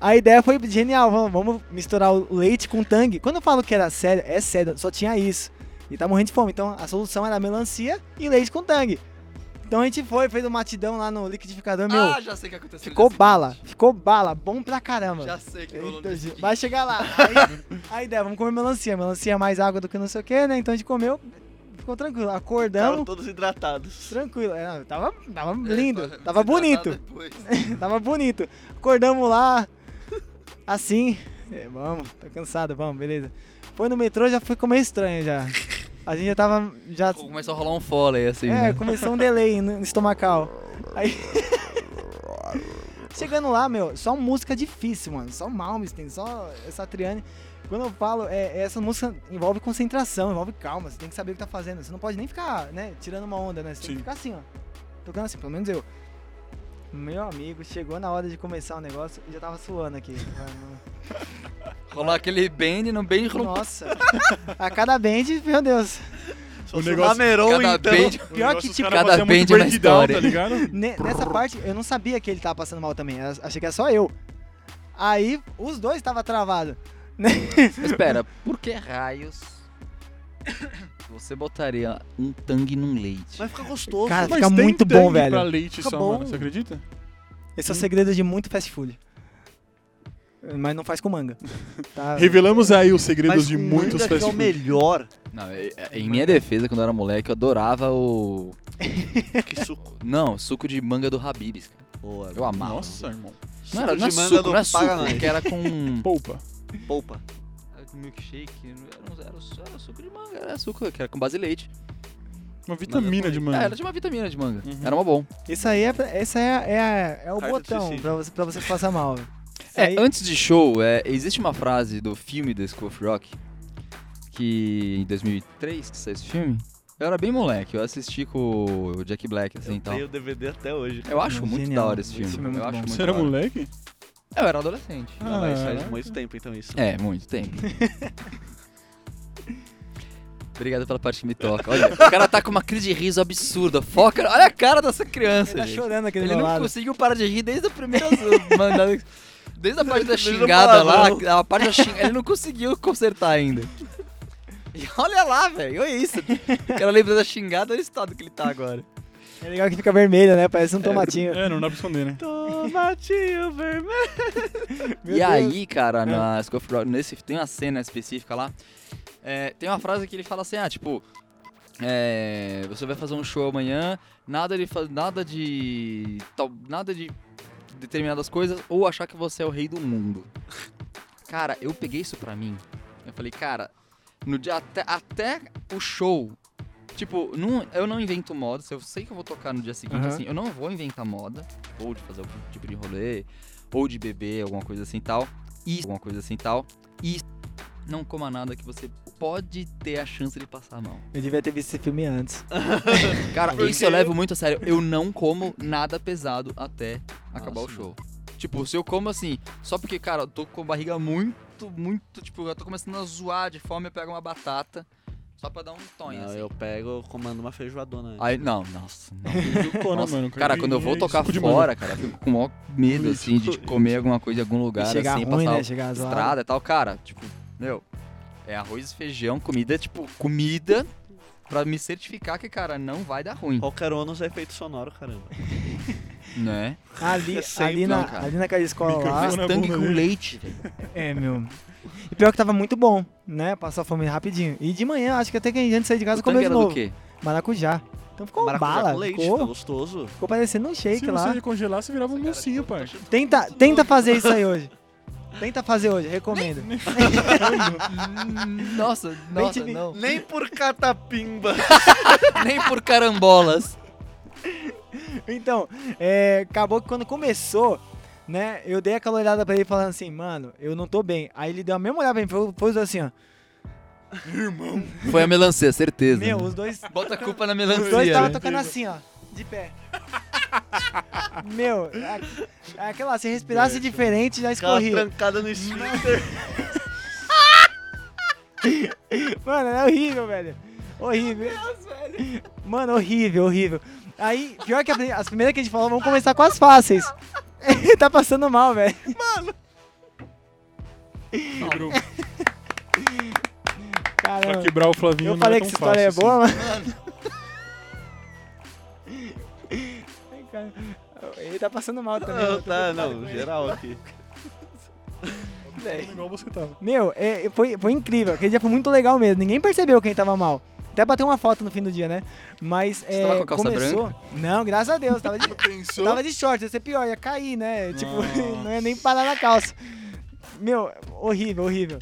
S4: A ideia foi genial, vamos, vamos misturar o leite com o tangue. Quando eu falo que era sério, é sério, só tinha isso. E tá morrendo de fome, então a solução era melancia e leite com tangue. Então a gente foi, fez um matidão lá no liquidificador, meu,
S1: ah, já sei o que aconteceu.
S4: ficou
S1: já sei.
S4: bala, ficou bala, bom pra caramba.
S1: Já sei o que rolou.
S4: Eita,
S1: nesse
S4: gente,
S1: dia.
S4: vai chegar lá. Aí, a ideia, vamos comer melancia. Melancia é mais água do que não sei o que, né? Então a gente comeu, ficou tranquilo. Acordamos,
S3: Ficaram todos hidratados.
S4: Tranquilo, é, não, tava, tava
S1: É,
S4: lindo,
S1: pra-
S4: tava
S1: hidratar
S4: bonito,
S1: depois.
S4: tava bonito. Acordamos lá, assim, é, vamos, tá cansado, vamos, beleza. Foi no metrô, já ficou meio estranho já. A gente já tava, já,
S1: Começou a rolar um foley assim.
S4: é,
S1: né?
S4: começou um delay no no estomacal. Aí, chegando lá, meu, só música difícil, mano, só Malmsteen, só essa Triane. Quando eu falo, é, essa música envolve concentração, envolve calma, você tem que saber o que tá fazendo. Você não pode nem ficar, né, tirando uma onda, né, você tem
S2: Sim.
S4: que ficar assim, ó tocando assim, pelo menos eu. Meu amigo, chegou na hora de começar o negócio e já tava suando aqui.
S1: Rolar aquele bend no bend um- rolou.
S4: Nossa, a cada band, meu Deus.
S3: Só
S2: O
S3: se
S2: negócio-
S3: lameirou,
S1: Cada
S3: então.
S1: bend.
S2: O
S4: Pior
S2: negócio,
S4: que,
S2: os
S4: tipo,
S2: caras
S1: cada
S2: faziam muito
S1: bend na
S2: breakdown,
S1: história.
S2: Tá ligado?
S4: Ne- nessa parte, eu não sabia que ele tava passando mal também. eu achei que era só eu. Aí, os dois tava travado.
S1: Espera, por que raios você botaria um tangue num leite?
S3: Mas fica gostoso.
S4: Cara,
S2: Mas
S4: fica
S2: tem
S4: muito
S2: tangue
S4: bom, velho.
S2: pra leite
S3: Fica
S2: só,
S3: bom.
S2: mano. Você acredita?
S4: Esse é o segredo de muito fast food. Mas não faz com manga. Tá?
S2: Revelamos aí os segredos
S3: Mas
S2: de
S3: com
S2: muitos
S3: manga que
S2: fast
S3: é o
S2: food.
S3: melhor.
S1: Não, é- é- em minha defesa, quando eu era moleque, eu adorava o.
S3: Que suco.
S1: Não, suco de manga do Habibs. cara. Eu amava.
S2: Nossa, irmão.
S1: Não era, não é
S3: de manga
S1: suco,
S3: do
S1: não é suco,
S3: Paraná.
S1: que era com.
S2: Poupa.
S3: Poupa.
S1: era com milkshake, não era, era, só- era suco de manga, era suco que era com base de leite.
S2: Uma vitamina de
S1: É,
S2: manga.
S1: era de uma vitamina de manga.
S2: Uhum.
S1: Era uma bom.
S4: Isso aí é, pra- isso aí é, é- é o
S3: Carta de
S4: botão
S3: suicídio.
S4: pra você, pra você que passa mal. Isso
S1: É,
S4: aí-
S1: antes de show, é, existe uma frase do filme The School of Rock, que em 2003 que saiu esse filme, eu era bem moleque, eu assisti com o Jack Black, assim, e
S3: Eu
S1: tal.
S3: tenho o DVD até hoje.
S1: Eu acho muito
S4: Genial.
S1: da hora esse
S4: Esse
S1: filme.
S4: filme é muito
S1: eu acho
S4: bom.
S1: muito
S2: Você era
S1: da hora.
S2: moleque?
S1: Eu era um adolescente.
S3: Ah, mas
S4: é.
S3: faz
S2: Ah,
S3: muito tempo, então, isso.
S1: É, muito tempo. Obrigado pela parte que me toca. Olha, o cara tá com uma crise de riso absurda. Foca, olha a cara dessa criança.
S4: Ele tá
S1: gente.
S4: chorando aqui do
S1: Ele
S4: meu
S1: não
S4: lado.
S1: conseguiu parar de rir desde a primeira. mandada- desde a parte da
S3: Desde o
S1: xingada lá,
S3: palavrão.
S1: a parte da xing... ele não conseguiu consertar ainda. E olha lá, velho, olha isso. O cara lembra da xingada, olha o estado que ele tá agora.
S4: É legal que fica vermelho, né? Parece um tomatinho.
S2: É, não dá pra esconder, né?
S3: Tomatinho vermelho.
S4: Meu
S1: e
S4: Deus. É.
S1: aí, cara, na School of Rock, nesse, tem uma cena específica lá, é, tem uma frase que ele fala assim, ah, tipo, é, você vai fazer um show amanhã, nada de, fa- nada de, tal, nada de determinadas coisas, ou achar que você é o rei do mundo. Cara, eu peguei isso pra mim, eu falei, cara, no dia, até, até o show, tipo, não, eu não invento moda, se eu sei que eu vou tocar no dia seguinte,
S4: Aham.
S1: assim, eu não vou inventar moda, ou de fazer algum tipo de rolê, ou de beber, alguma coisa assim e tal. e alguma coisa assim e tal. E não coma nada que você pode ter a chance de passar mal.
S4: Eu devia ter visto esse filme antes.
S1: Cara,
S3: Porque-
S1: isso eu levo muito a sério. Eu não como nada pesado até acabar o
S3: Nossa,
S1: show. Tipo, se eu como assim, só porque, cara, eu tô com a barriga muito, muito, tipo, eu tô começando a zoar de fome, eu pego uma batata só pra dar um tonho,
S3: Não,
S1: assim.
S3: eu pego, eu comando uma feijoadona. antes.
S1: Aí, não, nossa, não.
S2: Pô, né,
S1: Nossa,
S2: mano?
S1: cara, quando eu vou
S2: É
S1: tocar
S2: suco de
S1: fora, cara, eu fico com o maior medo, assim, de tipo, comer alguma coisa em algum lugar,
S4: E chegar
S1: assim,
S4: ruim,
S1: passar
S4: né? Chegar zoado.
S1: estrada e tal. Cara, tipo, meu, é arroz e feijão, comida, tipo, comida pra me certificar que, cara, não vai dar ruim,
S3: Qualquer ônus é efeito sonoro, caramba.
S1: né?
S4: Ali,
S3: É sempre,
S4: ali, na,
S1: não, cara.
S4: ali naquela escola lá.
S2: Microfone. na
S1: Tangue
S2: bunda
S4: né?
S1: com
S2: dele.
S1: leite, velho.
S4: É, meu. E pior que tava muito bom, né? Passou a fome rapidinho. E de manhã, acho que até que a gente saiu de casa
S1: O tangue
S4: comeu de
S1: era
S4: novo.
S1: do quê?
S4: Maracujá. Então ficou uma
S3: Maracujá
S4: bala,
S3: com leite, tá
S4: ficou,
S3: gostoso.
S4: ficou parecendo um
S2: mano.
S4: shake
S2: Se
S4: lá.
S2: você congelar, você virava um mocinho, pai.
S4: Tenta, tenta fazer isso aí hoje. Tenta fazer hoje, recomendo. Hum,
S1: Nossa, nossa,
S4: tive-
S1: não.
S3: Nem por catapimba.
S1: Nem por carambolas.
S4: Então, é, acabou que quando começou, né, eu dei aquela olhada pra ele falando assim, mano, eu não tô bem. Aí ele deu a mesma olhada pra mim, foi- foi os dois assim, ó.
S1: Foi a melancia, certeza.
S4: Meu,
S1: né?
S4: os dois,
S1: Bota a culpa na
S4: os dois
S1: melancia.
S4: estavam
S1: né?
S4: tocando assim, ó, de pé. Meu, a- aquela, se respirasse diferente, já
S3: Aquela
S4: escorria.
S3: trancada no esfíncter.
S4: Mano, é horrível, velho. Horrível. Mano, horrível, horrível. Aí, pior que a pri- as primeiras que a gente falou, vamos começar com as fáceis. tá passando mal, velho.
S2: Quebrou. Pra
S4: Caramba.
S2: quebrar o Flavinho
S4: Eu
S2: não
S4: falei
S2: é
S4: que
S2: tão
S4: essa história
S2: fácil,
S4: é boa,
S2: assim.
S4: mano. Ai, cara. Ele tá passando mal também.
S3: Não,
S4: mano.
S3: tá, não, geral aqui.
S4: Velho.
S2: Igual você tava.
S4: Meu, é, foi, foi incrível. Aquele dia foi muito legal mesmo. Ninguém percebeu quem tava mal. Até bateu uma foto no fim do dia, né? Mas
S1: Você
S4: é,
S1: tava com a calça
S4: começou... Não, graças a Deus. Tava de,
S2: Pensou?
S4: tava de short, ia ser pior, ia cair, né? Tipo,
S2: Nossa.
S4: não ia nem parar na calça. Meu, horrível, horrível.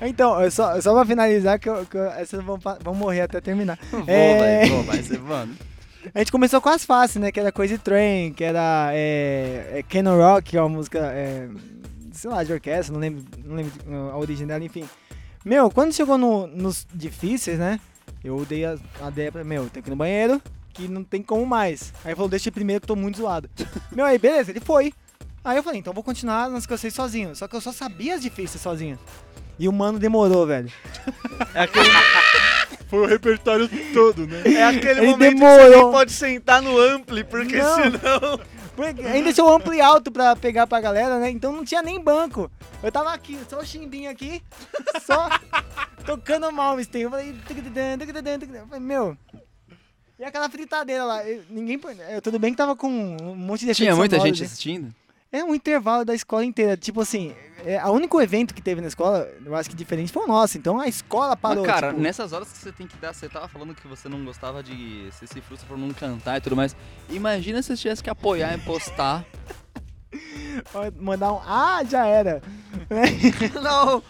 S4: Então, eu só, só pra finalizar, que, eu, que eu- essas vão, pa- vão morrer até terminar.
S1: Vou,
S4: É.
S1: velho, vou, vai ser, mano.
S4: A gente começou com as faces, né? Que era Crazy Train, que era é, é, Canon Rock, que é uma música, é, sei lá, de orquestra, não lembro, não lembro uh, a origem dela, enfim. Meu, quando chegou no- nos difíceis, né? Eu dei a, a ideia pra, meu, tem que ir no banheiro, que não tem como mais. Aí ele falou, deixa eu ir primeiro que eu tô muito zoado. meu, aí beleza, ele foi. Aí eu falei, então eu vou continuar nas que eu sei sozinho. Só que eu só sabia as difíceis sozinho. E o mano demorou, velho.
S3: É aquele,
S2: Foi o repertório todo, né?
S3: é aquele
S4: Ele
S3: momento que você
S4: demorou.
S3: nem pode sentar no ampli, porque
S4: Não.
S3: senão...
S4: Porque ainda tinha o amplo e alto pra pegar pra galera, né? Então não tinha nem banco. Eu tava aqui, só o chimbinho aqui, só tocando mal o Sting. Eu falei, "Tucutudã, tucutudã, tucutudã." Eu falei, meu. E aquela fritadeira lá, eu- ninguém. pô- eu- Tudo bem que tava com um monte de efeito
S1: Tinha muita
S4: sonoro,
S1: gente
S4: né?
S1: assistindo.
S4: É um intervalo da escola inteira. Tipo assim, é, o único evento que teve na escola, eu acho que diferente, foi o nosso. Então a escola parou.
S1: Mas, cara, né?
S4: tipo,
S1: nessas horas que você tem que dar, você tava falando que você não gostava de. Você se frustra por não cantar e tudo mais. Imagina se você tivesse que apoiar e postar.
S4: Mandar um. Ah, já era.
S3: Não,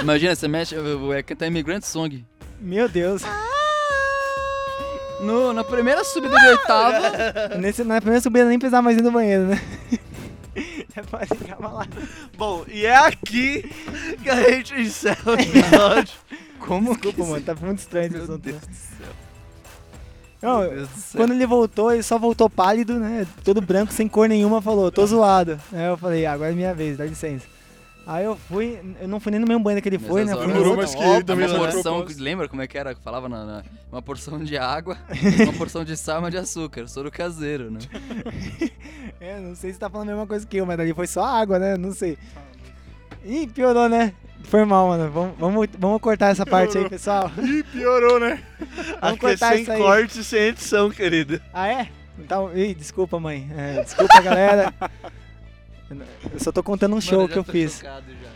S1: Imagina, você mexe. É cantar Immigrant Song.
S4: Meu Deus.
S1: No, na primeira subida de oitava.
S4: Nesse, na primeira subida nem precisava mais ir no banheiro, né? Já pode ficava lá.
S3: Bom, e é aqui que a gente encerra o episódio.
S4: Como? Desculpa, mano, tá muito estranho esse assunto. né?
S1: do céu.
S4: Não,
S1: Deus do céu.
S4: quando ele voltou, ele só voltou pálido, né? Todo branco, sem cor nenhuma, falou, tô zoado. Aí eu falei, "Ah, agora é minha vez, dá licença. Aí eu fui, eu não fui nem no mesmo banheiro que ele foi, né?
S1: Nessas
S4: Fui
S1: horas-
S4: no
S2: Demorou,
S4: outro.
S2: mas que ele também
S1: É uma
S2: já
S4: né?
S2: era
S1: porção,
S2: propósito.
S1: lembra como é que era? que Falava na, na- uma porção de água, uma porção de sal, uma de açúcar, soro caseiro, né?
S4: É, não sei se tá falando a mesma coisa que eu, mas ali foi só água, né? Não sei. Ih, piorou, né? Foi mal, mano. Vamos, vamos, vamos cortar essa parte aí, pessoal.
S2: Ih, piorou, né?
S4: Vamos
S3: Aqui é
S4: cortar
S3: sem
S4: isso aí.
S3: corte e sem edição, querido.
S4: Ah, é? Então, ih, desculpa, mãe. É, desculpa, galera. Eu só tô contando um show
S1: Mano, já
S4: que eu
S1: tô
S4: fiz.
S1: chocado já.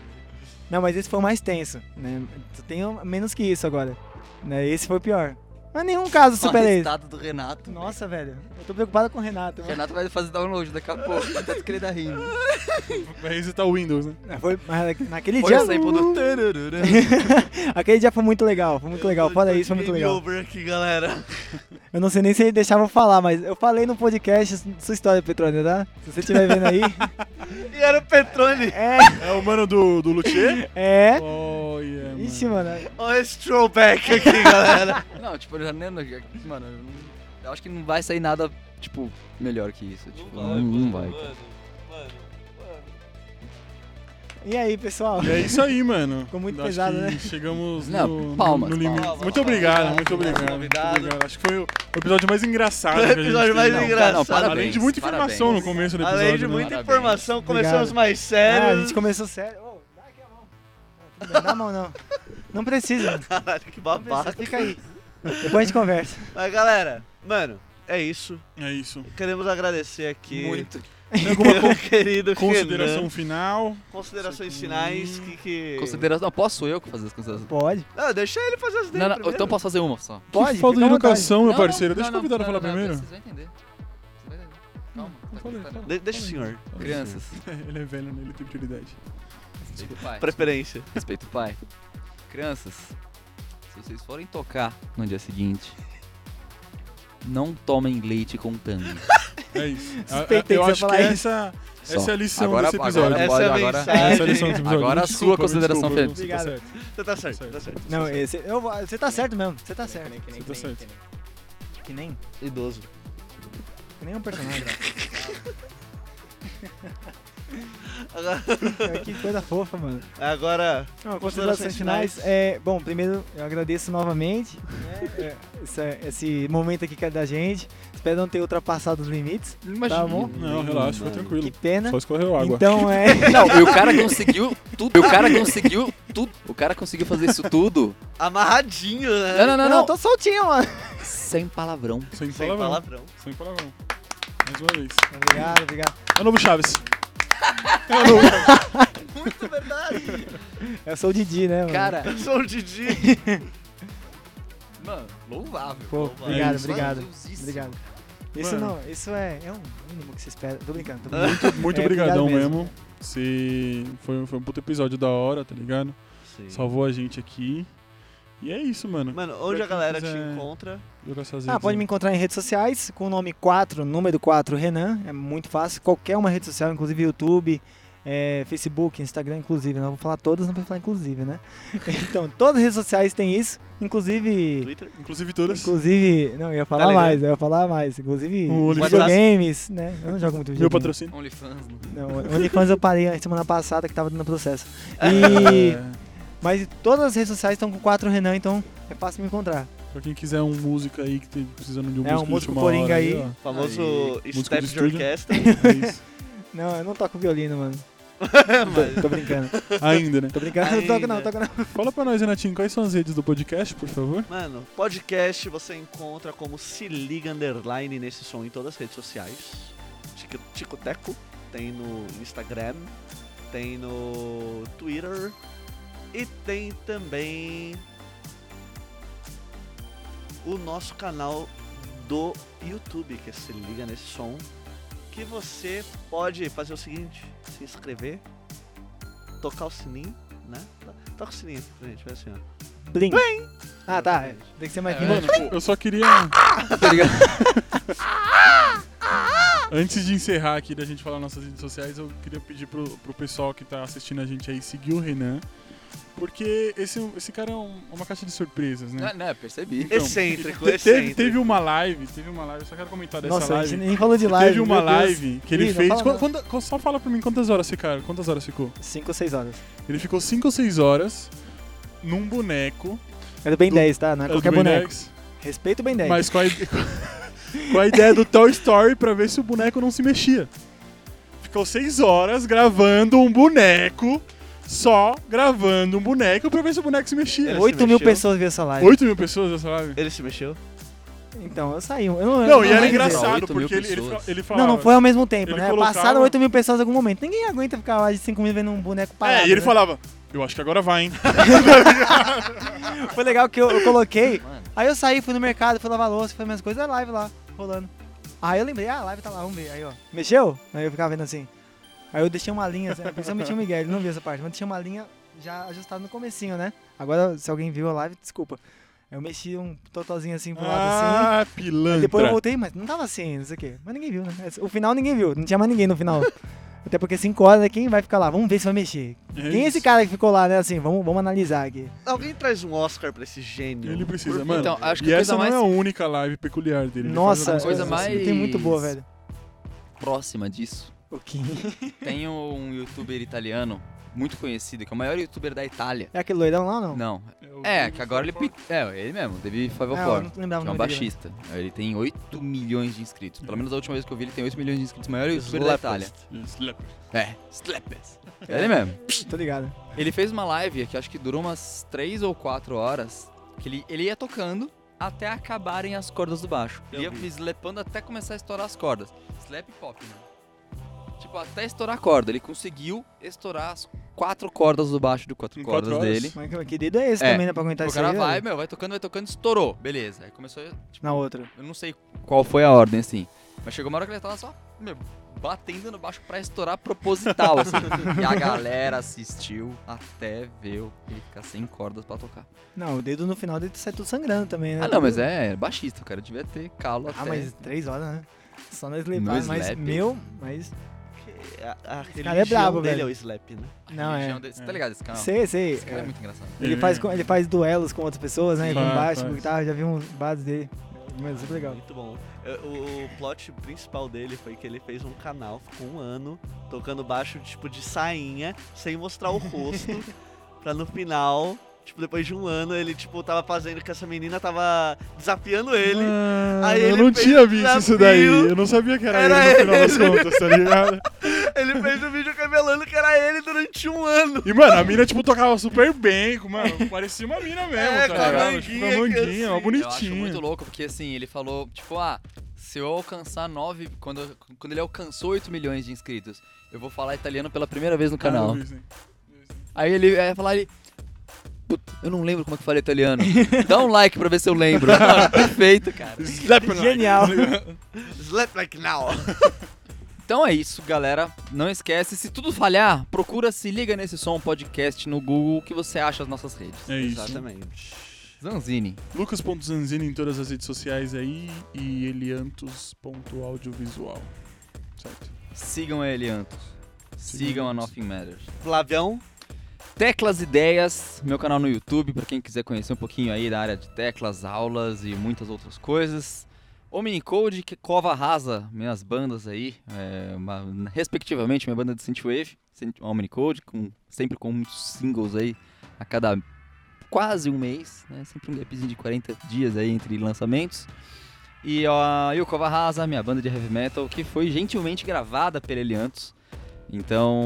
S4: Não, mas esse foi o mais tenso, né? Tem um- menos que isso agora. Né? Esse foi o pior. Mas nenhum caso supera
S1: tá.
S4: isso.
S5: Estado do Renato.
S4: Nossa, velho. Eu tô preocupado com o Renato.
S5: O
S4: mano.
S5: Renato vai fazer download daqui a pouco. Tanto que ele tá rindo.
S2: Vai resetar o Windows, né?
S4: Foi, mas naquele
S5: Foi
S4: dia.
S5: o sample do... tararara.
S4: Aquele dia foi muito legal, foi muito legal. Fora isso, foi muito
S3: Game
S4: legal.
S3: over aqui, galera.
S4: Eu não sei nem se ele deixava eu falar, mas eu falei no podcast sua história, Petrônia, tá? Se você estiver vendo aí.
S3: E era o Petrone.
S4: É,
S2: É o mano do, do Luthier?
S4: é.
S2: Olha, mano.
S4: Ixi, mano.
S3: Olha esse throwback aqui, galera.
S5: Não, tipo, eu já nem. Mano, eu não- eu acho que não vai sair nada, tipo, melhor que isso. Tipo, não, não vai. cara.
S4: E aí, pessoal?
S2: E é isso aí, mano.
S4: Ficou muito
S2: Acho
S4: pesado,
S2: que
S4: né?
S2: Chegamos
S5: Não,
S2: no, no-
S5: palmas,
S2: no limite.
S5: palmas.
S2: muito obrigado, muito
S3: Obrigado,
S2: obrigado. muito
S3: convidado.
S2: obrigado. Acho que foi o o episódio mais engraçado.
S3: O
S2: que a gente
S3: episódio
S2: teve.
S3: mais
S2: Não,
S3: engraçado.
S5: Não, parabéns,
S2: é Além de muita informação
S5: parabéns.
S2: no começo do episódio.
S3: Além de
S2: né?
S3: muita
S5: Parabéns.
S3: informação, começamos
S4: Obrigado.
S3: mais
S4: Ah, a
S3: sérios.
S4: gente começou sério. Ô, dá aqui a mão. Não, Não dá a mão, não. Não precisa.
S3: Caralho, que
S4: Não precisa.
S3: babaca.
S4: Fica aí. Depois a gente conversa.
S3: Mas, galera, mano, é isso.
S2: É isso.
S3: Queremos agradecer aqui.
S5: Muito.
S2: Tem alguma con-
S3: Meu querido
S2: consideração
S3: Renan.
S2: final?
S3: Considerações finais. Que, que...
S5: Consideração. Não, posso eu que fazer as considerações?
S4: Pode?
S3: Ah, deixa ele fazer as dele
S5: Não, não,
S3: primeiro.
S5: então posso fazer uma só.
S4: Pode.
S2: que falta de
S4: fica à vontade.
S2: educação, meu
S5: Não,
S2: parceiro.
S5: não,
S2: Deixa o
S5: não,
S2: convidado
S5: não,
S2: falar
S5: não,
S2: primeiro.
S5: Vocês vão entender. Vocês vão entender. Calma. tá
S2: falei,
S5: aqui, tá
S2: falei.
S5: ali.
S3: De- deixa o senhor.
S5: Crianças,
S2: Ele é velho, né? Ele tem prioridade.
S5: respeito o pai.
S3: Preferência.
S5: Respeito o pai. Crianças, se vocês forem tocar no dia seguinte, não tomem leite com tangue.
S2: É isso. A- a-
S4: Suspeitei
S2: eu
S4: que você ia
S2: acho que
S4: falar isso.
S2: essa,
S5: Só.
S2: essa é a lição
S5: Agora-
S2: desse episódio.
S5: agora-
S3: Essa é a
S5: agora-
S3: mensagem.
S2: Essa é a lição do episódio.
S5: Agora a
S2: Desculpa,
S5: sua consideração
S2: desculpa,
S5: final.
S2: você tá certo.
S3: Você tá certo, tá certo.
S4: Não, esse, eu, vou- você tá certo mesmo. Você tá certo.
S2: nem, Você tá que nem,
S4: Que nem,
S3: Idoso.
S4: que nem um personagem.
S3: Agora,
S4: É, que coisa fofa, mano.
S3: agora
S4: Não, considerações finais. É, bom, primeiro eu agradeço novamente né, é, essa- esse momento aqui que é da gente. Espero não ter ultrapassado os limites.
S5: Imagina.
S2: Tá
S4: bom.
S2: Não, relaxa, fica tranquilo.
S4: Que pena.
S2: Só escorreu água.
S4: Então é.
S5: Não, e o cara conseguiu tudo. E o cara conseguiu tudo. O cara conseguiu fazer isso tudo.
S3: amarradinho, né?
S5: Não, não, não,
S4: Não,
S5: não.
S4: tô soltinho, mano.
S5: Sem palavrão.
S2: Sem
S3: Sem
S2: palavrão.
S3: palavrão.
S2: Sem palavrão. Mais uma vez.
S4: Obrigado, obrigado.
S2: É o novo Chaves. É o novo.
S3: Muito é verdade.
S4: Eu sou o Didi, né, mano?
S5: Cara,
S3: Eu sou o Didi.
S5: mano, louvável.
S4: Pô,
S3: Opa,
S4: obrigado,
S2: isso.
S4: obrigado.
S5: Maravilhosíssimo.
S4: Obrigado. Isso
S2: Mano.
S4: não, isso é, é um mínimo que se espera. Tô brincando, tô brincando.
S2: Muito, muito
S4: É,
S2: obrigadão
S4: obrigado mesmo.
S2: mesmo. Se foi, foi um puto episódio da hora, tá ligado? Salvou a gente aqui. E é isso, mano.
S3: Mano, onde
S2: Pra
S3: a galera
S2: quem
S3: te
S2: quiser-
S3: encontra?
S2: Jogar essas
S4: Ah,
S2: redes
S4: pode
S2: aí.
S4: me encontrar em redes sociais com o nome 4, número 4 Renan. É muito fácil. Qualquer uma rede social, inclusive YouTube, é, Facebook, Instagram, inclusive. Não vou falar todas, não vou falar inclusive, né? Então, todas as redes sociais têm isso. Inclusive.
S3: Twitter?
S2: Inclusive todas.
S4: Inclusive. Não, eu ia falar
S3: Telegram.
S4: mais, eu ia falar mais. Inclusive,
S2: Um OnlyFans.
S4: videogames, né? Eu não jogo muito
S2: Meu
S4: videogame.
S2: patrocínio.
S5: OnlyFans. né?
S4: Não, OnlyFans eu parei a semana passada que tava dando processo. E.
S2: É,
S4: Mas todas as redes sociais estão com 4 Renan, então é fácil me encontrar.
S2: pra quem quiser um músico aí que tem precisando de um
S4: É, um
S2: músico. de
S4: músico
S2: última
S4: coringa
S2: hora
S4: aí.
S2: ó.
S3: Famoso
S2: Músico de
S3: step de
S2: estúdio.
S3: orquestra.
S2: É isso.
S4: Não, eu não toco violino, mano.
S3: Mas-
S4: Tô brincando.
S2: Ainda, né?
S4: Tô brincando.
S3: Ainda.
S4: Não toco não, toco não.
S2: Fala pra nós, Renatinho, quais são as redes do podcast, por favor?
S3: Mano, podcast você encontra como Se Liga Underline nesse som em todas as redes sociais. Tico- Ticoteco tem no Instagram, tem no Twitter e tem também o nosso canal do YouTube, que é Se Liga Nesse Som, que você pode fazer o seguinte, se inscrever, tocar o sininho, né? Toca o sininho aqui pra gente, vai assim, ó.
S4: Blim. Ah, tá. é. Tem que ser mais
S5: É,
S4: vindo.
S2: Mano, eu só queria,
S5: Tá ligado?
S2: antes de encerrar aqui, da gente falar nossas redes sociais, eu queria pedir pro, pro pessoal que tá assistindo a gente aí seguir o Renan. Porque esse, esse cara é um- uma caixa de surpresas, né?
S1: Ah,
S5: Não, não, percebi.
S2: Então,
S3: Excêntrico,
S2: te- Teve,
S3: excêntrico.
S2: teve uma live, teve uma live, eu só quero comentar dessa
S4: Nossa, a gente
S2: live.
S4: nem falou de live.
S2: teve uma
S4: meu Deus.
S2: live que ele
S4: Ih, não
S2: fez.
S4: fala
S2: Quan-
S4: não.
S2: quanta- quan- só fala pra mim quantas horas ficaram. Quantas horas ficou?
S4: Cinco ou seis horas.
S2: Ele ficou 5 ou 6 horas num boneco.
S4: Era bem
S2: Do-
S4: 10, tá? Não é
S2: era do
S4: qualquer
S2: Ben
S4: boneco.
S2: 10,
S4: Respeita o bem 10.
S2: Mas com a, ide- com a ideia do Toy Story pra ver se o boneco não se mexia. Ficou 6 horas gravando um boneco. Só gravando um boneco pra ver se o boneco se mexia.
S3: Ele-
S4: 8
S3: se
S4: mil
S3: mexeu.
S4: pessoas viram essa live.
S2: 8 mil pessoas nessa live.
S3: Ele se mexeu?
S4: Então, eu saí. Eu não, eu
S2: Não, e
S4: lembro
S2: era
S4: disso.
S2: engraçado,
S5: 8 mil
S2: porque ele, ele,
S5: pessoas.
S2: fa- ele falava.
S4: Não, não foi ao mesmo tempo,
S2: Ele
S4: né?
S2: colocava-
S4: Passaram 8 mil pessoas em algum momento. Ninguém aguenta ficar lá de 5 mil vendo um boneco parado.
S2: É, e ele
S4: né?
S2: falava, eu acho que agora vai, hein?
S4: Foi legal que eu, eu coloquei
S5: Mano.
S4: Aí eu saí, fui no mercado, fui lavar louça, fui fazer minhas coisas, a live lá, rolando. Aí eu lembrei, ah, a live tá lá, vamos ver. Aí, ó, mexeu? Aí eu ficava vendo assim. Aí eu deixei uma linha, assim, por isso eu meti o Miguel, ele não viu essa parte, mas deixei uma linha já ajustada no comecinho, né? Agora, se alguém viu a live, desculpa. Eu mexi um totozinho assim pro lado, assim.
S2: Ah,
S4: Aí
S2: pilantra.
S4: Depois eu voltei, mas não tava assim, não sei o quê. Mas ninguém viu, né? O final ninguém viu, não tinha mais ninguém no final. Até porque 5 horas, né, quem vai ficar lá? Vamos ver se vai mexer.
S2: É
S4: Quem é esse
S2: isso.
S4: cara que ficou lá, né? Assim, vamos, vamos analisar aqui.
S3: Alguém traz um Oscar pra esse gênio.
S2: Ele precisa,
S3: Por-
S2: mano.
S1: Então, acho que
S2: e
S1: a
S2: essa
S1: coisa
S2: não
S1: mais
S2: é a única live peculiar dele. ele faz
S4: Nossa,
S2: algumas
S1: coisa
S2: coisas assim.
S1: mais-
S4: Tem muito boa, velho.
S1: próxima disso.
S4: O Kim.
S1: Tem um youtuber italiano muito conhecido, que é o maior youtuber da Itália.
S4: É aquele loirão lá ou não?
S1: Não.
S2: assim. o
S1: É,
S2: David
S1: que agora ele.
S2: Falcao.
S1: pe- É, ele mesmo, David
S4: Ah, eu
S1: Favopor.
S4: não lembrava
S1: Que é
S4: o
S1: um
S4: nome dele.
S1: baixista. Ele tem 8 milhões de inscritos. Pelo menos a última vez que eu vi, ele tem 8 milhões de inscritos. O maior youtuber da
S3: Slappers.
S1: Itália.
S2: Slapper.
S1: É, Slappers. É ele mesmo.
S4: Tô ligado.
S1: Ele fez uma live que acho que durou umas 3 ou 4 horas. Que ele, ele ia tocando até acabarem as cordas do baixo.
S3: Eu
S1: Ele ia
S3: vi.
S1: slapando até começar a estourar as cordas. Slap pop, né? Tipo, até estourar a corda. Ele conseguiu estourar as quatro cordas do baixo de quatro
S2: Em
S1: cordas
S2: quatro horas?
S1: dele.
S4: Mas que- que dedo é esse
S1: É.
S4: também, né? Pra aguentar
S1: O
S4: isso
S1: cara
S4: aí,
S1: vai,
S4: velho?
S1: meu, vai tocando, vai tocando, estourou. Beleza. Aí começou. Tipo,
S4: Na outra.
S1: eu não sei qual foi a ordem, assim. Mas chegou uma hora que ele tava só, meu, batendo no baixo pra estourar proposital, assim. e a galera assistiu até ver o- ele ficar sem cordas pra tocar.
S4: Não, o dedo no final dele sai tudo sangrando também, né?
S1: Ah, não, mas é baixista, cara. Devia ter calo até.
S4: Ah, mas três horas, né? Só nós
S1: No
S4: levar, mas
S1: slap.
S4: meu, mas.
S3: Que- A, a
S4: cara é
S3: religião
S4: brabo,
S3: dele
S4: velho.
S3: é o Slap, né?
S1: A
S4: Não,
S1: religião
S4: é.
S1: dele- Você tá ligado esse canal?
S4: Sei, sei.
S1: Esse cara é
S4: é.
S1: muito engraçado.
S4: Ele
S2: É.
S4: faz, co- ele faz duelos com outras pessoas, né?
S2: Sim.
S4: Com
S2: Faz,
S4: baixo, com
S2: faz.
S4: guitarra, já vi uns bases dele. Mas super legal.
S3: Muito bom. É, O, o plot principal dele foi que ele fez um canal, ficou um ano, tocando baixo, tipo, de sainha, sem mostrar o rosto, pra no final, tipo, depois de um ano, ele, tipo, tava fazendo que essa menina tava desafiando ele.
S2: Ah,
S3: Aí
S2: eu
S3: ele
S2: não
S3: fez
S2: tinha visto isso daí.
S3: desafio.
S2: Eu não sabia que era,
S3: Era
S2: ele no final das
S3: ele. né?
S2: contas, tá ligado?
S3: Ele fez um vídeo revelando que era ele durante um ano.
S2: E, mano, a mina, tipo, tocava super bem, com- mano. Parecia uma mina mesmo,
S3: É,
S2: tá
S1: com a
S2: ligado?
S3: manguinha
S2: Tipo, uma
S3: que
S2: manguinha, uma
S3: assim,
S1: Eu acho muito
S2: bonitinha.
S1: louco, porque assim, ele falou, tipo, ah, se eu alcançar nove Quando, eu- quando ele alcançou 8 milhões de inscritos, eu vou falar italiano pela primeira vez no canal.
S2: Cara, eu vi isso, hein?
S1: Aí ele ia falar ele. Puta, eu não lembro como é que fala italiano. Dá um like pra ver se eu lembro. Mano, perfeito, cara.
S2: Slap and
S4: Genial.
S3: Slap like now.
S1: Então é isso, galera. Não esquece, se tudo falhar, procura Se Liga Nesse Som Podcast no Google que você acha as nossas redes.
S2: É isso.
S3: Exatamente.
S1: Zanzini.
S2: Lucas.zanzini em todas as redes sociais aí e eliantos.audiovisual. Certo.
S1: Sigam a Eliantos. Sigam a Nothing Matters.
S3: Flavião,
S1: Teclas Ideias, meu canal no YouTube, pra quem quiser conhecer um pouquinho aí da área de teclas, aulas e muitas outras coisas. Omnicode, que Cova Rasa, minhas bandas aí, é, uma- respectivamente, minha banda de Synthwave, Syn- Omnicode, com, sempre com muitos singles aí a cada quase um mês, né? sempre um gapzinho de 40 dias aí entre lançamentos. E, ó, e o Cova Rasa, minha banda de heavy metal, que foi gentilmente gravada pela Eliantos. Então,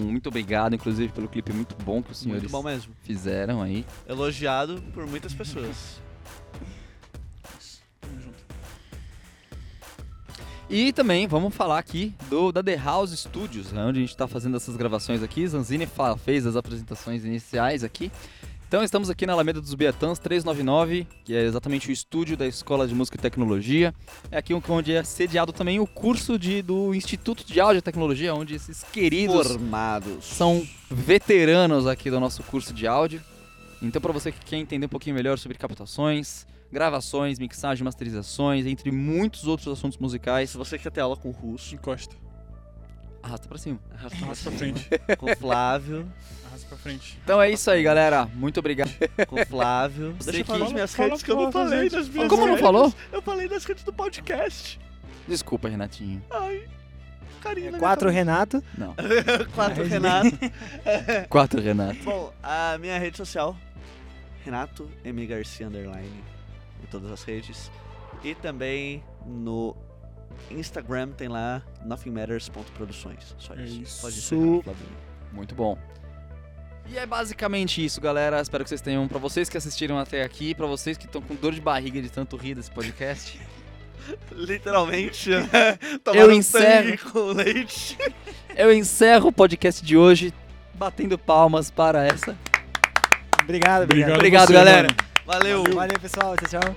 S1: muito obrigado, inclusive, pelo clipe muito bom que os
S3: muito
S1: senhores
S3: bom mesmo.
S1: fizeram aí.
S3: Elogiado por muitas pessoas.
S2: Tamo junto.
S1: E também vamos falar aqui do da The House Studios, né, onde a gente está fazendo essas gravações aqui. Zanzini fa- fez as apresentações iniciais aqui. Então estamos aqui na Alameda dos Beatãs 399, que é exatamente o estúdio da Escola de Música e Tecnologia. É aqui onde é sediado também o curso de, do Instituto de Áudio e Tecnologia, onde esses queridos
S3: Formados.
S1: são veteranos aqui do nosso curso de áudio. Então, para você que quer entender um pouquinho melhor sobre captações, gravações, mixagem, masterizações, entre muitos outros assuntos musicais,
S3: Se É você quer ter aula com o Russo,
S2: Encosta.
S1: arrasta pra cima.
S3: arrasta pra
S2: Arrasta pra
S3: cima.
S2: frente.
S3: com o Flávio,
S2: Arrasta pra frente.
S1: Então é isso aí, galera. Muito obrigado.
S3: com o Flávio. Deixa eu falar
S1: que-
S3: das minhas
S2: Fala-
S3: redes que eu não
S2: fala das
S3: falei
S2: redes.
S3: nas minhas
S1: Como não
S3: redes.
S1: falou?
S3: Eu falei nas redes do podcast.
S1: Desculpa, Renatinho.
S3: Ai, carinho. na minha
S4: É Quatro
S3: cabeça.
S4: Renato.
S1: Não.
S3: Quatro
S4: Ai,
S3: Renato.
S1: Quatro, Renato.
S3: Bom, a minha rede social, Renato M. Garcia Underline, em todas as redes. E também no Instagram tem lá nothingmatters.produções. Só
S2: É
S3: isso.
S2: isso.
S3: Pode ser. Flavinho.
S1: Muito bom. E é basicamente isso, galera. Espero que vocês tenham, para vocês que assistiram até aqui, para vocês que estão com dor de barriga de tanto rir desse podcast,
S3: Literalmente, né? Tomaram
S1: encerro.
S3: sangue com leite.
S1: eu encerro o podcast de hoje batendo palmas para essa
S4: Obrigado, obrigado.
S1: Obrigado,
S2: você,
S1: galera.
S2: mano.
S3: Valeu.
S4: Valeu, pessoal. Tchau, tchau.